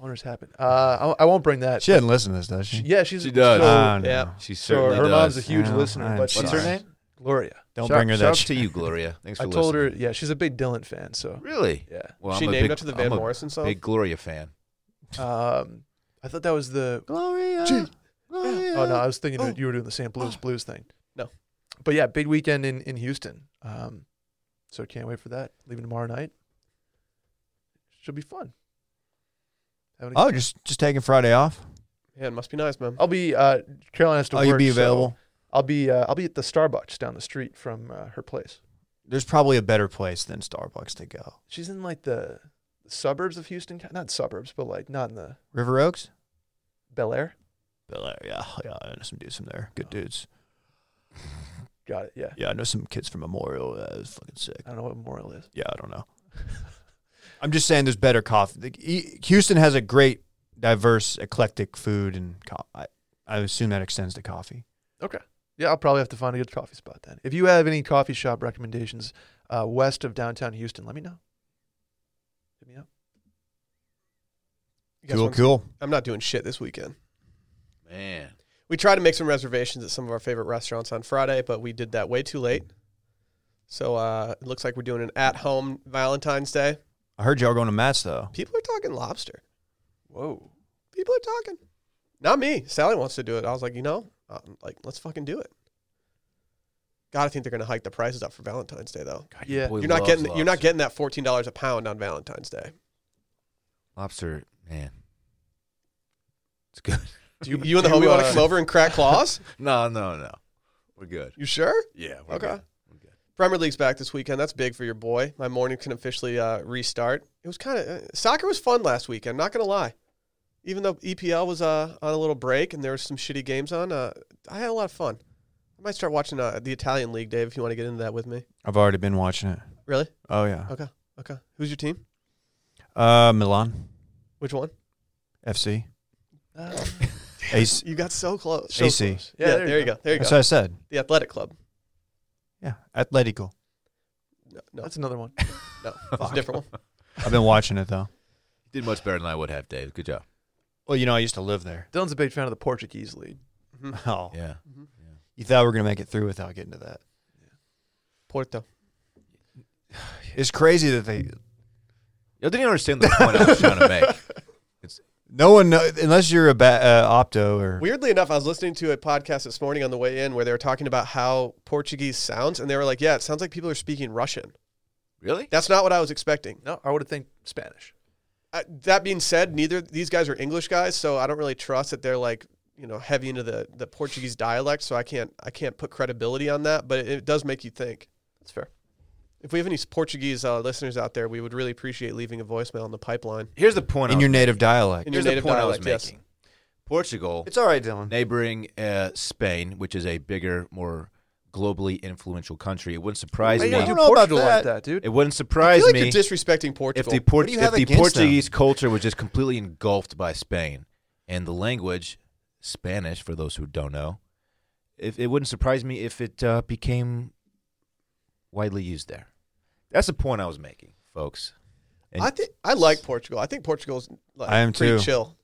Speaker 3: owners happen. Uh, I, I won't bring that.
Speaker 2: She doesn't listen to this, does she?
Speaker 3: yeah, she's
Speaker 4: She does.
Speaker 3: So,
Speaker 2: Ah, no.
Speaker 1: yeah.
Speaker 4: She
Speaker 3: so
Speaker 4: certainly
Speaker 3: her
Speaker 4: does.
Speaker 3: mom's a huge
Speaker 2: Yeah,
Speaker 3: listener,
Speaker 2: I'm
Speaker 3: but she's
Speaker 4: What's her
Speaker 2: sorry.
Speaker 4: name?
Speaker 3: Gloria.
Speaker 2: Don't
Speaker 4: Shout-
Speaker 2: bring her that
Speaker 4: shouts
Speaker 2: shit.
Speaker 4: to you, Gloria. Thanks for
Speaker 3: I told
Speaker 4: listening.
Speaker 3: her, yeah, she's a big Dylan fan, so
Speaker 4: Really?
Speaker 3: yeah.
Speaker 4: Well,
Speaker 1: she
Speaker 4: I'm a
Speaker 1: named
Speaker 4: big,
Speaker 1: after the Van
Speaker 4: I'm a
Speaker 1: Morrison song.
Speaker 4: Big Gloria fan.
Speaker 3: Um, I thought that was the.
Speaker 2: Gloria.
Speaker 3: Gee.
Speaker 2: Gloria.
Speaker 3: Oh no, I was thinking
Speaker 1: Oh.
Speaker 3: you were doing the St. Blues Blues thing.
Speaker 1: No.
Speaker 3: but yeah, big weekend in in Houston. Um, so can't wait for that. Leaving tomorrow night. Should be fun. Having a-
Speaker 2: Oh, just just taking Friday off.
Speaker 1: Yeah, it must be nice, man.
Speaker 3: I'll be. Uh, Caroline has to
Speaker 2: Oh,
Speaker 3: work.
Speaker 2: you'll be
Speaker 3: so
Speaker 2: available.
Speaker 3: I'll be. Uh, I'll be at the Starbucks down the street from uh, her place.
Speaker 2: There's probably a better place than Starbucks to go.
Speaker 3: She's in like the suburbs of Houston, ki- not suburbs, but like not in the
Speaker 2: River Oaks.
Speaker 3: Bel Air.
Speaker 2: Bel Air, yeah, yeah, I know some dudes from there. Good dudes.
Speaker 3: Got it. Yeah.
Speaker 2: Yeah, I know some kids from Memorial. That was fucking sick.
Speaker 3: I don't know what Memorial is.
Speaker 2: Yeah, I don't know. I'm just saying, there's better coffee. Like, E- Houston has a great, diverse, eclectic food, and co- I, I assume that extends to coffee.
Speaker 3: Yeah, I'll probably have to find a good coffee spot then. If you have any coffee shop recommendations uh, west of downtown Houston, let me know. Hit me up.
Speaker 1: You guys
Speaker 2: Cool,
Speaker 1: want-
Speaker 2: cool.
Speaker 1: I'm not doing shit this weekend.
Speaker 4: Man.
Speaker 1: We tried to make some reservations at some of our favorite restaurants on Friday, but we did that way too late. So uh, it looks like we're doing an at-home Valentine's Day.
Speaker 2: I heard y'all going to Matt's though.
Speaker 1: People are talking lobster.
Speaker 3: Whoa.
Speaker 1: People are talking. Not me. Sally wants to do it. I was like, you know, uh, like let's fucking do it. God, I think they're gonna hike the prices up for Valentine's Day though.
Speaker 4: God,
Speaker 3: Yeah.
Speaker 4: your boy
Speaker 1: you're not
Speaker 4: loves
Speaker 1: getting you're
Speaker 4: lobster.
Speaker 1: not getting that fourteen dollars a pound on Valentine's Day.
Speaker 4: lobster, man. It's good. *laughs*
Speaker 1: You, you and the homie
Speaker 3: you,
Speaker 1: want to
Speaker 3: uh,
Speaker 1: come over and crack claws?
Speaker 4: No, no, no. We're good.
Speaker 1: You sure?
Speaker 4: Yeah, we're
Speaker 1: Okay.
Speaker 4: good. We're good.
Speaker 1: Premier League's back this weekend. That's big for your boy. My morning can officially uh, restart. It was kind of uh, soccer was fun last weekend. Not gonna lie, even though EPL was uh, on a little break and there was some shitty games on, uh, I had a lot of fun. I might start watching uh, the Italian league, Dave, if you want to get into that with me.
Speaker 2: I've already been watching it.
Speaker 1: Really?
Speaker 2: Oh yeah.
Speaker 1: Okay. Okay. Who's your team?
Speaker 2: Uh, Milan
Speaker 1: Which one?
Speaker 2: FC.
Speaker 3: Uh,
Speaker 1: *laughs*
Speaker 2: Ace.
Speaker 1: You got so close.
Speaker 2: So AC.
Speaker 3: close.
Speaker 1: Yeah, there, you go. There you
Speaker 2: That's
Speaker 1: go.
Speaker 2: what I said.
Speaker 1: The Athletic Club.
Speaker 2: Yeah, Atletico.
Speaker 1: No, no,
Speaker 3: That's another one.
Speaker 1: no. It's a different one.
Speaker 2: I've been watching it though.
Speaker 4: You did much better than I would have, Dave. Good job.
Speaker 2: Well, you know, I used to live there. *laughs*
Speaker 3: Dylan's a big fan of the Portuguese league.
Speaker 1: Mhm.
Speaker 2: Oh,
Speaker 4: Yeah.
Speaker 2: you thought we were gonna make it through without getting to that.
Speaker 1: Porto.
Speaker 2: It's crazy that they
Speaker 4: I didn't understand the point I was trying
Speaker 1: *laughs*
Speaker 4: to make.
Speaker 2: No one, know, unless you're a ba- uh, opto or
Speaker 1: *laughs* Weirdly enough, I was listening to a podcast this morning on the way in where they were talking about how Portuguese sounds, and they were like, "Yeah, it sounds like people are speaking Russian."
Speaker 4: Really?
Speaker 1: That's not what I was expecting.
Speaker 3: No, I would have think Spanish.
Speaker 1: Uh, that being said, neither these guys are English guys, so I don't really trust that they're like you know heavy into the, the Portuguese dialect. So I can't I can't put credibility on that, but it, it does make you think.
Speaker 3: That's fair.
Speaker 1: If we have any Portuguese uh, listeners out there, we would really appreciate leaving a voicemail in the pipeline.
Speaker 4: Here's the point. I
Speaker 2: in
Speaker 4: was-
Speaker 2: your native dialect.
Speaker 1: In
Speaker 4: here's
Speaker 1: your
Speaker 4: the
Speaker 1: native
Speaker 4: point I was
Speaker 1: dialect, yes.
Speaker 4: making. Portugal,
Speaker 2: It's all right, Dylan.
Speaker 4: neighboring uh, Spain, which is a bigger, more globally influential country, it wouldn't surprise
Speaker 2: Hey,
Speaker 4: me.
Speaker 2: I
Speaker 3: do
Speaker 2: don't know about
Speaker 3: Portugal like
Speaker 2: that.
Speaker 3: that, dude.
Speaker 4: It wouldn't
Speaker 1: I
Speaker 4: surprise
Speaker 1: feel like
Speaker 4: me
Speaker 1: you're disrespecting
Speaker 4: if
Speaker 1: Portugal.
Speaker 4: the, Port-
Speaker 2: do you have
Speaker 4: if the
Speaker 2: against them?
Speaker 4: Portuguese culture was just completely engulfed by Spain and the language, Spanish, for those who don't know, if, it wouldn't surprise me if it uh, became widely used there. That's the point I was making, folks. And-
Speaker 1: I think I like Portugal. I think Portugal's like
Speaker 2: I am
Speaker 1: pretty
Speaker 2: too.
Speaker 1: chill.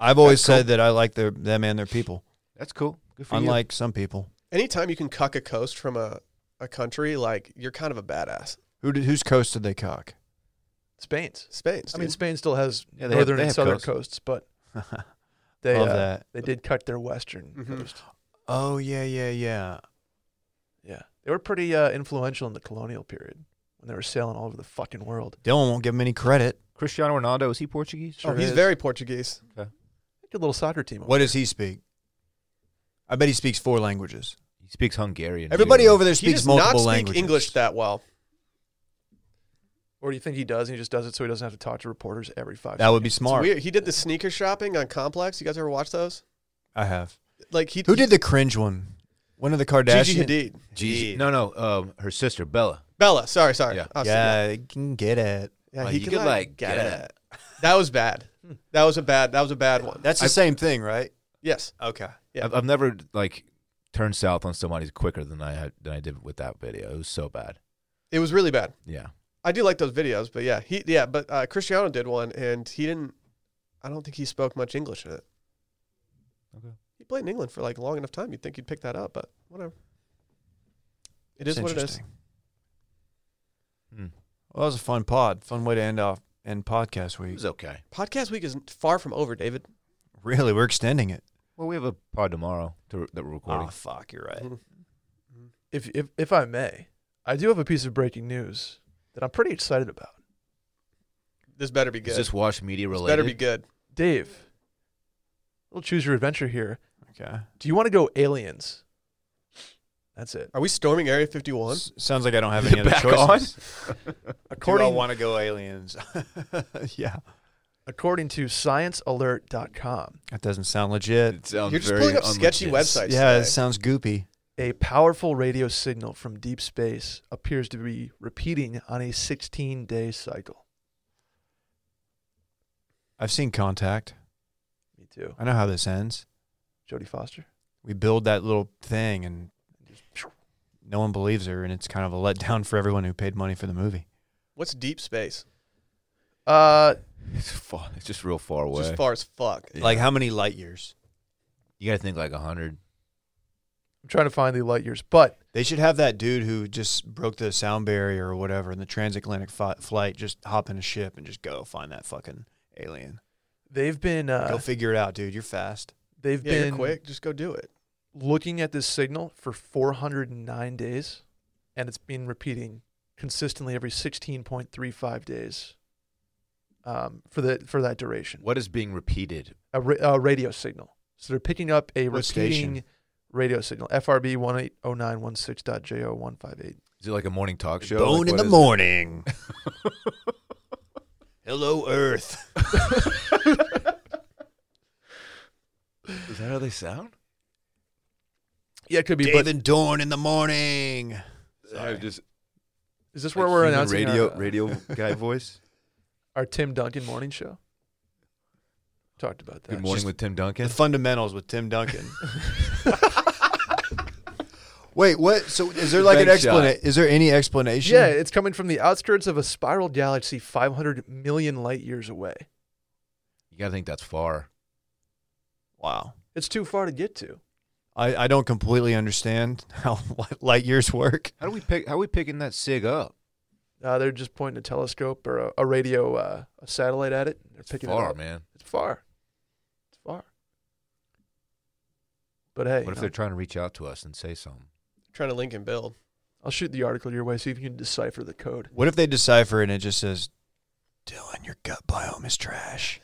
Speaker 2: I've always
Speaker 4: That's cool.
Speaker 2: said that I like their them and their people,
Speaker 4: that's cool. Good for
Speaker 2: unlike some people.
Speaker 1: Anytime you can cuck a coast from a, a country, like you're kind of a badass.
Speaker 2: Who did, whose coast did
Speaker 1: *laughs*
Speaker 2: they cock?
Speaker 3: Spain's.
Speaker 1: Spain's.
Speaker 3: I mean,
Speaker 1: dude.
Speaker 3: Spain still has
Speaker 4: Yeah, they have-
Speaker 3: northern
Speaker 4: they
Speaker 3: and
Speaker 4: have
Speaker 3: southern coasts,
Speaker 4: coasts.
Speaker 3: but
Speaker 2: Love
Speaker 3: they uh,
Speaker 2: that.
Speaker 3: they did cut their western
Speaker 1: Mhm.
Speaker 3: coast.
Speaker 2: Oh yeah, yeah, yeah.
Speaker 3: Yeah, they were pretty uh, influential in the colonial period when they were sailing all over the fucking world.
Speaker 2: Dylan won't give him any credit.
Speaker 4: you. Cristiano Ronaldo, is he Portuguese?
Speaker 1: oh, he's
Speaker 3: is.
Speaker 1: very Portuguese.
Speaker 3: Good little soccer team. over
Speaker 2: What does he speak? I bet he speaks four languages.
Speaker 4: He speaks Hungarian.
Speaker 2: Everybody
Speaker 4: too.
Speaker 2: over there
Speaker 1: he
Speaker 2: speaks
Speaker 1: does
Speaker 2: multiple
Speaker 1: not speak
Speaker 2: languages.
Speaker 1: English that well.
Speaker 3: Or do you think he does and he just does it so he doesn't have to talk to reporters every five
Speaker 2: That would be
Speaker 3: seconds?
Speaker 1: It's
Speaker 2: smart.
Speaker 1: weird. He did the sneaker shopping on Complex. You guys ever watch those?
Speaker 2: I have.
Speaker 1: Like he
Speaker 2: Who did the cringe one? One of the
Speaker 1: Gigi
Speaker 2: Kardashians.
Speaker 1: Hadid.
Speaker 4: Jeez. No, no, um, her sister Bella.
Speaker 1: Bella. Sorry, sorry.
Speaker 4: Yeah.
Speaker 1: I was thinking-
Speaker 2: Yeah, you can get it.
Speaker 1: yeah.
Speaker 4: Like,
Speaker 1: he
Speaker 4: you
Speaker 1: could,
Speaker 4: could,
Speaker 1: like,
Speaker 4: like,
Speaker 1: get,
Speaker 4: get
Speaker 1: it. That was bad. That was a bad. That was a bad one.
Speaker 2: That's the
Speaker 1: I-
Speaker 2: same thing, right?
Speaker 1: yes.
Speaker 2: Okay.
Speaker 1: Yeah.
Speaker 4: I've, I've never like turned south on somebody quicker than I had, than I did with that video. It was so bad.
Speaker 1: It was really bad.
Speaker 4: Yeah.
Speaker 1: I do like those videos, but yeah, he yeah, but uh, Cristiano did one, and he didn't. I don't think he spoke much English in it.
Speaker 4: Okay.
Speaker 1: He played in England for like long enough time. You'd think he'd pick that up, but whatever. It is what it is.
Speaker 4: Hmm.
Speaker 2: Well, that was a fun pod. Fun way to end off end podcast
Speaker 4: It
Speaker 2: week.
Speaker 4: was okay.
Speaker 1: Podcast week is far from over, David.
Speaker 2: Really, we're extending it.
Speaker 4: Well, we have a pod tomorrow to,
Speaker 1: Ah,
Speaker 4: that we're recording.
Speaker 2: Oh fuck, you're
Speaker 1: Mm-hmm.
Speaker 2: right.
Speaker 3: If if if I may, I do have a piece of breaking news that I'm pretty excited about.
Speaker 1: This better be good.
Speaker 4: Is this Wash Media
Speaker 1: This
Speaker 4: related?
Speaker 1: better be good.
Speaker 3: Dave, we'll choose your adventure here.
Speaker 2: Okay.
Speaker 3: Do you want to go aliens? That's it.
Speaker 1: Are we storming Area 51?
Speaker 2: S- sounds like I don't have any other
Speaker 4: Back
Speaker 2: choices.
Speaker 3: According
Speaker 2: want to go aliens? *laughs* yeah.
Speaker 3: according to sciencealert.com,
Speaker 2: That doesn't sound
Speaker 4: on?
Speaker 2: legit.
Speaker 4: It sounds
Speaker 1: You're just
Speaker 4: very
Speaker 1: pulling up sketchy
Speaker 4: unlegit.
Speaker 1: websites.
Speaker 2: yeah, it
Speaker 1: today.
Speaker 2: sounds goopy.
Speaker 3: a powerful radio signal from deep space appears to be repeating on a 16-day cycle.
Speaker 2: I've seen Contact.
Speaker 3: Me too.
Speaker 2: I know how this ends.
Speaker 3: Jodie Foster.
Speaker 2: We build that little thing, and no one believes her, and it's kind of a letdown for everyone who paid money for the movie.
Speaker 1: What's deep space?
Speaker 3: Uh,
Speaker 4: *laughs* It's far. It's just real far away.
Speaker 1: It's just far as fuck.
Speaker 4: Yeah.
Speaker 2: Like how many light years?
Speaker 4: you gotta think like hundred.
Speaker 3: I'm trying to find the light years, but
Speaker 2: They should have that dude who just broke the sound barrier or whatever in the transatlantic fi- flight, just hop in a ship and just go find that fucking alien.
Speaker 3: they've been
Speaker 2: go
Speaker 3: uh,
Speaker 2: figure it out, dude. You're fast.
Speaker 3: they've
Speaker 1: Yeah,
Speaker 3: been
Speaker 1: you're quick. Just go do it.
Speaker 3: looking at this signal for 409 days, and it's been repeating consistently every 16.35 days um, for the for that duration.
Speaker 4: What is being repeated?
Speaker 3: A, ra- a radio signal. So they're picking up a
Speaker 2: What
Speaker 3: repeating
Speaker 2: station?
Speaker 3: radio signal. FRB 180916.jo158.
Speaker 4: Is it like a morning talk show?
Speaker 2: Bone
Speaker 4: Like,
Speaker 2: in
Speaker 4: what
Speaker 2: the
Speaker 4: is it? *laughs*
Speaker 2: morning. Hello, Earth.
Speaker 4: Is that how they sound?
Speaker 3: Yeah, it could be.
Speaker 2: David
Speaker 3: But
Speaker 2: and Dorn in the morning.
Speaker 4: Uh, just
Speaker 3: is this
Speaker 4: like
Speaker 3: where we're
Speaker 4: human
Speaker 3: announcing
Speaker 4: radio
Speaker 3: our, uh, *laughs*
Speaker 4: radio guy voice.
Speaker 3: our Tim Duncan morning show? Talked about that.
Speaker 4: Good morning with Tim Duncan.
Speaker 2: The fundamentals with Tim
Speaker 4: *laughs*
Speaker 2: Duncan. Wait, what? So is there like an
Speaker 4: Bank shot.
Speaker 2: explanation? Is there any explanation?
Speaker 3: Yeah, it's coming from the outskirts of a spiral galaxy 500 million light years away.
Speaker 4: you gotta think that's far.
Speaker 2: Wow.
Speaker 3: It's too far to get to.
Speaker 2: I, I don't completely understand *laughs* how light- light years work.
Speaker 4: How do we pick? How are we picking that sig up?
Speaker 3: Uh, they're just pointing a telescope or a, a radio, uh, a satellite at it. They're
Speaker 4: It's
Speaker 3: picking it
Speaker 4: far,
Speaker 3: up.
Speaker 4: man.
Speaker 3: It's far. It's far. But hey,
Speaker 4: What if
Speaker 3: you know,
Speaker 4: they're trying to reach out to us and say something?
Speaker 1: Trying to link and build.
Speaker 3: I'll shoot the article your way, see if you can decipher the code.
Speaker 2: What if they decipher and it just says, Dylan, your gut biome is trash?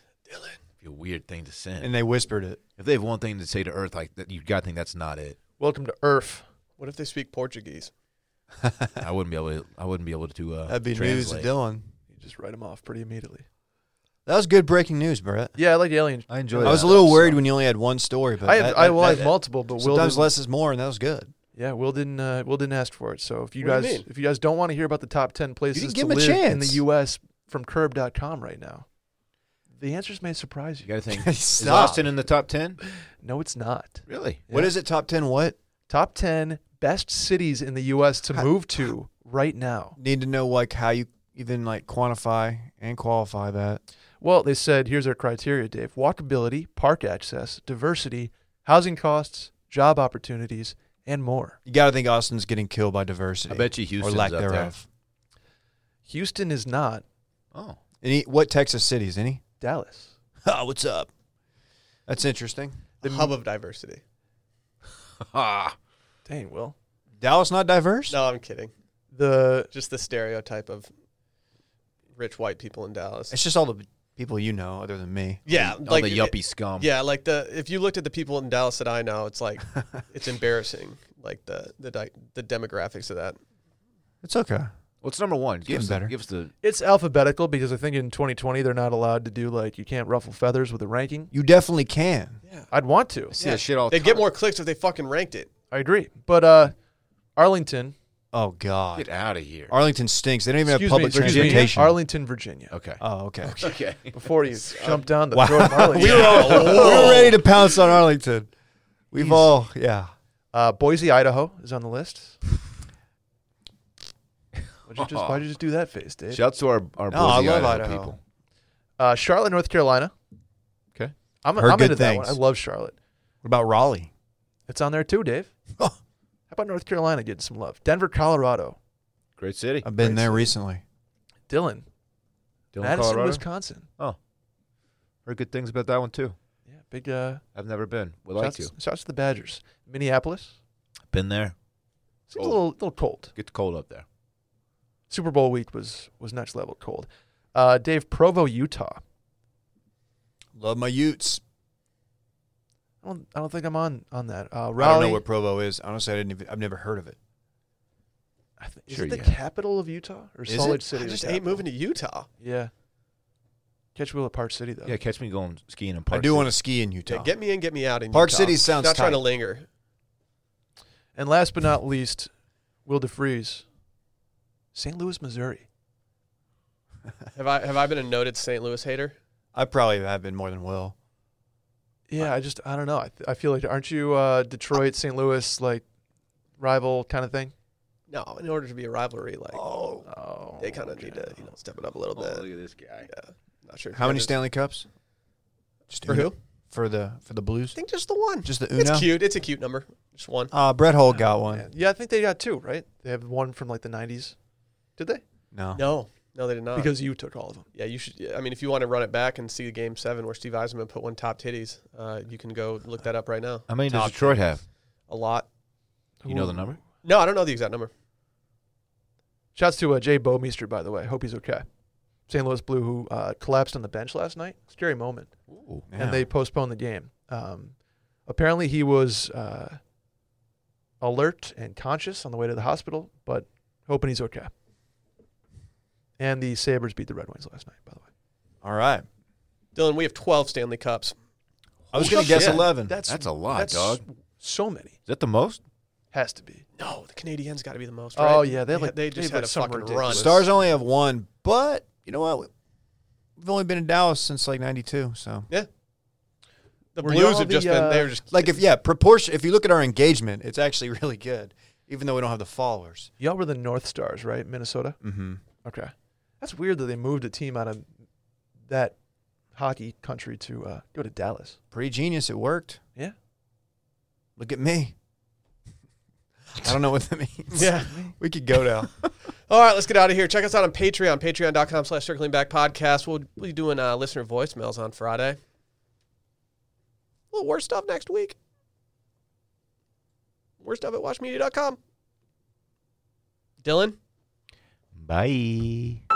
Speaker 4: Be a weird thing to send.
Speaker 2: And they whispered it. *laughs*
Speaker 4: if they have one thing to say to Earth, like that, you gotta think that's not it.
Speaker 3: Welcome to Earth.
Speaker 1: What if they speak Portuguese?
Speaker 4: I wouldn't be able. To, I wouldn't be able to. Uh,
Speaker 2: That'd be news to
Speaker 4: translate.
Speaker 2: Dylan.
Speaker 3: You just write them off pretty immediately.
Speaker 2: That was good breaking news, Brett.
Speaker 3: Yeah, I like alien.
Speaker 4: I enjoy.
Speaker 2: I was a
Speaker 4: that.
Speaker 2: little worried when you only had one story, but
Speaker 3: I have,
Speaker 2: that-
Speaker 3: I
Speaker 2: that-
Speaker 3: will
Speaker 2: that-
Speaker 3: have multiple, but Will
Speaker 2: sometimes
Speaker 3: didn't,
Speaker 2: less is more, and that was good.
Speaker 3: yeah, Will didn't uh, Will didn't ask for it. So if you
Speaker 1: What do you
Speaker 3: guys
Speaker 1: mean?
Speaker 3: if you guys don't want to hear about the top ten places to
Speaker 2: give him a
Speaker 3: live in the
Speaker 2: chance.
Speaker 3: U.S. from Curb.com right now, the answers may surprise
Speaker 4: You
Speaker 3: you.
Speaker 4: gotta *laughs* think. Is
Speaker 2: Stop.
Speaker 4: Austin in the top ten?
Speaker 3: No, it's not.
Speaker 4: Really?
Speaker 2: What
Speaker 3: Yeah.
Speaker 2: is it? Top ten? What
Speaker 3: top 10 best cities in the US to
Speaker 2: How-
Speaker 3: move to right now.
Speaker 2: need to know like how you even like quantify and qualify that.
Speaker 3: Well, they said here's our criteria, Dave walkability, park access, diversity, housing costs, job opportunities, and more.
Speaker 2: You got to think Austin's getting killed by diversity.
Speaker 4: I bet you Houston's
Speaker 2: or lack
Speaker 4: up
Speaker 2: thereof.
Speaker 3: Houston is not
Speaker 4: there. Oh,
Speaker 2: Any what Texas cities? Any?
Speaker 3: Dallas.
Speaker 2: Oh, what's up? That's interesting.
Speaker 1: The hub of diversity.
Speaker 4: *laughs* ah,
Speaker 3: Dang, Will.
Speaker 2: Dallas not diverse?
Speaker 1: No, I'm kidding.
Speaker 3: The
Speaker 1: Just the stereotype of rich white people in Dallas.
Speaker 2: It's just all the people you know, other than me.
Speaker 1: Yeah,
Speaker 4: all
Speaker 1: like
Speaker 4: the yuppie scum.
Speaker 1: Yeah, like the if you looked at the people in Dallas that I know, it's
Speaker 2: *laughs*
Speaker 1: like it's embarrassing. Like the the di- the demographics of that.
Speaker 2: It's okay.
Speaker 4: What's number one? Give
Speaker 2: Getting
Speaker 4: us, the,
Speaker 2: better.
Speaker 4: give us the.
Speaker 3: it's alphabetical because I think in 2020 they're not allowed to do like you can't ruffle feathers with a ranking.
Speaker 2: You definitely can.
Speaker 1: Yeah,
Speaker 3: I'd want to.
Speaker 4: I see that
Speaker 2: Oh,
Speaker 4: shit all. the
Speaker 1: they'd get
Speaker 4: time.
Speaker 1: more clicks if they fucking ranked it.
Speaker 3: I agree. But uh Arlington,
Speaker 2: Oh God,
Speaker 4: Get out of here.
Speaker 2: Arlington stinks. They don't even have
Speaker 3: excuse me,
Speaker 2: public
Speaker 3: Virginia,
Speaker 2: transportation.
Speaker 3: Arlington, Virginia.
Speaker 4: Okay.
Speaker 2: oh, *laughs* okay.
Speaker 4: *laughs* Okay.
Speaker 3: Before you jump down the
Speaker 2: Wow.
Speaker 3: throat of
Speaker 2: *laughs*
Speaker 3: Arlington.
Speaker 2: we, were all, we
Speaker 1: Oh.
Speaker 2: were ready to pounce on Arlington. We've
Speaker 3: Easy.
Speaker 2: all, yeah.
Speaker 3: Uh, Boise, Idaho is on the list. Why'd you just, why'd you just do that face, Dave?
Speaker 4: Shouts to our our
Speaker 2: No, I
Speaker 4: Boise,
Speaker 2: love
Speaker 4: Idaho
Speaker 2: Idaho.
Speaker 4: people.
Speaker 3: Uh, Charlotte, North Carolina.
Speaker 4: Okay.
Speaker 3: I'm,
Speaker 2: Heard
Speaker 3: I'm
Speaker 2: good
Speaker 3: into that one. I
Speaker 2: things. *laughs*
Speaker 3: love Charlotte.
Speaker 2: What about Raleigh?
Speaker 3: It's on there too, Dave.
Speaker 2: Oh.
Speaker 3: about North Carolina getting some love? Denver, Colorado.
Speaker 4: Great city.
Speaker 2: I've been
Speaker 3: Great
Speaker 2: there
Speaker 3: city.
Speaker 2: recently.
Speaker 3: Dylan,
Speaker 4: Dylan,
Speaker 3: Madison,
Speaker 4: Colorado.
Speaker 3: Wisconsin.
Speaker 4: Heard good things about that one too.
Speaker 3: Yeah, big. Uh,
Speaker 4: I've never been. Would like to.
Speaker 3: shouts, shouts to the Badgers. Minneapolis.
Speaker 4: Been there.
Speaker 3: It's a
Speaker 4: Cold.
Speaker 3: little little cold.
Speaker 4: Gets cold up there.
Speaker 3: Super Bowl week was was next level cold. Uh, Dave, Provo, Utah.
Speaker 2: Love my Utes.
Speaker 3: I don't I don't think I'm on on that. Uh,
Speaker 2: I don't
Speaker 3: Raleigh.
Speaker 2: know what Provo is. Honestly, I didn't. Even, I've never heard of it.
Speaker 3: I th- is
Speaker 4: Sure
Speaker 3: it the
Speaker 4: you have.
Speaker 3: capital of Utah or
Speaker 2: Is
Speaker 3: Salt
Speaker 2: it?
Speaker 3: Lake City?
Speaker 1: I
Speaker 3: the
Speaker 1: just ain't
Speaker 3: capital?
Speaker 1: moving to Utah.
Speaker 3: Yeah. Catch wheel at Park City though.
Speaker 4: Yeah, catch me going skiing in
Speaker 2: I
Speaker 4: Park
Speaker 2: do
Speaker 4: City.
Speaker 2: want to ski in Utah.
Speaker 1: Yeah, get me in, get me out. In
Speaker 2: Park
Speaker 1: Utah.
Speaker 2: City sounds
Speaker 1: Not trying
Speaker 2: tight.
Speaker 1: to linger.
Speaker 3: And last but not least, Will DeFries, St. Louis, Missouri.
Speaker 1: Have I have I been a noted St. Louis hater?
Speaker 2: *laughs* I probably have been more than well.
Speaker 3: Yeah, I just I don't know. I, th- I feel like aren't you uh, Detroit, St. Louis like rival kind of thing?
Speaker 1: No, in order to be a rivalry, like
Speaker 2: Oh,
Speaker 3: Oh,
Speaker 1: they kind of need to you know step it up a little bit.
Speaker 4: Oh, at this guy.
Speaker 1: Not sure. if
Speaker 2: how
Speaker 1: you
Speaker 2: many
Speaker 1: guys-
Speaker 2: Stanley Cups? Just
Speaker 1: for
Speaker 2: Uno-
Speaker 1: who?
Speaker 2: For the for the
Speaker 1: I
Speaker 2: *laughs* Blues.
Speaker 1: think just the one.
Speaker 2: Just the
Speaker 1: It's
Speaker 2: Uno.
Speaker 1: cute. It's a cute number. Just one.
Speaker 2: Uh, Brett Hull got one.
Speaker 3: Yeah, Yeah, I think they got two, right? They have one from like the '90s. Did they?
Speaker 2: No.
Speaker 1: No, no, they did
Speaker 4: Uh,
Speaker 1: not.
Speaker 3: Oh. Because you took all of them.
Speaker 1: yeah, you should. I mean, if you want to run it back and see Game Seven where Steve Eisenman put one top titties, uh, you can go look that up right now.
Speaker 4: How many does
Speaker 2: Top
Speaker 4: Detroit have?
Speaker 1: A lot.
Speaker 4: You know the number?
Speaker 1: No, I don't know the exact number.
Speaker 3: Shouts to uh, Jay Bomeister, by the way. Hope he's okay. St. Louis Blue, who uh, collapsed on the bench last night. Scary moment.
Speaker 4: Ooh.
Speaker 2: Yeah.
Speaker 3: And they postponed the game. Um, apparently, he was uh, alert and conscious on the way to the hospital, but hoping he's okay. And the Sabres beat the Red Wings last night, by the way.
Speaker 2: All right.
Speaker 1: Dylan, we have twelve Stanley Cups.
Speaker 2: I was gonna guess
Speaker 4: shit.
Speaker 2: eleven.
Speaker 3: That's,
Speaker 4: That's a lot,
Speaker 3: that's
Speaker 4: dog. Is
Speaker 3: So many.
Speaker 4: that the most?
Speaker 3: Has to be.
Speaker 1: No, the Canadians got to be the most. Right?
Speaker 3: Oh, yeah, they had, like-
Speaker 1: they
Speaker 3: they
Speaker 1: just
Speaker 3: had,
Speaker 1: had
Speaker 3: like,
Speaker 1: a
Speaker 3: some
Speaker 1: fucking run.
Speaker 3: ridiculous-
Speaker 2: Stars only have one, but you know what? We've only been in Dallas since like '92, so
Speaker 1: The
Speaker 3: Were
Speaker 1: Blues
Speaker 3: y'all
Speaker 1: have just
Speaker 3: the,
Speaker 1: been. They
Speaker 3: uh,
Speaker 1: were just
Speaker 2: like if yeah, proportion. If you look at our engagement, it's actually *laughs* really good, even though we don't have the followers.
Speaker 3: Y'all were the North Stars, right? Minnesota?
Speaker 2: Mm-hmm.
Speaker 3: Okay. That's weird that they moved a team out of that hockey country to uh, go to Dallas.
Speaker 2: Pretty genius. It worked.
Speaker 3: Yeah.
Speaker 2: Look at me. *laughs* I don't know what that means.
Speaker 3: *laughs*
Speaker 1: yeah.
Speaker 2: We could go now.
Speaker 1: All right, let's get out of here. Check us out on Patreon, patreon.com slash circling back podcast. We'll be doing uh, listener voicemails on Friday. A little worst stuff next week. Worst stuff at watchmedia.com. Dylan?
Speaker 4: Bye.